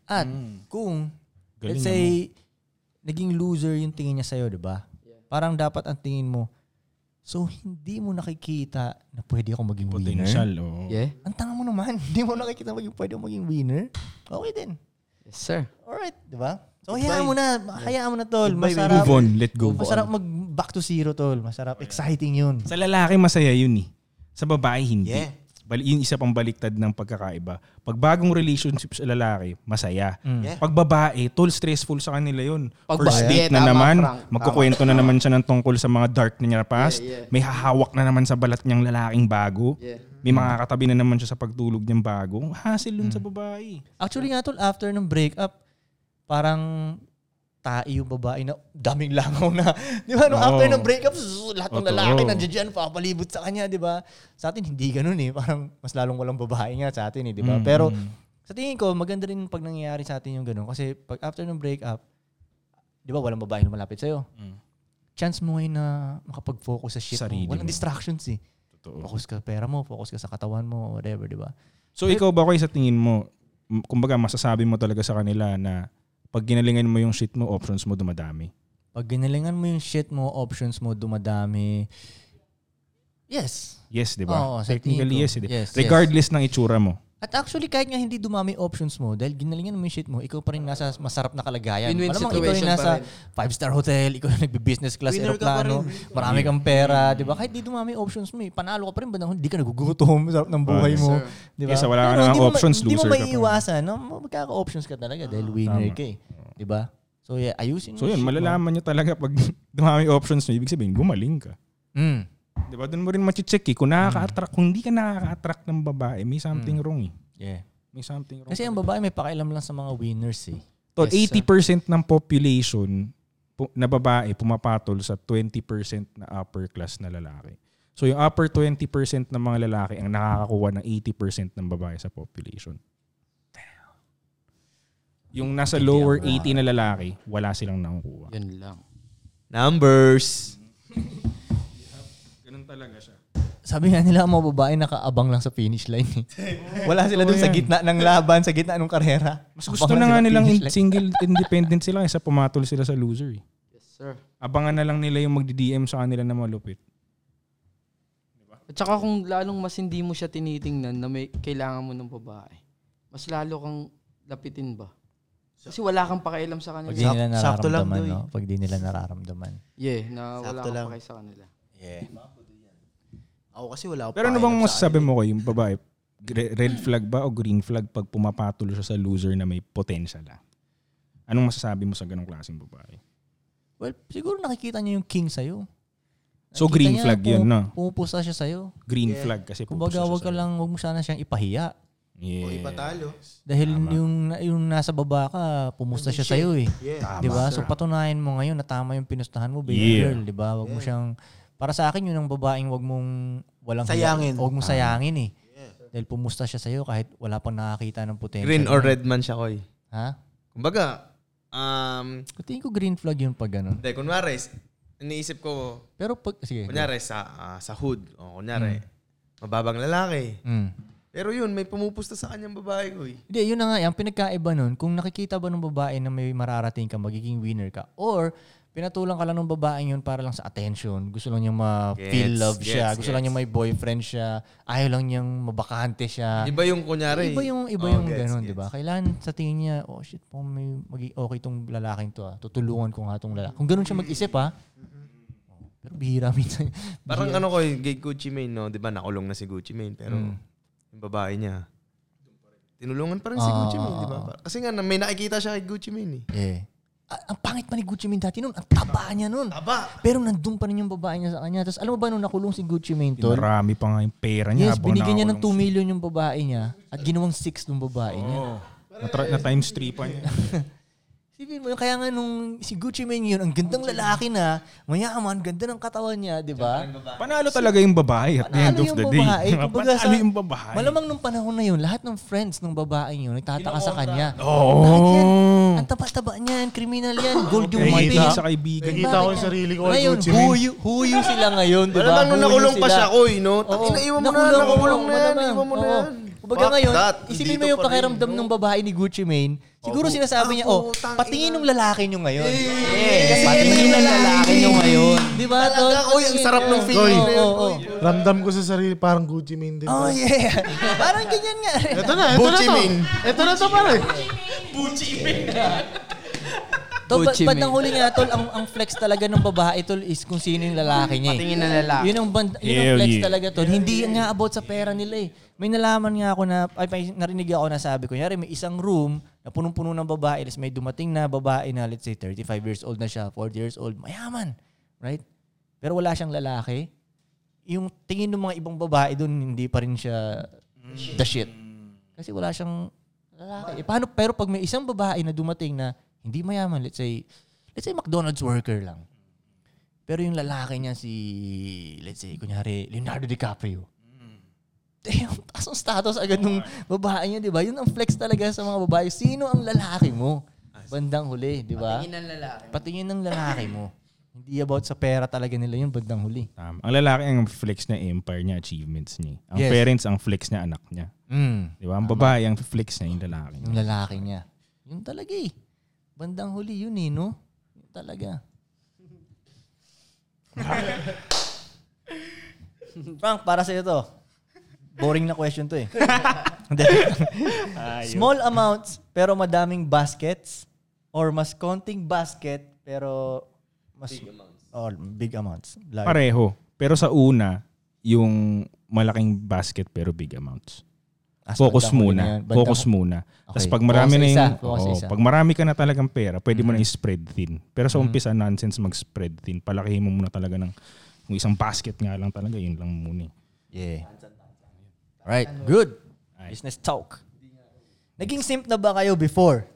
C: At
F: Mm.
C: kung,
F: Galing
C: let's say, naging loser yung tingin niya sa'yo, di ba? Parang dapat ang tingin mo, so hindi mo nakikita na pwede ako maging
F: Potential.
C: winner.
F: oo.
E: Yeah?
C: Ang tanga mo naman, hindi mo nakikita maging pwede ako maging winner. Okay din.
E: Yes, sir.
C: Alright, di ba? So, hayaan mo na. Hayaan mo na, tol. Masarap.
F: Move on, let go.
C: Masarap mag back to zero, tol. Masarap. Exciting yun.
F: Sa lalaki masaya yun eh. Sa babae hindi.
G: Yeah.
F: Bali, yung isa pang baliktad ng pagkakaiba. Pag bagong relationship sa lalaki, masaya.
G: Yeah.
F: Pag babae, tol, stressful sa kanila yun.
E: Mm. Pag
F: First
E: babae,
F: date na
E: tama,
F: naman,
E: Frank. Tama.
F: magkukwento na naman siya ng tungkol sa mga dark na niya na past.
E: Yeah, yeah.
F: May hahawak na naman sa balat niyang lalaking bago.
E: Yeah. Mm.
F: May makakatabi na naman siya sa pagtulog niyang bago. Ang Hassle dun sa babae.
C: Actually nga, tol, after ng breakup, parang tae yung babae na daming langaw na. Di ba? No,
F: Oo.
C: after ng breakup, zzz, lahat ng
F: Totoo.
C: lalaki nandiyan dyan, papalibot sa kanya, di ba? Sa atin, hindi ganun eh. Parang mas lalong walang babae nga sa atin eh, di ba?
E: Diba?
F: Mm,
C: Pero
F: mm.
C: sa tingin ko, maganda rin pag nangyayari sa atin yung ganun. Kasi pag after ng breakup, di ba walang babae na malapit sa'yo? Chance mo ngayon na makapag-focus sa shit
F: Mm. Sarili
C: mo. Walang
F: mo.
C: distractions eh.
F: Totoo.
C: Focus ka sa pera mo, focus ka sa katawan mo, whatever, di ba?
F: So ikaw ba kayo sa tingin mo, m- kumbaga masasabi mo talaga sa kanila na pag ginalingan mo yung shit mo, options mo dumadami.
C: Pag ginalingan mo yung shit mo, options mo, dumadami. Yes.
F: Yes, di ba?
C: Oo, sa
F: Technically,
C: tingin ko.
F: yes, di ba?
C: Yes, yes.
F: Regardless ng itsura mo.
C: At actually, kahit nga hindi dumami options mo, dahil ginalingan mo yung shit mo, ikaw pa rin nasa masarap na kalagayan.
E: Win-win
C: Malamang ikaw yung
E: situation pa
C: nasa
E: rin.
C: five-star hotel, ikaw yung nagbe-business class
G: Winner ka pa
C: aeroplano, marami kang pera, di ba? Kahit di dumami options mo, eh, panalo ka pa rin, bandang huli, hindi ka nagugutom, sarap ng buhay
F: Yes,
C: mo.
E: sir.
C: Di ba?
F: Yes, wala ka
C: Pero
F: namang
C: hindi mo ma-
F: options,
C: Hindi mo
F: loser ka pa rin.
C: maiiwasan, no? magkaka-options ka talaga dahil winner
F: tama.
C: ka eh. Di ba? So yeah, ayusin mo
F: So yun,
C: yung shit mo.
F: malalaman niya talaga pag dumami options mo, ibig sabihin, gumaling ka.
C: Mm.
F: Di ba? Doon mo rin machicheck eh. Kung, nakaka-attract, kung hindi ka nakaka-attract ng babae, may something wrong eh.
C: Yeah.
F: May something wrong.
C: Mm. Kasi ang babae may pakialam lang sa mga winners eh.
F: Tol,
E: Yes,
F: 80% ng population pu- na babae pumapatol sa 20% na upper class na lalaki. So yung upper 20% ng mga lalaki ang nakakakuha ng 80% ng babae sa population. Yung nasa lower 80 na lalaki, wala silang nakukuha.
E: Yun lang.
B: Numbers.
F: Ganun talaga siya.
C: Sabi nga nila ang mga babae nakaabang lang sa finish line. eh. Wala sila dun sa gitna ng laban, sa gitna ng karera.
F: Mas gusto
C: Abang
F: na
C: lang sila
F: nga nilang
C: finish
F: in-
C: line.
F: single independent sila kaysa pumatol sila sa loser. eh.
E: Yes, sir.
F: Abangan na lang nila yung magdi-DM sa kanila na malupit.
E: At saka kung lalong mas hindi mo siya tinitingnan na may kailangan mo ng babae, mas lalo kang lapitin ba? Kasi wala kang pakialam sa
C: Pag
E: kanila.
C: di nila
G: Sakto lang
C: nararamdaman,
G: daw eh.
C: no? Pag di nila nararamdaman.
E: Yeah, na wala
G: Sakto
E: kang
G: lang.
E: pakialam sa kanila.
G: Ako kasi wala ako
F: Pero ano bang
G: pakialam sa
F: masasabi mo kay yung babae? Gre- Red flag ba o green flag pag pumapatol siya sa loser na may potential ah? Anong masasabi mo sa ganong klaseng babae?
C: Well, siguro nakikita niya yung king sa'yo.
F: So,
C: Nakikita
F: green
C: niya
F: flag yun, no?
C: Pumupusta siya sa'yo.
F: Green flag kasi
C: Kumbaga,
F: pupusa siya
C: wag ka
F: sa'yo.
C: lang, wag mo sana siyang ipahiya.
B: Oh,
G: akin. O
F: Yeah.
G: ipatalo.
C: Dahil yung, yung nasa baba ka, pumusta siya sa'yo eh.
G: Yeah.
F: Tama.
C: Di ba? So patunayan mo ngayon na tama yung pinustahan mo, baby
F: Yeah.
C: girl, di ba? Wag mo siyang para sa akin yun ang babaeng wag mong walang
G: Sayangin.
C: Wag mong sayangin eh. Dahil pumusta siya sa'yo kahit wala pang nakakita ng potential.
B: Green or
C: niya.
B: red man siya, koy.
C: Ha?
B: Kumbaga, um,
C: Tingin ko green flag yun pag ganun.
B: hindi, kunwari, iniisip ko,
C: Pero pag, sige. Hmm.
B: kunyari sa, ah, sa hood, o kunyari, mababang lalaki.
C: Mm.
B: Pero yun, may pumupusta sa kanyang babae ko eh.
C: Hindi, yun na nga. eh. Ang pinagkaiba nun, kung nakikita ba ng babae na may mararating ka, magiging winner ka, or pinatulang ka lang ng babae yun para lang sa attention. Gusto lang niyang ma-feel
B: Gets,
C: love siya.
B: gets,
C: Gusto lang
B: gets.
C: niyang may boyfriend siya. Ayaw lang niyang mabakante siya.
B: Iba yung
C: Ah.
B: kunyari.
C: Iba yung iba
B: Oh,
C: yung
B: gets,
C: ganun,
B: gets.
C: 'di ba? Kailan sa tingin niya, oh shit, po may maging okay tong lalaking to ah. Tutulungan ko nga tong lalaki. Kung ganun siya mag-isip ah. Oh, Pero bihira minsan.
B: Parang ano ko, gay Gucci Mane, no? Di ba, nakulong na si Gucci Mane. Pero,
C: Mm.
B: yung babae
C: Ah.
B: niya, tinulungan pa rin si Gucci Mane, di ba? Kasi nga, na- may nakikita siya kay Gucci Mane eh.
C: eh. ah, ang pangit pa ni Gucci Mane dati noon. Ang taba niya noon.
B: Taba.
C: Pero nandun pa rin yung babae niya sa kanya. Tapos alam mo ba nung nakulong si Gucci Mane tol?
F: Marami pa nga yung pera niya.
C: Yes, binigyan niya ng 2 million yung babae niya at ginawang 6 nung babae niya.
F: Oh, na, tri- na times 3 pa niya.
C: Sipin mo, yun, kaya nga nung si Gucci Mane yun, ang gandang lalaki na, mayaman, ganda ng katawan niya, di ba?
F: Panalo talaga yung babae at the end
C: Panalo ano
F: of
C: yung
F: the day.
C: babae.
F: Diba?
C: Kumbaga
B: Ano
C: sa-
F: Panalo yung babae.
C: Malamang nung panahon na yun, lahat ng friends ng babae yun, nagtataka sa kanya.
B: Oh.
F: Oo.
C: Bakit yan? Ang taba-taba niyan, kriminal yan, gold yung
F: Kahit
C: ngipin.
F: sa kaibigan.
D: Nakikita ko yung sarili ko kay
C: Ngayon,
D: Gucci Mane.
C: huyo, huyo sila ngayon, di ba?
B: Wala bang nung
C: Huyo
B: nakulong pa
C: sila.
B: siya, koy, no?
C: Oo.
B: Tangina, iwan mo na, nakulong na yan,
C: malamang.
B: iwan mo na
C: Oo.
B: yan.
C: Kumbaga
B: Fuck
C: ngayon,
B: that,
C: isipin
B: nandito
C: mo yung
B: pa rin,
C: pakiramdam
B: no?
C: ng babae ni Gucci Mane, siguro sinasabi niya, oh, patingin ng lalaki niyo ngayon.
B: Eh,
E: Kasi patingin ng lalaki nyo ngayon.
C: Di ba?
B: Talaga,
C: tol?
B: oy, ang sarap ng
C: Yeah.
B: feeling na yun,
C: Oo, oo.
D: Ramdam ko sa sarili, parang Gucci Mane din.
C: Oh, yeah. Parang ganyan nga.
D: Ito na, ito na
B: Gucci
D: to.
B: Mane.
D: Ito na to pare.
C: Tol, ba-
E: Gucci
C: ba't
E: Mane.
C: ang huli nga, tol, ang, ang flex talaga ng babae, tol, is kung sino yung lalaki niya. eh.
E: Patingin ng lalaki.
C: Yun ang, band, yun ang
F: Hell
C: flex
F: yeah.
C: talaga, tol. Hindi nga about sa pera nila eh. May nalaman nga ako na, ay, may narinig ako na sabi ko, kunyari may isang room na punong-puno ng babae, tapos may dumating na babae na, let's say, 35 years old na siya, 40 years old, mayaman, right? Pero wala siyang lalaki. Yung tingin ng mga ibang babae doon, hindi pa rin siya the shit. Kasi wala siyang lalaki. Eh, paano, pero pag may isang babae na dumating na hindi mayaman, let's say, let's say McDonald's worker lang. Pero yung lalaki niya si, let's say, kunyari, Leonardo DiCaprio. Damn, taas ang status agad nung babae niya, di ba? Yun ang flex talaga sa mga babae. Sino ang lalaki mo? Bandang huli, di ba?
E: Patingin ng lalaki.
C: Patingin ng lalaki mo. Hindi about sa pera talaga nila yun, bandang huli.
F: Tama. Ang lalaki ang flex niya empire niya, achievements niya. Ang
C: Yes.
F: parents ang flex niya, anak niya.
C: Mm.
F: Di ba? Ang babae ang flex niya, yung lalaki niya.
C: Yung lalaki niya. Yung talaga eh. Bandang huli yun eh, no? Yun talaga. Frank, para sa'yo to. Boring na question to eh. Hindi. Small amounts pero madaming baskets or mas konting basket pero mas big amounts. Or big amounts. Like,
F: Pareho. Pero sa una, yung malaking basket pero big amounts.
C: as Ah,
F: Focus
C: bandang huli na
F: muna.
C: yun. Bandang-
F: Focus muna. Tapos pag
C: Focus
F: marami
C: sa
F: na yung...
C: isa, focus sa
F: oo,
C: isa. Mm-hmm.
F: pag marami ka na talagang pera, pwede mo na i-spread thin. Pero sa umpisa, nonsense mag-spread thin. Palakihin mo muna talaga ng... Kung isang basket nga lang talaga, yun lang muna.
C: Yeah.
F: eh.
C: Right. Good. Business talk. Naging simp na ba kayo before?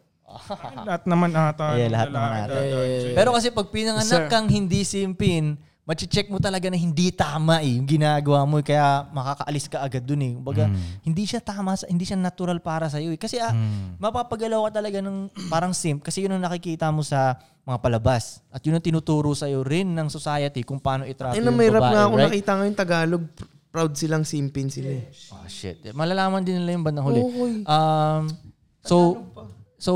F: lahat naman
B: Ah,
F: ata.
C: Yeah, lahat naman
F: lalaki,
C: ata.
F: lalaki.
C: Pero kasi pag pinanganak kang hindi simpin, mache-check mo talaga na hindi tama eh yung ginagawa mo kaya makakaalis ka agad dun eh. Kumbaga, hindi siya tama, sa, hindi siya natural para sa iyo eh. Kasi ah, mapapagalaw ka talaga ng parang simp kasi yun ang nakikita mo sa mga palabas. At yun ang tinuturo sa iyo rin ng society kung paano itrato
B: Ay,
C: yung babae,
B: mahirap nga ako
C: right?
B: nakita ngayon Tagalog. Pr- Proud silang simpin sila. eh.
C: Oh shit. Malalaman din nila yung bandang huli. Um, so, so,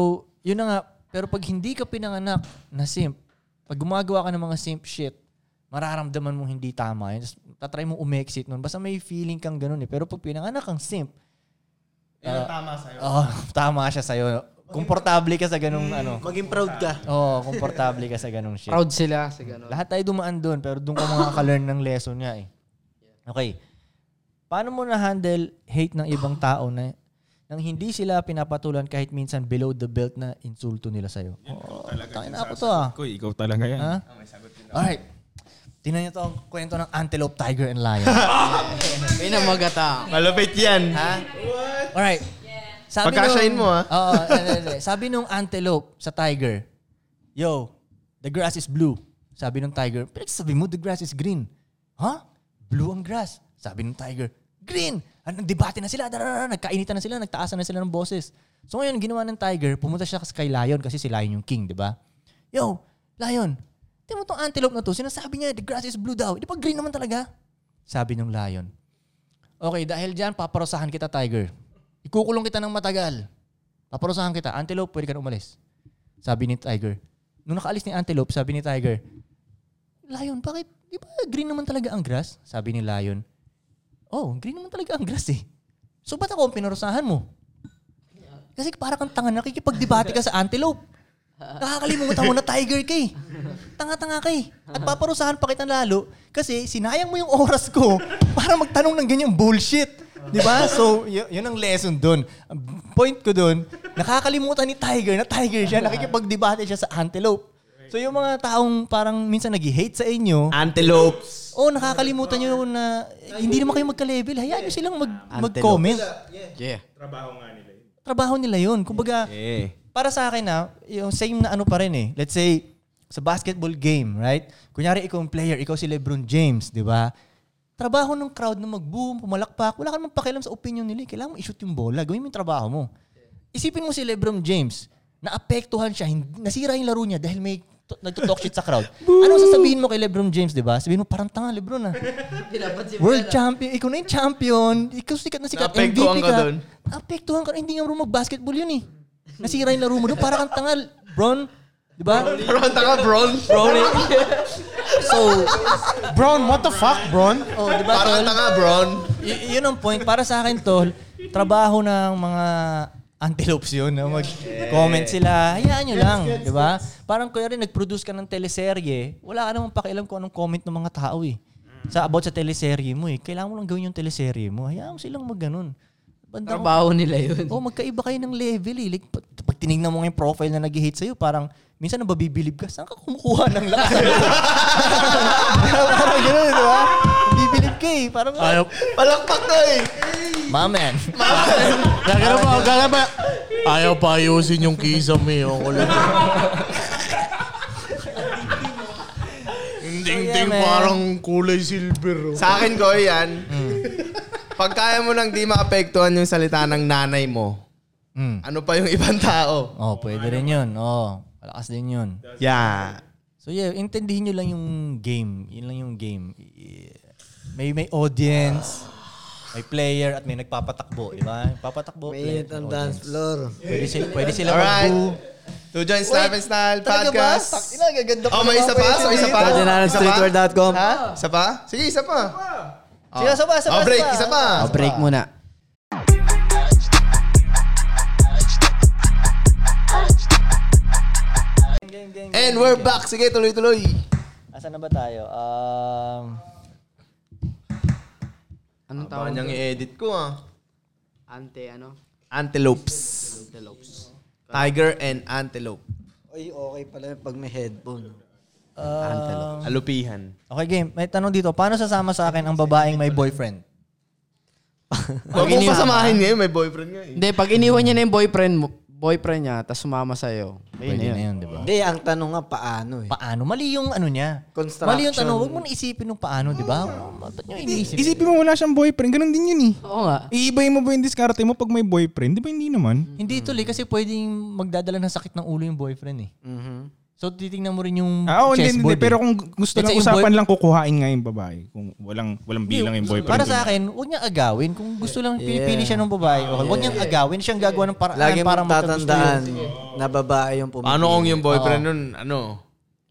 C: yun na nga. Pero pag hindi ka pinanganak na simp, pag gumagawa ka ng mga simp shit, mararamdaman mo hindi tama. Yun. Tapos tatry mo umexit nun. Basta may feeling kang ganun eh. Pero pag pinanganak kang simp,
B: Yan ang tama sa'yo.
C: oh, tama siya sa'yo. Komportable ka sa ganung
B: Mm.
C: ano.
G: Maging proud ka.
C: Oo, oh, komportable ka sa ganung shit.
E: Proud sila sa gano'n.
C: Lahat tayo dumaan doon, pero doon ka makaka-learn ng lesson niya eh. Okay. Paano mo na-handle hate ng ibang tao na nang hindi sila pinapatulan kahit minsan below the belt na insulto nila sa'yo? Oo, tayo na ako to ah.
F: Koy, ikaw talaga yan.
C: Ha? Alright. Tingnan niyo to ang kwento ng antelope, tiger, and lion.
E: May namagata.
B: Malapit yan.
C: Alright. Sabi
B: Pagkasyahin mo, ah.
C: Oo, hindi, hindi. Sabi nung antelope sa tiger, Yo, the grass is blue. Sabi ng tiger, pero sabi mo, the grass is green. Huh? Blue ang grass. Sabi ng tiger, green! At nagdebate na sila, darara, nagkainitan na sila, nagtaasan na sila ng boses. So ngayon, ginawa ng tiger, pumunta siya kay lion kasi si lion yung king, di ba? Yo, lion, tingnan mo tong antelope na to, sinasabi niya, the grass is blue daw. Di ba green naman talaga? Sabi ng lion, Okay, dahil dyan, paparusahan kita, Tiger. Ikukulong kita ng matagal. Paparusahan kita. Antelope, pwede ka na umalis. Sabi ni Tiger. Nung nakaalis ni Antelope, sabi ni Tiger, Lion, bakit? Di ba green naman talaga ang grass? Sabi ni Lion. Oh, green naman talaga ang grass eh. So ba't ako ang pinarusahan mo? Kasi para kang tanga, nakikipagdebate ka sa antelope. Nakakalimutan mo na tiger ka eh. Tanga-tanga ka eh. At paparusahan pa kita lalo kasi sinayang mo yung oras ko para magtanong ng ganyang bullshit. Di ba? So, y- yun ang lesson doon. Ang Point ko doon, Nakakalimutan ni Tiger na Tiger siya. Nakikipagdebate siya sa antelope. So yung mga taong parang minsan nag-hate sa inyo,
B: Antelopes.
C: oh, nakakalimutan nyo na eh, hindi naman kayo magka-level. Hayaan nyo silang mag- mag-comment.
E: Yeah.
C: Trabaho nila yun. Kumbaga,
B: Eh.
C: para sa akin na, yung same na ano pa rin eh. Let's say, sa basketball game, right? Kunyari, ikaw ang player, ikaw si Lebron James, di ba? Trabaho ng crowd na mag-boom, pumalakpak, wala ka namang pakialam sa opinion nila. eh. Kailangan mo i-shoot yung bola, gawin mo yung trabaho mo. Isipin mo si Lebron James, naapektuhan siya, hin- nasira yung laro niya dahil may to- nagto-talk shit sa crowd. Anong sasabihin mo kay Lebron James, di ba? Sabihin mo, parang tanga Lebron ah. World champion. Ikaw na yung champion. Ikaw sikat na sikat.
B: Naapektuhan
C: MVP
B: ka doon.
C: Naapektuhan ka. Hindi nga marunong mag-basketball yun eh. Nasira yung laro mo doon. Parang kang tangal. Bron. Di ba?
B: Bron, taka, Bron.
C: So,
D: Bron, what the fuck, Bron?
C: oh, di ba?
B: Parang
C: tol?
B: tanga, Bron.
C: Y- yun ang point. Para sa akin, tol, trabaho ng mga antelopes yun. Na mag-comment sila. Hayaan nyo lang. Di ba? Parang kaya rin, nag-produce ka ng teleserye. Wala ka namang pakialam kung anong comment ng mga tao eh. Sa about sa teleserye mo eh. Kailangan mo lang gawin yung teleserye mo. Hayaan mo silang mag-ganun. Bandang-
E: Trabaho nila yun.
C: Oh, magkaiba kayo ng level eh. Like, pag, pag tinignan mo nga yung profile na nag-hate sa'yo, parang minsan nababibilib ka, saan ka kumukuha ng lakas? parang gano'n, di ba? Bibilib ka eh. Parang, Ayop.
B: Palakpak na eh.
C: my man.
D: Gagana ba? Gagana ba? Ayaw pa ayusin yung kisame. Oh, kulo. Yung ding-ding
C: man.
D: parang kulay silver. Oh.
B: Sa akin ko yan. Pag kaya mo nang di maapektuhan yung salita ng nanay mo,
C: Mm.
B: ano pa yung ibang tao?
C: Oh, pwede rin yun. Oh, malakas din yun.
B: Yeah.
C: So yeah, intindihin nyo lang yung game. Yun lang yung game. I- May may audience, may player, at may nagpapatakbo. Di ba? Papatakbo, player,
A: Mainit ang dance
C: audience.
A: floor.
C: Pwede, sila, pwede sila
B: Alright.
C: mag-boo.
B: To join Slap and Style Podcast.
C: gaganda
B: Oh, may isa pa? So, isa pa? Isa pa?
A: Cardinalstreetwear.com.
B: Ha? Isa pa? Sige, isa pa.
C: Sige, isa pa, isa pa,
B: Oh, break.
C: isa pa.
B: Isa pa.
E: Oh, break muna.
B: And we're back. Sige, tuloy-tuloy.
C: Asan na ba tayo? Um,
E: Anong
B: Baka
E: tawag?
B: niyang i-edit ko ah.
E: Ante, ano?
B: Antelopes.
E: Antelopes.
B: Tiger and antelope.
A: Oy, okay pala yun pag may headphone.
E: Antelope.
B: Um, Alupihan.
C: okay, game. May tanong dito. Paano sasama sa akin ang babaeng may boyfriend?
B: Huwag mong pasamahin ngayon. May boyfriend nga eh.
E: Hindi, pag iniwan niya na yung boyfriend mo, boyfriend niya, tapos sumama sa'yo. Ayun
C: Pwede
E: na
C: na
E: yun.
C: yun, di ba?
A: Hindi, ang tanong nga paano eh.
C: Paano? Mali yung ano niya.
A: Construction. Ah.
C: Mali yung tanong. Huwag mo na isipin yung paano, di ba? Oh, Ba't nyo iniisip?
F: Isipin mo wala siyang boyfriend. Ganun din yun eh.
E: Oo
C: Ah.
E: nga.
F: Iibay mo ba yung diskarte mo pag may boyfriend? Di ba hindi naman?
C: Hindi tuloy kasi pwedeng magdadala ng sakit ng ulo yung boyfriend eh.
A: Mhm.
C: So titingnan mo rin yung
F: Ah, oo, hindi, hindi.
C: chessboard. eh.
F: Pero kung gusto
C: Let's
F: lang
C: say yung
F: usapan
C: boy-
F: lang kukuhain nga yung babae. Kung walang walang bilang yung boyfriend. diba?
C: Para sa akin, huwag niya agawin. Kung gusto lang pinipili siya ng babae, okay, huwag niyang agawin. Siyang gagawa ng paraan
A: Lagi
C: para
A: mong
C: makagusto
A: tatandaan
C: yun.
A: na babae yung pumipili.
B: Ano kung yung boyfriend nun, ano,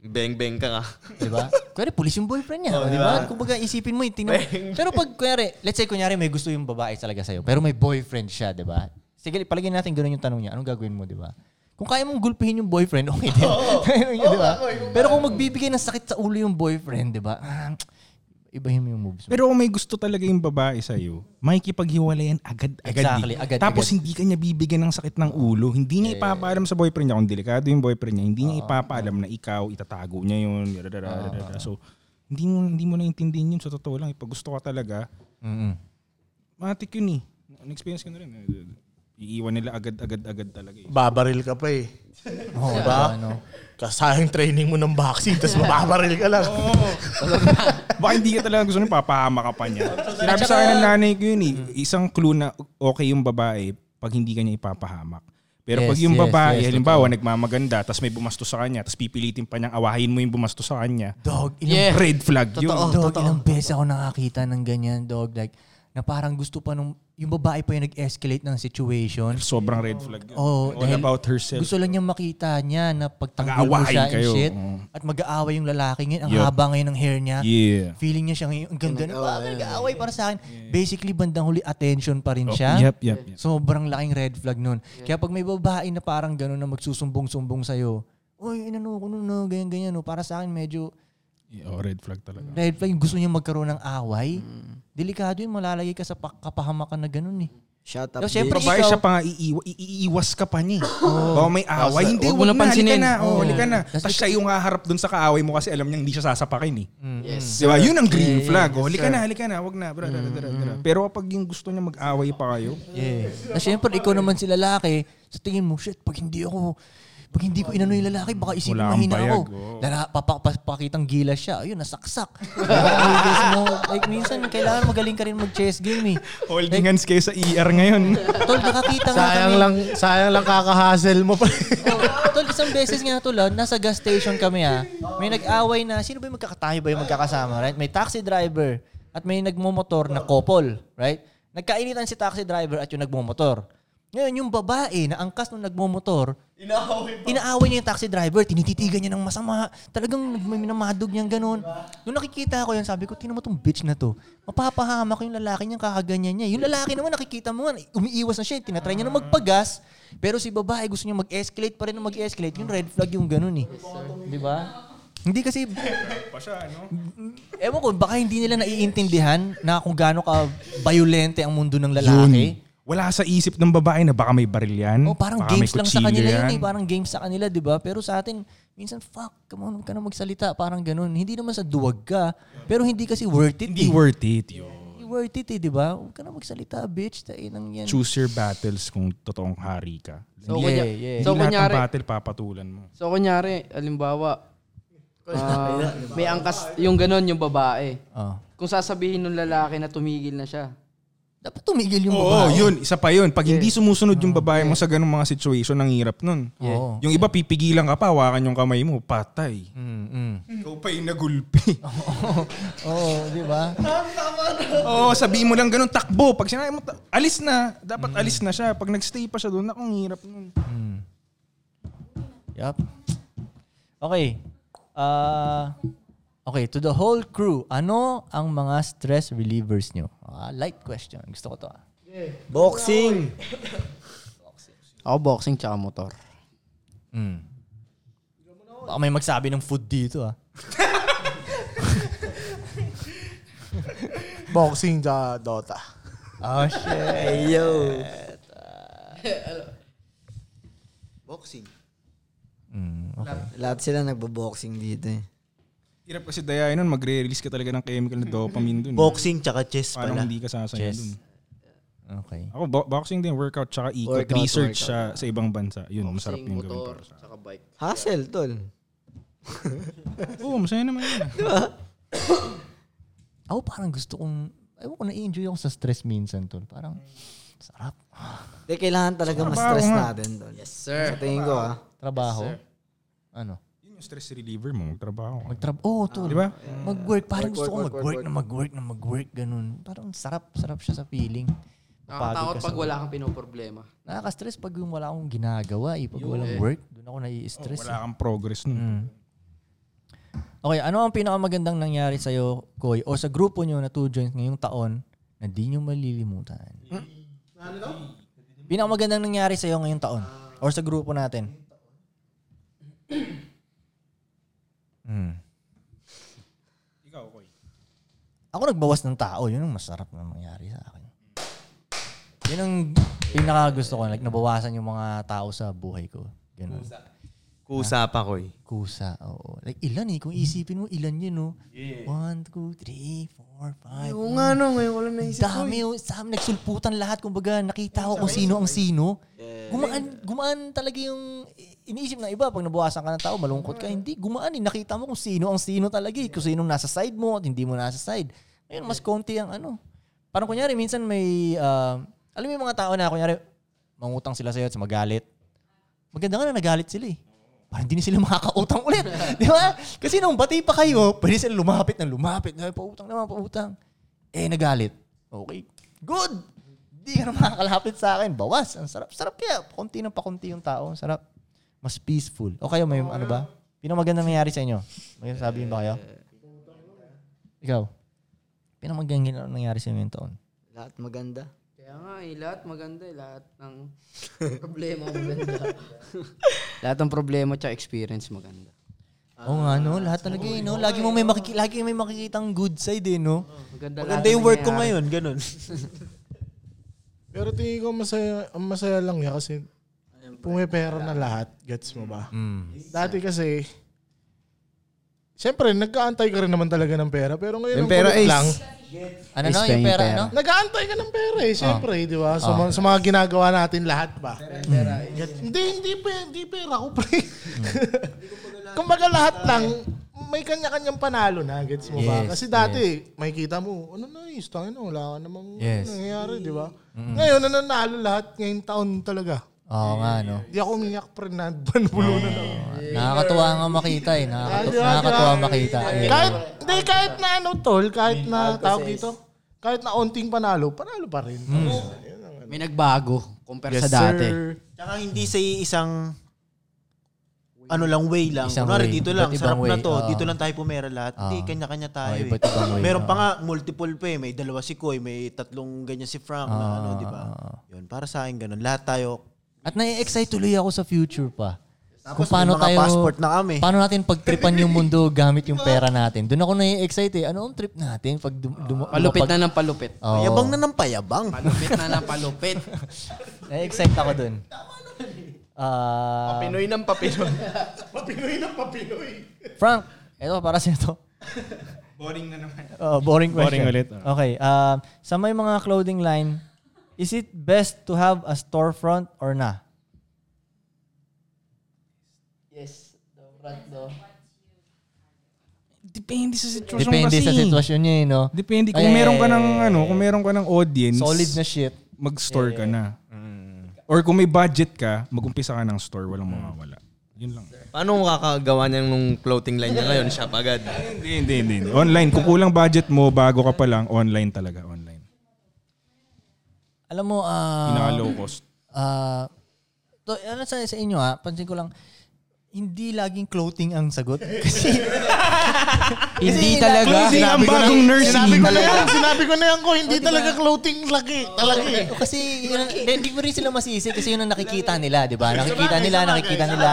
B: bang-bang ka ah. ka?
C: di ba? Diba? Kunyari, pulis yung boyfriend niya, di ba? Kumbaga, isipin mo, itin Pero pag, kunyari, let's say, kunyari, may gusto yung babae talaga sa'yo, pero may boyfriend siya, di ba? Sige, palagay natin ganun yung tanong niya. Anong gagawin mo, di ba? Kung kaya mong gulpihin yung boyfriend, okay din. Ganun yun, di ba? Pero kung magbibigay ng sakit sa ulo yung boyfriend, di ba? Ah, Ibahin mo yung moves mo.
F: Pero kung may gusto talaga yung babae sa'yo, makikipaghiwalayan agad-agad.
C: Exactly,
F: eh.
C: agad-agad.
F: Tapos hindi ka niya bibigyan ng sakit ng ulo. Hindi niya ipapaalam sa boyfriend niya. Kung delikado yung boyfriend niya, hindi niya ipapaalam na ikaw, itatago niya yun. yada, yada, yada, yada. So, hindi mo, hindi mo naintindihan yun. Sa totoo lang, eh, pag gusto ka talaga,
C: Mm-mm.
F: matik yun eh. Na-experience ko na rin. eh. Iiwan nila agad-agad-agad talaga eh.
D: Babaril ka pa eh.
C: Oo, di ba?
D: Diba?
C: Ano?
D: Kasayang training mo ng boxing, tapos mababaril ka lang.
F: Baka hindi ka talaga gusto nun, papahama ka pa niya. Sinabi sa akin ng nanay ko yun eh, isang clue na okay yung babae pag hindi ka niya ipapahamak. Pero
C: Yes,
F: pag yung
C: yes,
F: babae,
C: yes,
F: halimbawa, nagmamaganda, tapos may bumasto sa kanya, tapos pipilitin pa niyang awahin mo yung bumasto sa kanya,
C: Dog, ilang
E: Yeah.
F: red flag yun.
C: dog, ilang beses ako nakakita ng ganyan, dog. Like, na parang gusto pa nung, yung babae pa yung nag-escalate ng situation.
F: Sobrang red flag yun.
C: Oo,
F: All
C: dahil
F: about
C: Oh,
F: herself.
C: Gusto lang niyang makita niya na pagtanggol mo
F: Mag-aawayan
C: siya and
F: kayo.
C: shit.
F: Oo.
C: At mag-aaway yung lalaki ngayon. Ang
F: Yup.
C: haba ngayon ng hair niya.
F: Yeah.
C: Feeling niya siya ngayon. Ang ganda na. Bakit nag-aaway para sa akin? Basically, bandang huli, attention pa rin
F: Oh,
C: siya.
F: yep, yep, yep.
C: Sobrang laking red flag nun. Kaya pag may babae na parang gano'n na magsusumbong-sumbong sa'yo, Uy, inano ko nun, no, ganyan, ganyan. No. Para sa akin, medyo
F: Yeah, oh, red flag talaga.
C: red flag. Gusto niya magkaroon ng away. Delikado yun, malalagay ka sa pa- kapahamakan na gano'n eh.
A: Shut up.
E: No, syempre,
A: bitch.
E: bar-
F: Bar siya pa nga, iiwa- iiiwas ka pa niya. eh. Oh. may
E: Basta,
F: away. Hindi,
E: huwag mo
F: wag
E: na pansinin.
F: halika na. Oh,
E: Oo.
F: halika na.
E: Kasi-
F: Tapos siya yung haharap dun sa kaaway mo kasi alam niya hindi siya sasapakin eh.
E: Yes.
F: Di ba? Yun ang green
E: Yeah,
F: flag.
E: yeah,
F: oh,
E: Mm.
F: halika
E: Diba? yes, sir. Mm.
F: na, halika na. Wag na. Bra, bra, bra, bra. Pero kapag yung gusto niya mag-away pa kayo,
C: Yeah. Eh. Na syempre, ikaw naman si lalaki, sa tingin mo, shit, pag hindi ako, pag hindi ko inano yung lalaki, baka isipin
F: Wala kang
C: mahina
F: bayag, oh.
C: ako.
F: oo.
C: Lala, papakitang gila siya. Ayun, nasaksak. Nakahugis mo. Like, minsan, kailangan magaling ka rin mag-chess game eh.
F: holding hands kayo sa ER ngayon.
C: Tol, nakakita nga
D: Sayang
C: kami.
D: lang, sayang lang kakahassle mo pa.
C: Oh, tol, isang beses nga tol, ah, nasa gas station kami ha. May nag-away na, sino ba yung magkakatayo ba yung magkakasama, right? May taxi driver at may nagmumotor na couple, right? Nagkainitan si taxi driver at yung nagmumotor. Ngayon, yung babae na angkas nung nagmumotor, inaaway, inaaway niya yung taxi driver, tinititigan niya ng masama, talagang nag- may minamadog niyang ganun. Nung nakikita ko yun, sabi ko, tinan mo tong bitch na to. Mapapahamak yung lalaki niyang kakaganyan niya. Yung lalaki naman, nakikita mo, nga, umiiwas na siya, tinatry niya na magpagas, pero si babae gusto niya mag-escalate pa rin na mag-escalate. Yung red flag yung ganun eh. Di ba? Hindi kasi... Ewan ko, baka hindi nila naiintindihan na kung gaano ka violente ang mundo ng lalaki.
F: Hmm. Wala sa isip ng babae na baka may baril yan.
C: Oh, parang
F: Hmm? baka may
C: games lang sa
F: kutsilyo
C: kanila yun
F: yan.
C: eh. Parang games sa kanila, di ba? Pero sa atin, minsan, fuck, come on, huwag ka na magsalita. Parang ganun. Hindi naman sa duwag ka. Pero hindi kasi worth it.
F: Hindi
C: eh.
F: worth it. yo.
C: Hindi worth it eh, di ba? Huwag ka na magsalita, bitch. Tainang yan.
F: Choose your battles kung totoong hari ka.
E: So,
F: hindi
E: kunya-
F: hindi
E: so,
F: lahat
E: kunyari-
F: ng battle papatulan mo.
E: So, kunyari, alimbawa, ah, may angkas, yung ganun, yung babae.
C: Oh.
F: Ah.
E: Kung sasabihin ng lalaki na tumigil na siya,
C: Dapat tumigil yung
F: Oo,
C: babae.
F: yun. Isa pa yun. Pag hindi sumusunod yung babae mo sa ganung mga situation, ang hirap nun.
C: Oo.
F: Yung iba, pipigilan ka pa, hawakan yung kamay mo, patay.
C: Mm, mm.
F: Ikaw pa yung nagulpi.
C: Oo, di ba?
F: Oo, sabihin mo lang ganun, takbo. Pag sinabi mo, ta- alis na. Dapat alis na siya. Pag nagstay pa siya doon, ako, ang hirap nun.
C: Yup. Okay. Ah, okay, to the whole crew, ano ang mga stress relievers nyo? Ah, light question. Gusto ko to. ah.
A: Boxing.
E: ako boxing tsaka motor.
C: Mm. Baka may magsabi ng food dito ah.
G: Boxing sa Dota.
C: Oh, shit.
A: Ayo.
G: Boxing.
C: Mm, okay.
A: Lahat sila nagbo-boxing dito eh.
F: Hirap kasi dayain nun, magre-release ka talaga ng chemical na dopamine dun.
G: Boxing tsaka chess
F: Parang
G: pala.
F: hindi ka sasaya
C: Chess.
F: dun.
C: Okay.
F: Ako, bo- boxing din, workout, tsaka ikot,
E: Workout,
F: research sa,
E: workout.
F: sa ibang bansa. Yun, masarap
E: Boxing,
F: yung gawin
E: motor,
F: para sa
E: tsaka bike.
A: Hassle, tol.
F: Oo, masaya naman yun.
C: Ako parang gusto kong, ewan ko, na-enjoy ako sa stress minsan, tol. Parang,
A: Mm.
C: sarap.
A: Hindi, kailangan talaga ma-stress natin, tol. Yes,
E: Sir.
A: Sa tingin ko, ah.
C: Trabaho. ano?
F: Yun yung stress reliever mo, magtrabaho ka.
C: Magtrabaho.
A: Ah,
C: Oo, oh, tol.
F: Di ba?
C: Mag-work. Parang gusto ko
A: Mm. work, work,
C: mag-work na mag-work na mag-work. Ganun. Parang sarap. Sarap siya sa feeling.
E: Nakakatakot
C: Pagod ka
E: pag
C: sa-
E: wala kang pinoproblema.
C: Nakaka-stress pag yung wala akong ginagawa. Eh. Pag walang work, doon ako nai-stress.
F: Wala kang progress nun.
C: Mm. Okay, ano ang pinakamagandang nangyari sa'yo, Koy, o sa grupo nyo na two joints ngayong taon na di nyo malilimutan? Ano Pinakamagandang nangyari sa'yo ngayong taon or sa grupo natin? Mm.
F: Ikaw, Koy.
C: Ako nagbawas ng tao, yun ang masarap na nangyari sa akin. Yun ang pinaka gusto ko, like nabawasan yung mga tao sa buhay ko. Ganun.
B: Kusa pa ko eh.
C: Kusa, oo. Like ilan eh, kung isipin mo ilan yun, no? One, two, three, four, five.
B: Oo nga no, ngayon ko lang
C: Ang
B: naisip ko. eh.
C: dami, oh. sa amin, nagsulputan lahat. Kumbaga, nakita ko kung sino ang sino. Gumaan, gumaan talaga yung iniisip ng iba. Pag nabawasan ka ng tao, malungkot
B: Mm.
C: ka. Hindi, gumaan eh. Nakita mo kung sino ang sino talaga eh. Kung sino ang nasa side mo at hindi mo nasa side. Ngayon, mas konti ang ano. Parang kunyari, minsan may, ah, alam mo yung mga tao na, kunyari, mangutang sila sa'yo at magalit. Maganda nga na nagalit sila eh. Parang hindi na sila makakautang ulit. Di ba? Kasi nung bati pa kayo, pwede sila lumapit ng lumapit. Ay, pautang naman, pautang. Eh, nagalit. Okay. Good. Hindi ka na makakalapit sa akin. Bawas. Ang sarap. Sarap kaya. Konti ng pakunti yung tao. Ang sarap. Mas peaceful. O kayo, may ano ba? Pinamaganda nangyari sa inyo? May sabihin ba kayo? Ikaw. Pinamaganda nangyari sa inyo yung taon.
A: Lahat maganda.
E: Kaya nga eh, lahat maganda eh. Lahat ng problema maganda. lahat ng problema tsaka experience maganda.
C: Oo nga, no? Lahat talaga, eh, no? Lagi mo may, makiki- lagi may makikitang good side, eh, no?
E: Maganda,
G: Maganda yung work ko ngayon, ganun.
H: Pero tingin ko masaya, ang masaya lang niya kasi pumipera na lahat. Gets mo
B: Mm.
H: ba?
G: Hmm.
H: Dati kasi, siyempre, nagkaantay ka rin naman talaga ng pera. Pero ngayon,
B: Yung
H: ang
B: pera
H: kulit
B: is,
H: lang.
C: Ano
E: Is
C: no,
E: paying
C: yung pera,
E: pera.
C: ano?
H: Nag-aantay ka ng pera eh, siyempre,
C: Ah.
H: di ba? Sa, mga, sa mga ginagawa natin lahat ba?
C: Hmm.
H: Get- Hindi, hindi, pe- hindi pera ko, pre. Kumbaga lahat lang, may kanya-kanyang panalo na, gets mo ba?
C: Yes,
H: Kasi dati, makikita mo, ano na is, tangin na, wala ka namang
C: Yes.
H: nangyayari, di ba? Ngayon, nananalo lahat ngayong taon talaga.
C: Oo nga, no.
H: Hindi ako umiyak, pre, nanbulunan ako.
C: Nakakatuwa nga makita eh. Nakakatu-
H: Ah, di ba,
C: nakakatuwa
H: di ba?
C: makita. Ayun.
H: Kahit, hindi, kahit na ano, tol, kahit na, tawag dito, kahit na onting panalo, panalo pa rin.
C: Hmm.
H: Yun ang ano.
E: May nagbago compare sa dati.
G: Tsaka hindi sa isang ano lang way lang.
C: Isang
G: Kunwari
C: way.
G: dito lang,
C: Iba't
G: sarap
C: ibang
G: na
C: way,
G: to.
C: oo.
G: Dito lang tayo pumera lahat. Hindi, kanya-kanya tayo.
C: Oo,
G: eh.
C: iba't ibang way,
G: Meron pa
C: oo.
G: nga, multiple pa eh. May dalawa si Koy, may tatlong ganyan si Frank na ano, di ba? Yun, para sa akin ganun. Lahat tayo.
C: At nai-excite tuloy ako sa future pa.
G: Tapos may mga passport na kami.
C: Paano natin pagtripan yung mundo gamit yung pera natin? Doon ako nai-excite eh. Ano ang trip natin pag dum- dum-
E: Palupit
C: lumapag-
E: na ng palupit.
C: Oo.
G: Payabang na ng payabang.
E: Palupit na ng palupit.
C: Nai-excite ako doon. Ah,
B: Pinoy ng papinoy.
C: Frank, eto para sa'yo to.
B: Boring na naman.
C: Oh, boring question.
F: Boring ulit. ah.
C: Okay. Um, sa may mga clothing line, is it best to have a storefront or na?
E: yes. The front door.
F: Depende sa sitwasyon
C: Depende
F: kasi.
C: sa sitwasyon niya, eh, no?
F: Depende kung
C: Ay,
F: meron ka
C: ay,
F: ng
C: ay,
F: ano, kung meron ka ng audience,
C: Solid na shit.
F: mag-store ka na.
C: Mm.
F: Or kung may budget ka, mag-umpisa ka ng store, walang mawawala. Yun lang.
B: Paano kakagawa niya nung clothing line niya ngayon? Shop agad.
F: Hindi, hindi, hindi. hindi. Online, kung kulang budget mo bago ka pa lang, online talaga, online.
C: Alam mo, ah...
F: Pinaka low cost.
C: ah, to, ano sa, sa inyo, ha? Pansin ko lang, hindi laging clothing ang sagot. Kasi,
E: Hindi talaga.
F: Clothing ang bagong nursing.
H: Sinabi ko na yan, sinabi ko na yan ko,
C: Oh,
H: hindi talaga clothing laki. Talaga eh.
C: O kasi yun ang- hindi- hindi mo rin sila masisi kasi yun ang nakikita nila, di ba? Nakikita nila, nakikita nila.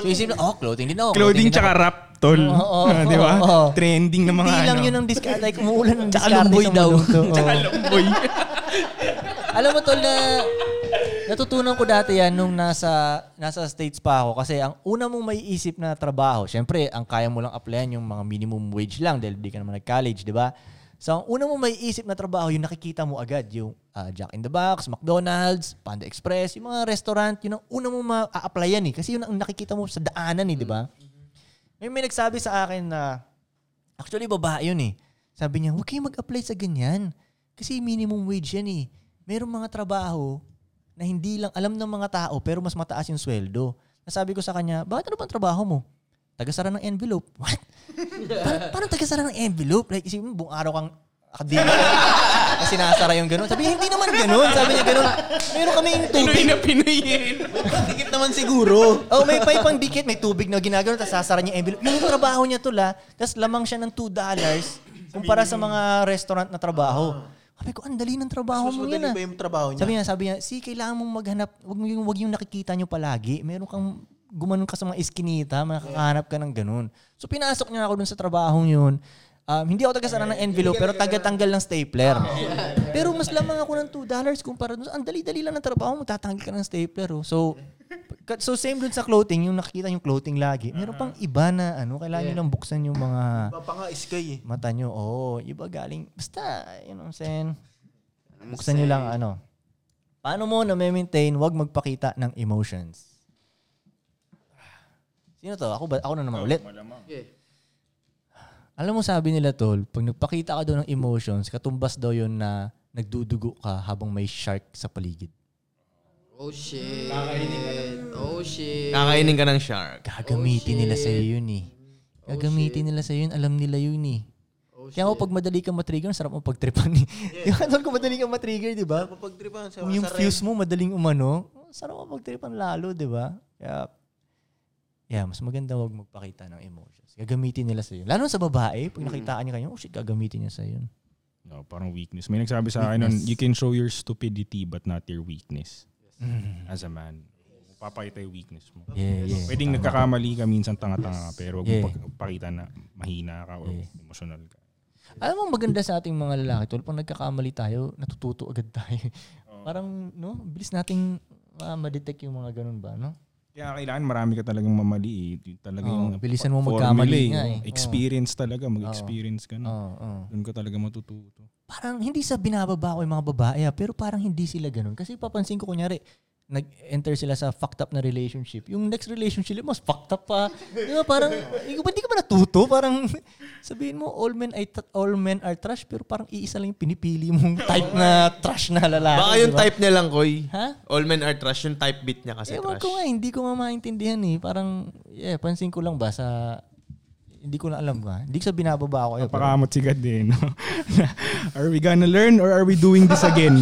C: So isip nila, oh, clothing din ako.
F: Clothing
C: din ako.
F: tsaka rap, tol.
C: Oo, oo,
F: di ba?
C: oo, oo.
F: Trending ng mga
C: Hindi
F: ano.
C: lang yun ang discard. ah, Like, umuulan ng
E: Tsaka
C: discard.
E: lumboy daw.
C: Tsaka lumboy. Alam mo, tol, na natutunan ko dati yan nung nasa, nasa States pa ako. Kasi ang una mong maiisip na trabaho, syempre, ang kaya mo lang applyan yung mga minimum wage lang dahil di ka naman nag-college, di ba? So, ang una mong maiisip na trabaho, yung nakikita mo agad, yung ah, Jack in the Box, McDonald's, Panda Express, yung mga restaurant, yun ang una mong ma-applyan eh. Kasi yun ang nakikita mo sa daanan eh, di ba?
E: Mm-hmm.
C: May may nagsabi sa akin na, actually babae yun eh. Sabi niya, huwag kayong mag-apply sa ganyan. Kasi minimum wage yan eh. Merong mga trabaho na hindi lang alam ng mga tao pero mas mataas yung sweldo. Nasabi ko sa kanya, bakit ano bang trabaho mo? Tagasara ng envelope. What? Par- parang tagasara ng envelope. Like, isipin mo, buong araw kang akademya. Kasi sinasara yung ganun. Sabi niya, hindi naman ganun. Sabi niya ganun. Meron kami yung tubig.
G: Dikit naman siguro.
C: Oh, may pa pang dikit, may tubig na ginagano, tapos sasara niya yung envelope. Yun yung trabaho niya to la, tapos lamang siya ng $2 kumpara sa mga restaurant na trabaho. Sabi ko, ang dali ng trabaho
G: Mas
C: mo yan
G: madali
C: ah.
G: ba yung trabaho niya?
C: Sabi niya, sabi niya, si kailangan mong maghanap, wag mo yung wag yung nakikita niyo palagi. Meron kang gumanon ka sa mga iskinita, makakahanap ka ng ganun. So pinasok niya ako dun sa trabaho yun. Um, hindi ako taga-sara ng envelope, pero taga-tanggal ng stapler. pero mas lamang ako ng $2 kumpara dun. sa- Ang dali-dali lang ng trabaho mo, tatanggal ka ng stapler. Oh. So, ka- so same dun sa clothing, yung nakikita yung clothing lagi. Meron pang iba na ano, kailangan nyo lang buksan yung mga
G: Iba pa nga, Sky eh.
C: mata nyo. Oo, oh, iba galing. Basta, you know what I'm saying? Buksan nyo lang ano. Paano mo na-maintain wag magpakita ng emotions? Sino to? Ako ba? Ako na naman ulit. Alam mo sabi nila tol, pag nagpakita ka daw ng emotions, katumbas daw yun na nagdudugo ka habang may shark sa paligid.
E: Oh shit. Oh shit.
B: Kakainin ka ng shark.
G: Oh,
C: Gagamitin nila sa yun eh. Gagamitin nila sa yun, alam nila yun eh.
G: Oh,
C: Kaya ako pag madali kang matrigger, ang sarap mo pagtripan eh. Yung ano kung madali kang matrigger, di ba?
G: Pagtripan sa
C: Kung yung fuse mo madaling umano, sarap mo pagtripan lalo, di ba? Kaya, yeah, mas maganda wag magpakita ng emotions. Gagamitin nila sa yun. Lalo sa babae, pag nakitaan niya kayo, oh shit, gagamitin niya sa yun.
F: No, parang weakness. May nagsabi sa akin nun, you can show your stupidity but not your weakness. As a man. Papakita yung weakness mo.
C: Yeah, yeah.
F: Pwedeng nagkakamali ka minsan tanga-tanga ka, pero huwag
C: Yeah.
F: mong pagpakita na mahina ka o emotional ka.
C: Alam mo, maganda sa ating mga lalaki, tol, pag nagkakamali tayo, natututo agad tayo.
B: Oh.
C: Parang, no? Bilis nating ma- ma-detect yung mga ganun ba, no?
F: Kaya kailangan marami ka talagang mamali. eh. Yun talaga
C: Oo,
F: yung
C: bilisan mo
F: formula
C: magkamali
F: eh.
C: nga eh.
F: Oo, Experience talaga. Mag-experience ka
C: Oo,
F: na.
B: Oh,
C: oo.
F: Doon ka talaga matututo.
C: Parang hindi sa binababa ko yung mga babae, ah, pero parang hindi sila ganun. Kasi papansin ko, kunyari, nag-enter sila sa fucked up na relationship. Yung next relationship, mas fucked up pa. Di ba? Parang, eh, ba't di ka ba natuto? Parang, sabihin mo, all men, ay, all men are trash, pero parang iisa lang yung pinipili mong type na trash na lalaki.
B: Baka yung
C: di ba?
B: type niya lang, Koy.
C: Ha?
B: All men are trash. Yung type beat niya kasi
C: Ewan
B: trash.
C: ko nga, eh. hindi ko nga maintindihan eh. Parang, yeah, pansin ko lang ba sa... Hindi ko na alam ba. Hindi ko sa binababa ako. Eh, pero-
F: Pakamot si God din. no? are we gonna learn or are we doing this again?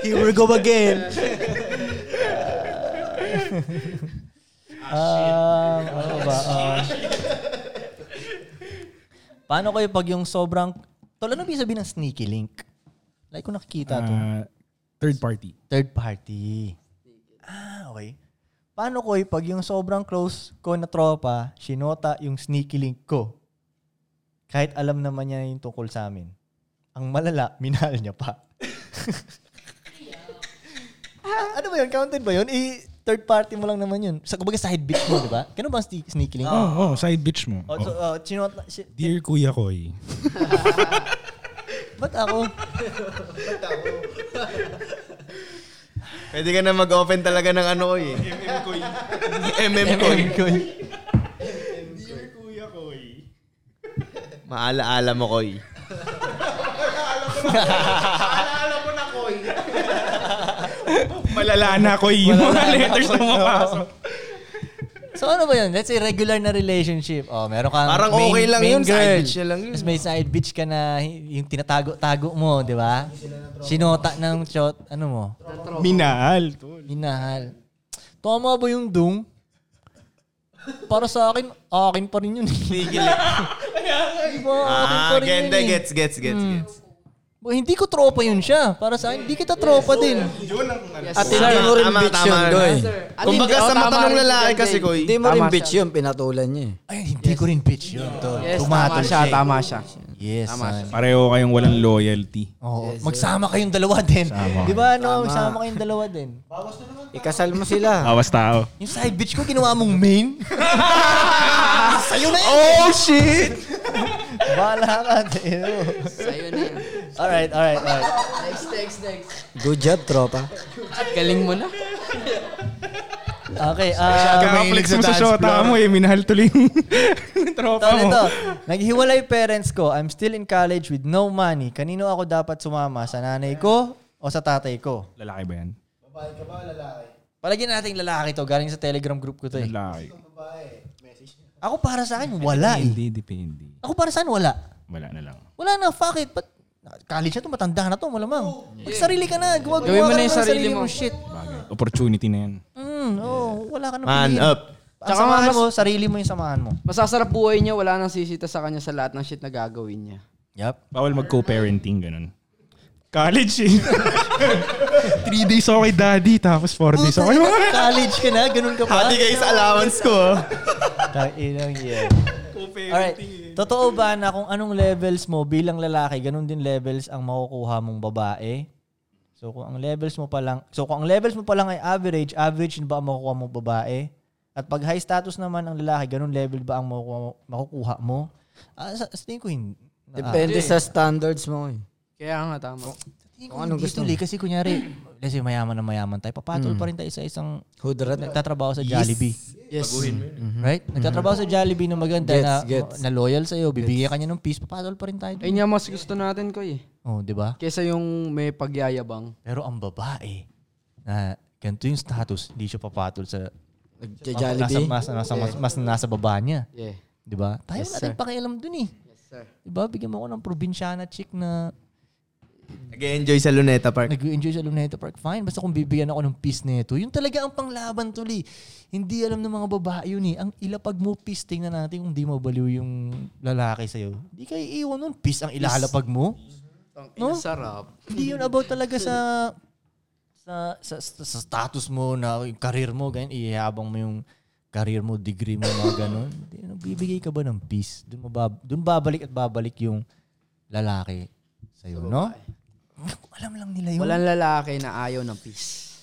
G: Here we go again.
C: Ah, ano ba? Ah. paano kayo pag yung sobrang... Tol, ano ibig sabihin ng sneaky link? Like kung nakikita to.
F: Ah, third party.
C: Third party. Ah, okay. Paano ko eh, pag yung sobrang close ko na tropa, sinota yung sneaky link ko? Kahit alam naman niya yung tungkol sa amin. Ang malala, minahal niya pa. Ah, ano ba yun? Counted ba yun? I- third party mo lang naman yun. Sa kumbaga side bitch mo, di ba? Kano ba ang sne- sneaky link?
F: Oh, oh, side bitch mo.
C: Oh, so, oh,
F: Oh.
C: sinota, si-
F: Dear Kuya Koy.
C: ba't ako?
B: Pwede ka na mag-open talaga ng ano, Koy. MM Koy. MM Koy.
C: ko.
B: Maalaala mo, Koy.
F: Malala na Koy. Yung mga letters na mapasok.
C: So ano ba yun? Let's say regular na relationship. Oh, meron kang
B: Parang
C: main,
B: okay lang
C: main
B: yun, side
C: girl.
B: bitch na lang yun.
C: Tapos may side bitch ka na yung tinatago-tago mo, di ba? Sinota ng shot, ano mo?
F: Minahal.
C: Minahal. Tama ba yung dung? Para sa akin, akin pa rin yun. Tigil. diba, akin pa
B: Ah,
C: rin
B: ganda.
C: yun. eh.
B: Gets, gets, gets, gets.
C: Ba, hindi ko tropa yun siya. Para sa akin, hindi kita tropa din.
G: At hindi mo rin bitch yun, Koy.
B: Kumbaga
E: Hindi,
B: sa
E: oh,
B: mata
E: tama
B: ng
E: rin
B: lalaki
E: si
B: kasi,
E: Jay.
B: Koy.
A: Hindi mo rin
E: Tama
A: bitch
E: siya.
A: yun, pinatulan niya eh.
C: Ay, hindi ko rin bitch yun. tol.
E: Yes, tama
C: Tumatol
E: siya,
C: eh.
E: tama siya.
C: Yes, son.
F: Pareho kayong walang loyalty.
C: Oo. magsama kayong dalawa din. Di ba ano, magsama kayong dalawa din.
A: Ikasal mo sila.
F: Awas tao.
C: Yung side bitch ko, ginawa mong main? Sa'yo na
A: eh!
C: yun!
B: Oh, shit!
C: Bahala ka, Teo.
E: Sa'yo na yun.
C: Alright, alright, alright.
E: Next, next, next.
A: Good job, tropa.
E: Galing mo na.
C: Okay, ah...
F: Kakaflex mo sa shota mo eh. Minahal tuloy yung tropa
C: Ito,
F: mo.
C: ito. Naghiwalay parents ko. I'm still in college with no money. Kanino ako dapat sumama? Sa nanay ko o sa tatay ko?
F: Lalaki ba yan?
C: Palagyan natin lalaki to. Galing sa telegram group ko to eh.
F: Lalaki.
C: Ako para sa akin, wala eh.
F: Hindi, depende.
C: Ako para sa akin, wala.
F: Wala na lang.
C: Wala na, fuck it. But, college na to, matanda na to,
B: Oh,
C: malamang. Magsarili ka na, gumagawa
E: Gawin mo
C: ka
E: na
C: na
E: yung
C: ng
E: sarili
C: sarili
E: mo.
C: mo. Shit.
F: Bagay. Opportunity na yan.
C: Mm, oh, wala ka na
B: Man
C: piliin.
B: up.
C: Ang samahan mo, sarili mo yung samahan mo.
E: Masasarap buhay niya, wala nang sisita sa kanya sa lahat ng shit na gagawin niya.
C: Yup.
F: Bawal mag-co-parenting, ganun. College eh. Three days ako kay daddy, tapos four days ako.
C: College ka na, ganun ka pa.
B: Hati kayo sa allowance ko. ah.
C: Tanginang yeah. Alright. Totoo ba na kung anong levels mo bilang lalaki, ganun din levels ang makukuha mong babae? So kung ang levels mo pa lang, so kung ang levels mo pa lang ay average, average na ba ang makukuha mong babae? At pag high status naman ang lalaki, ganun level ba ang makukuha mo? Makukuha mo? Ah, sa, sa tingin ko hindi.
A: Depende sa standards mo eh.
E: Kaya nga, tama.
C: Tingin ko hindi tuloy kasi kunyari, let's say mayaman na mayaman tayo, papatol pa rin tayo sa isang
A: Hudrat.
C: nagtatrabaho sa Jollibee.
A: Hmm. Yes.
C: Right? Nagtatrabaho sa Jollibee na maganda,
A: Gets,
C: na,
A: gets.
C: na loyal sa'yo, bibigyan kanya ng peace, papatol pa rin tayo. dun.
E: Ayun nga mas gusto natin, Koy. eh.
C: Oh, di ba?
E: Kesa yung may pagyayabang.
C: Pero ang babae, na ganito yung status, hindi siya papatol sa
A: Nagja-Jollibee.
C: Nasa, mas, nasa, mas, mas nasa baba niya.
E: Yeah.
C: Di ba? Tayo
E: Yes,
C: wala tayong
E: sir.
C: pakialam dun eh.
E: Yes, sir.
C: Di ba? Bigyan mo ako ng probinsyana chick na
B: Nag-enjoy sa Luneta Park.
C: nag-enjoy sa Luneta Park. Fine, basta kung bibigyan ako ng peace nito. Yun talaga ang panglaban tuli. Hindi alam ng mga babae yun eh. Ang ilapag mo, peace tingnan natin kung di mabaliw yung lalaki sa'yo. Hindi kayo iiwan nun. Peace ang ilalapag mo.
E: Ang
C: No?
E: sarap.
C: Hindi yun about talaga sa sa, sa sa status mo na yung career mo ganyan ihabang mo yung career mo degree mo mga ganun Hindi, ano, bibigay ka ba ng peace doon mabab- doon babalik at babalik yung lalaki sa no Alam lang nila yun.
E: Walang lalaki na ayaw ng peace.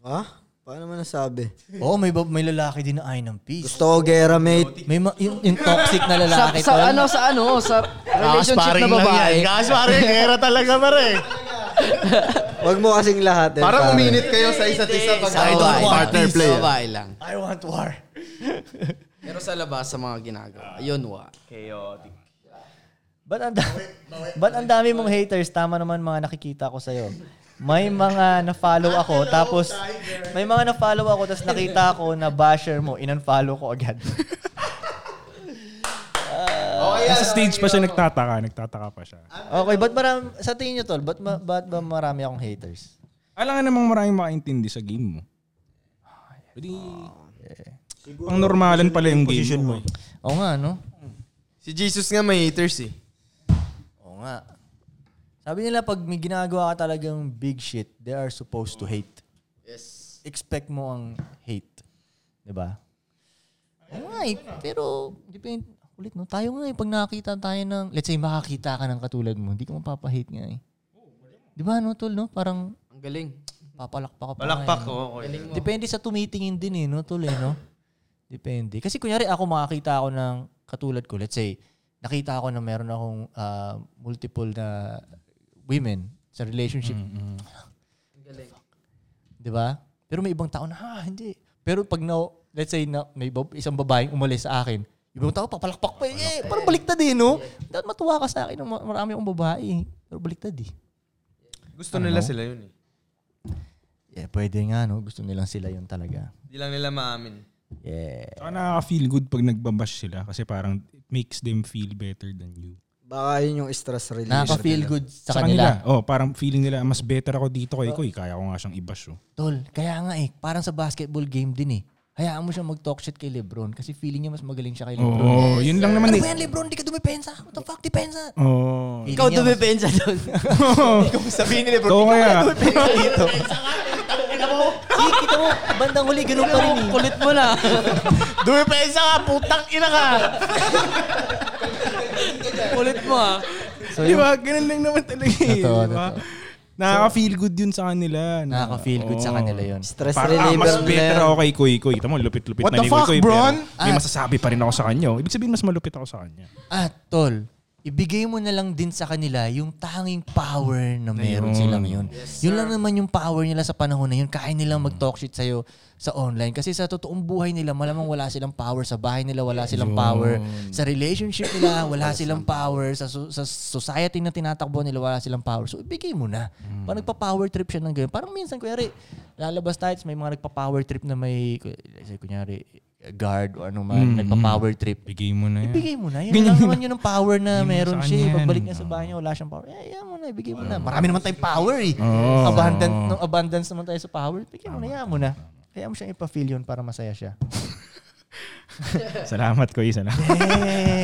A: Ha? Paano mo nasabi?
C: Oo, Oh, may, ba- may lalaki din na ayaw ng peace.
A: Gusto ko gera, mate.
C: May ma- yung, yung toxic na lalaki
E: sa,
C: tol.
E: sa ano, sa ano, sa relationship na babae.
D: Kakasparing, gera talaga pare.
A: Huwag mo kasing lahat. Eh,
B: Parang
A: pare.
B: uminit kayo sa isa't isa pag
E: Sa babae.
D: partner
E: Peace,
D: play, ah.
E: babae lang.
C: I want war.
E: Pero sa labas, sa mga ginagawa, yun wa.
C: Ba't ang, da- ba't ang dami mong haters? Tama naman mga nakikita ko sa'yo. May mga na-follow ako, tapos may mga na-follow ako, tapos nakita ko na basher mo, in-unfollow ko agad.
F: Nasa stage pa siya nagtataka, nagtataka pa siya.
C: Okay, ba't marami, sa tingin nyo tol, ba't, ma- ba't ba marami akong haters?
F: Alam nga namang maraming makaintindi sa game mo. Pwede... Pang normalan pala yung game mo. eh.
C: Oo nga, no?
B: Si Jesus nga may haters eh.
C: Oo nga. Sabi nila, pag may ginagawa ka talagang big shit, they are supposed to hate. Yes. Expect mo ang hate. Di ba? Oo nga eh, pero, depend, ulit no, tayo nga eh, pag nakakita tayo ng, let's say, makakita ka ng katulad mo, hindi ka mapapahate nga eh. Di ba, no, tol, no? Parang,
E: Ang galing.
C: papalakpak ka pa.
B: Palakpak
C: eh.
B: ko. Okay.
C: Depende sa tumitingin din eh, no, tol, eh, no? Depende. Kasi kunyari ako makakita ako ng katulad ko, let's say, nakita ako na meron akong ah, multiple na women sa relationship. Di ba? Pero may ibang tao na, ha, hindi. Pero pag na, let's say, na, may bab- isang babaeng umalis sa akin, ibang tao papalakpak pa, eh, parang baliktad eh, no? Dapat matuwa ka sa akin, na ma- marami akong babae, pero baliktad eh.
B: Gusto nila sila yun eh.
C: Yeah, pwede nga, no? Gusto nilang sila yun talaga.
B: Hindi lang nila maamin.
C: Yeah.
F: Saka nakaka-feel good pag nagbabash sila kasi parang it makes them feel better than you.
A: Baka yun yung stress relief.
C: Nakaka-feel good sa,
F: Sa
C: kanila.
F: kanila, oh, parang feeling nila mas better ako dito kay Koy, kaya ko nga siyang i-bash. Oh.
C: Tol, kaya nga eh, parang sa basketball game din eh. Hayaan mo siyang mag-talk shit kay Lebron kasi feeling niya mas magaling siya kay Lebron.
F: Oo, yun lang naman
C: Ano
F: eh. Oh.
C: ba yan, Lebron? Di ka dumipensa. What the fuck, depensa?
F: Oo.
C: Feeling
E: Ikaw
C: niya mas-
E: dumipensa doon.
B: Sabihin nila
F: Oo kaya,
C: Eh, kita mo, bandang huli, ganun pa rin eh.
E: Kulit mo na.
G: Dumipensa ka, putang ina ka!
E: Kulit mo ah.
C: So,
F: di
C: yung,
F: ba? Ganun lang naman talaga eh.
C: Totoo,
F: di ba?
C: totoo.
F: Nakaka-feel good yun sa kanila. na-
C: nakaka-feel good sa
F: oo.
C: kanila yun.
A: Stress
F: Parang ah,
A: reliever
F: mas
A: nila
F: better
A: yun. Ah.
F: ako kay Koy Koy. Tama, lupit-lupit
H: What
F: na
H: the
F: ni Koy
H: fuck,
F: Koy.
H: Bron?
F: Pero may masasabi pa rin ako sa kanya. oh. Ibig sabihin, mas malupit ako sa kanya.
C: At Ah, tol, ibigay mo na lang din sa kanila yung tanging power na meron silang yun. yun lang naman yung power nila sa panahon na yun. Kaya nilang mag-talk shit sa'yo sa online. Kasi sa totoong buhay nila, malamang wala silang power. Sa bahay nila, wala silang power. Sa relationship nila, wala silang power. Sa, so- sa society na tinatakbo nila, wala silang power. So, ibigay mo na. Parang nagpa-power trip siya ng ganyan. Parang minsan, kunyari, lalabas tayo, tapos may mga nagpa-power trip na may, kunyari, guard o ano man, nagpa-power trip.
F: Bigay mo na yan.
C: Ibigay mo na. Yun
F: Ganyan
C: lang naman yun ang power na
F: Ganyan
C: meron
F: sa
C: siya. eh.
F: kanya
C: Pagbalik
F: yan.
C: niya sa bahay niya, wala siyang power. Eh, yan mo na. Ibigay mo na. Marami naman tayong power eh.
F: Oo.
C: Abundant, no, abundance naman tayo sa power. Bigyan mo na. Yan mo na. Kaya mo siyang ipa-feel yun para masaya siya.
F: Salamat, Koy. Salamat.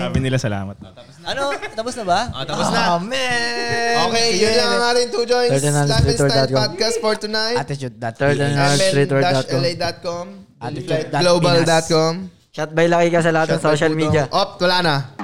F: Sabi nila salamat.
C: ano? Tapos na ba?
B: Ah, tapos na.
C: Amen!
B: Okay, yun lang ang ating two joints.
A: Thirteen Islands
B: Life and
A: Twitter dot
B: Style
A: com.
B: Podcast for tonight.
A: Attitude. Third
B: ML-LA.com.
A: Attitude.pinas.
B: Global.com.
A: Shot by Lucky ka sa lahat ng social media.
B: Op, wala na.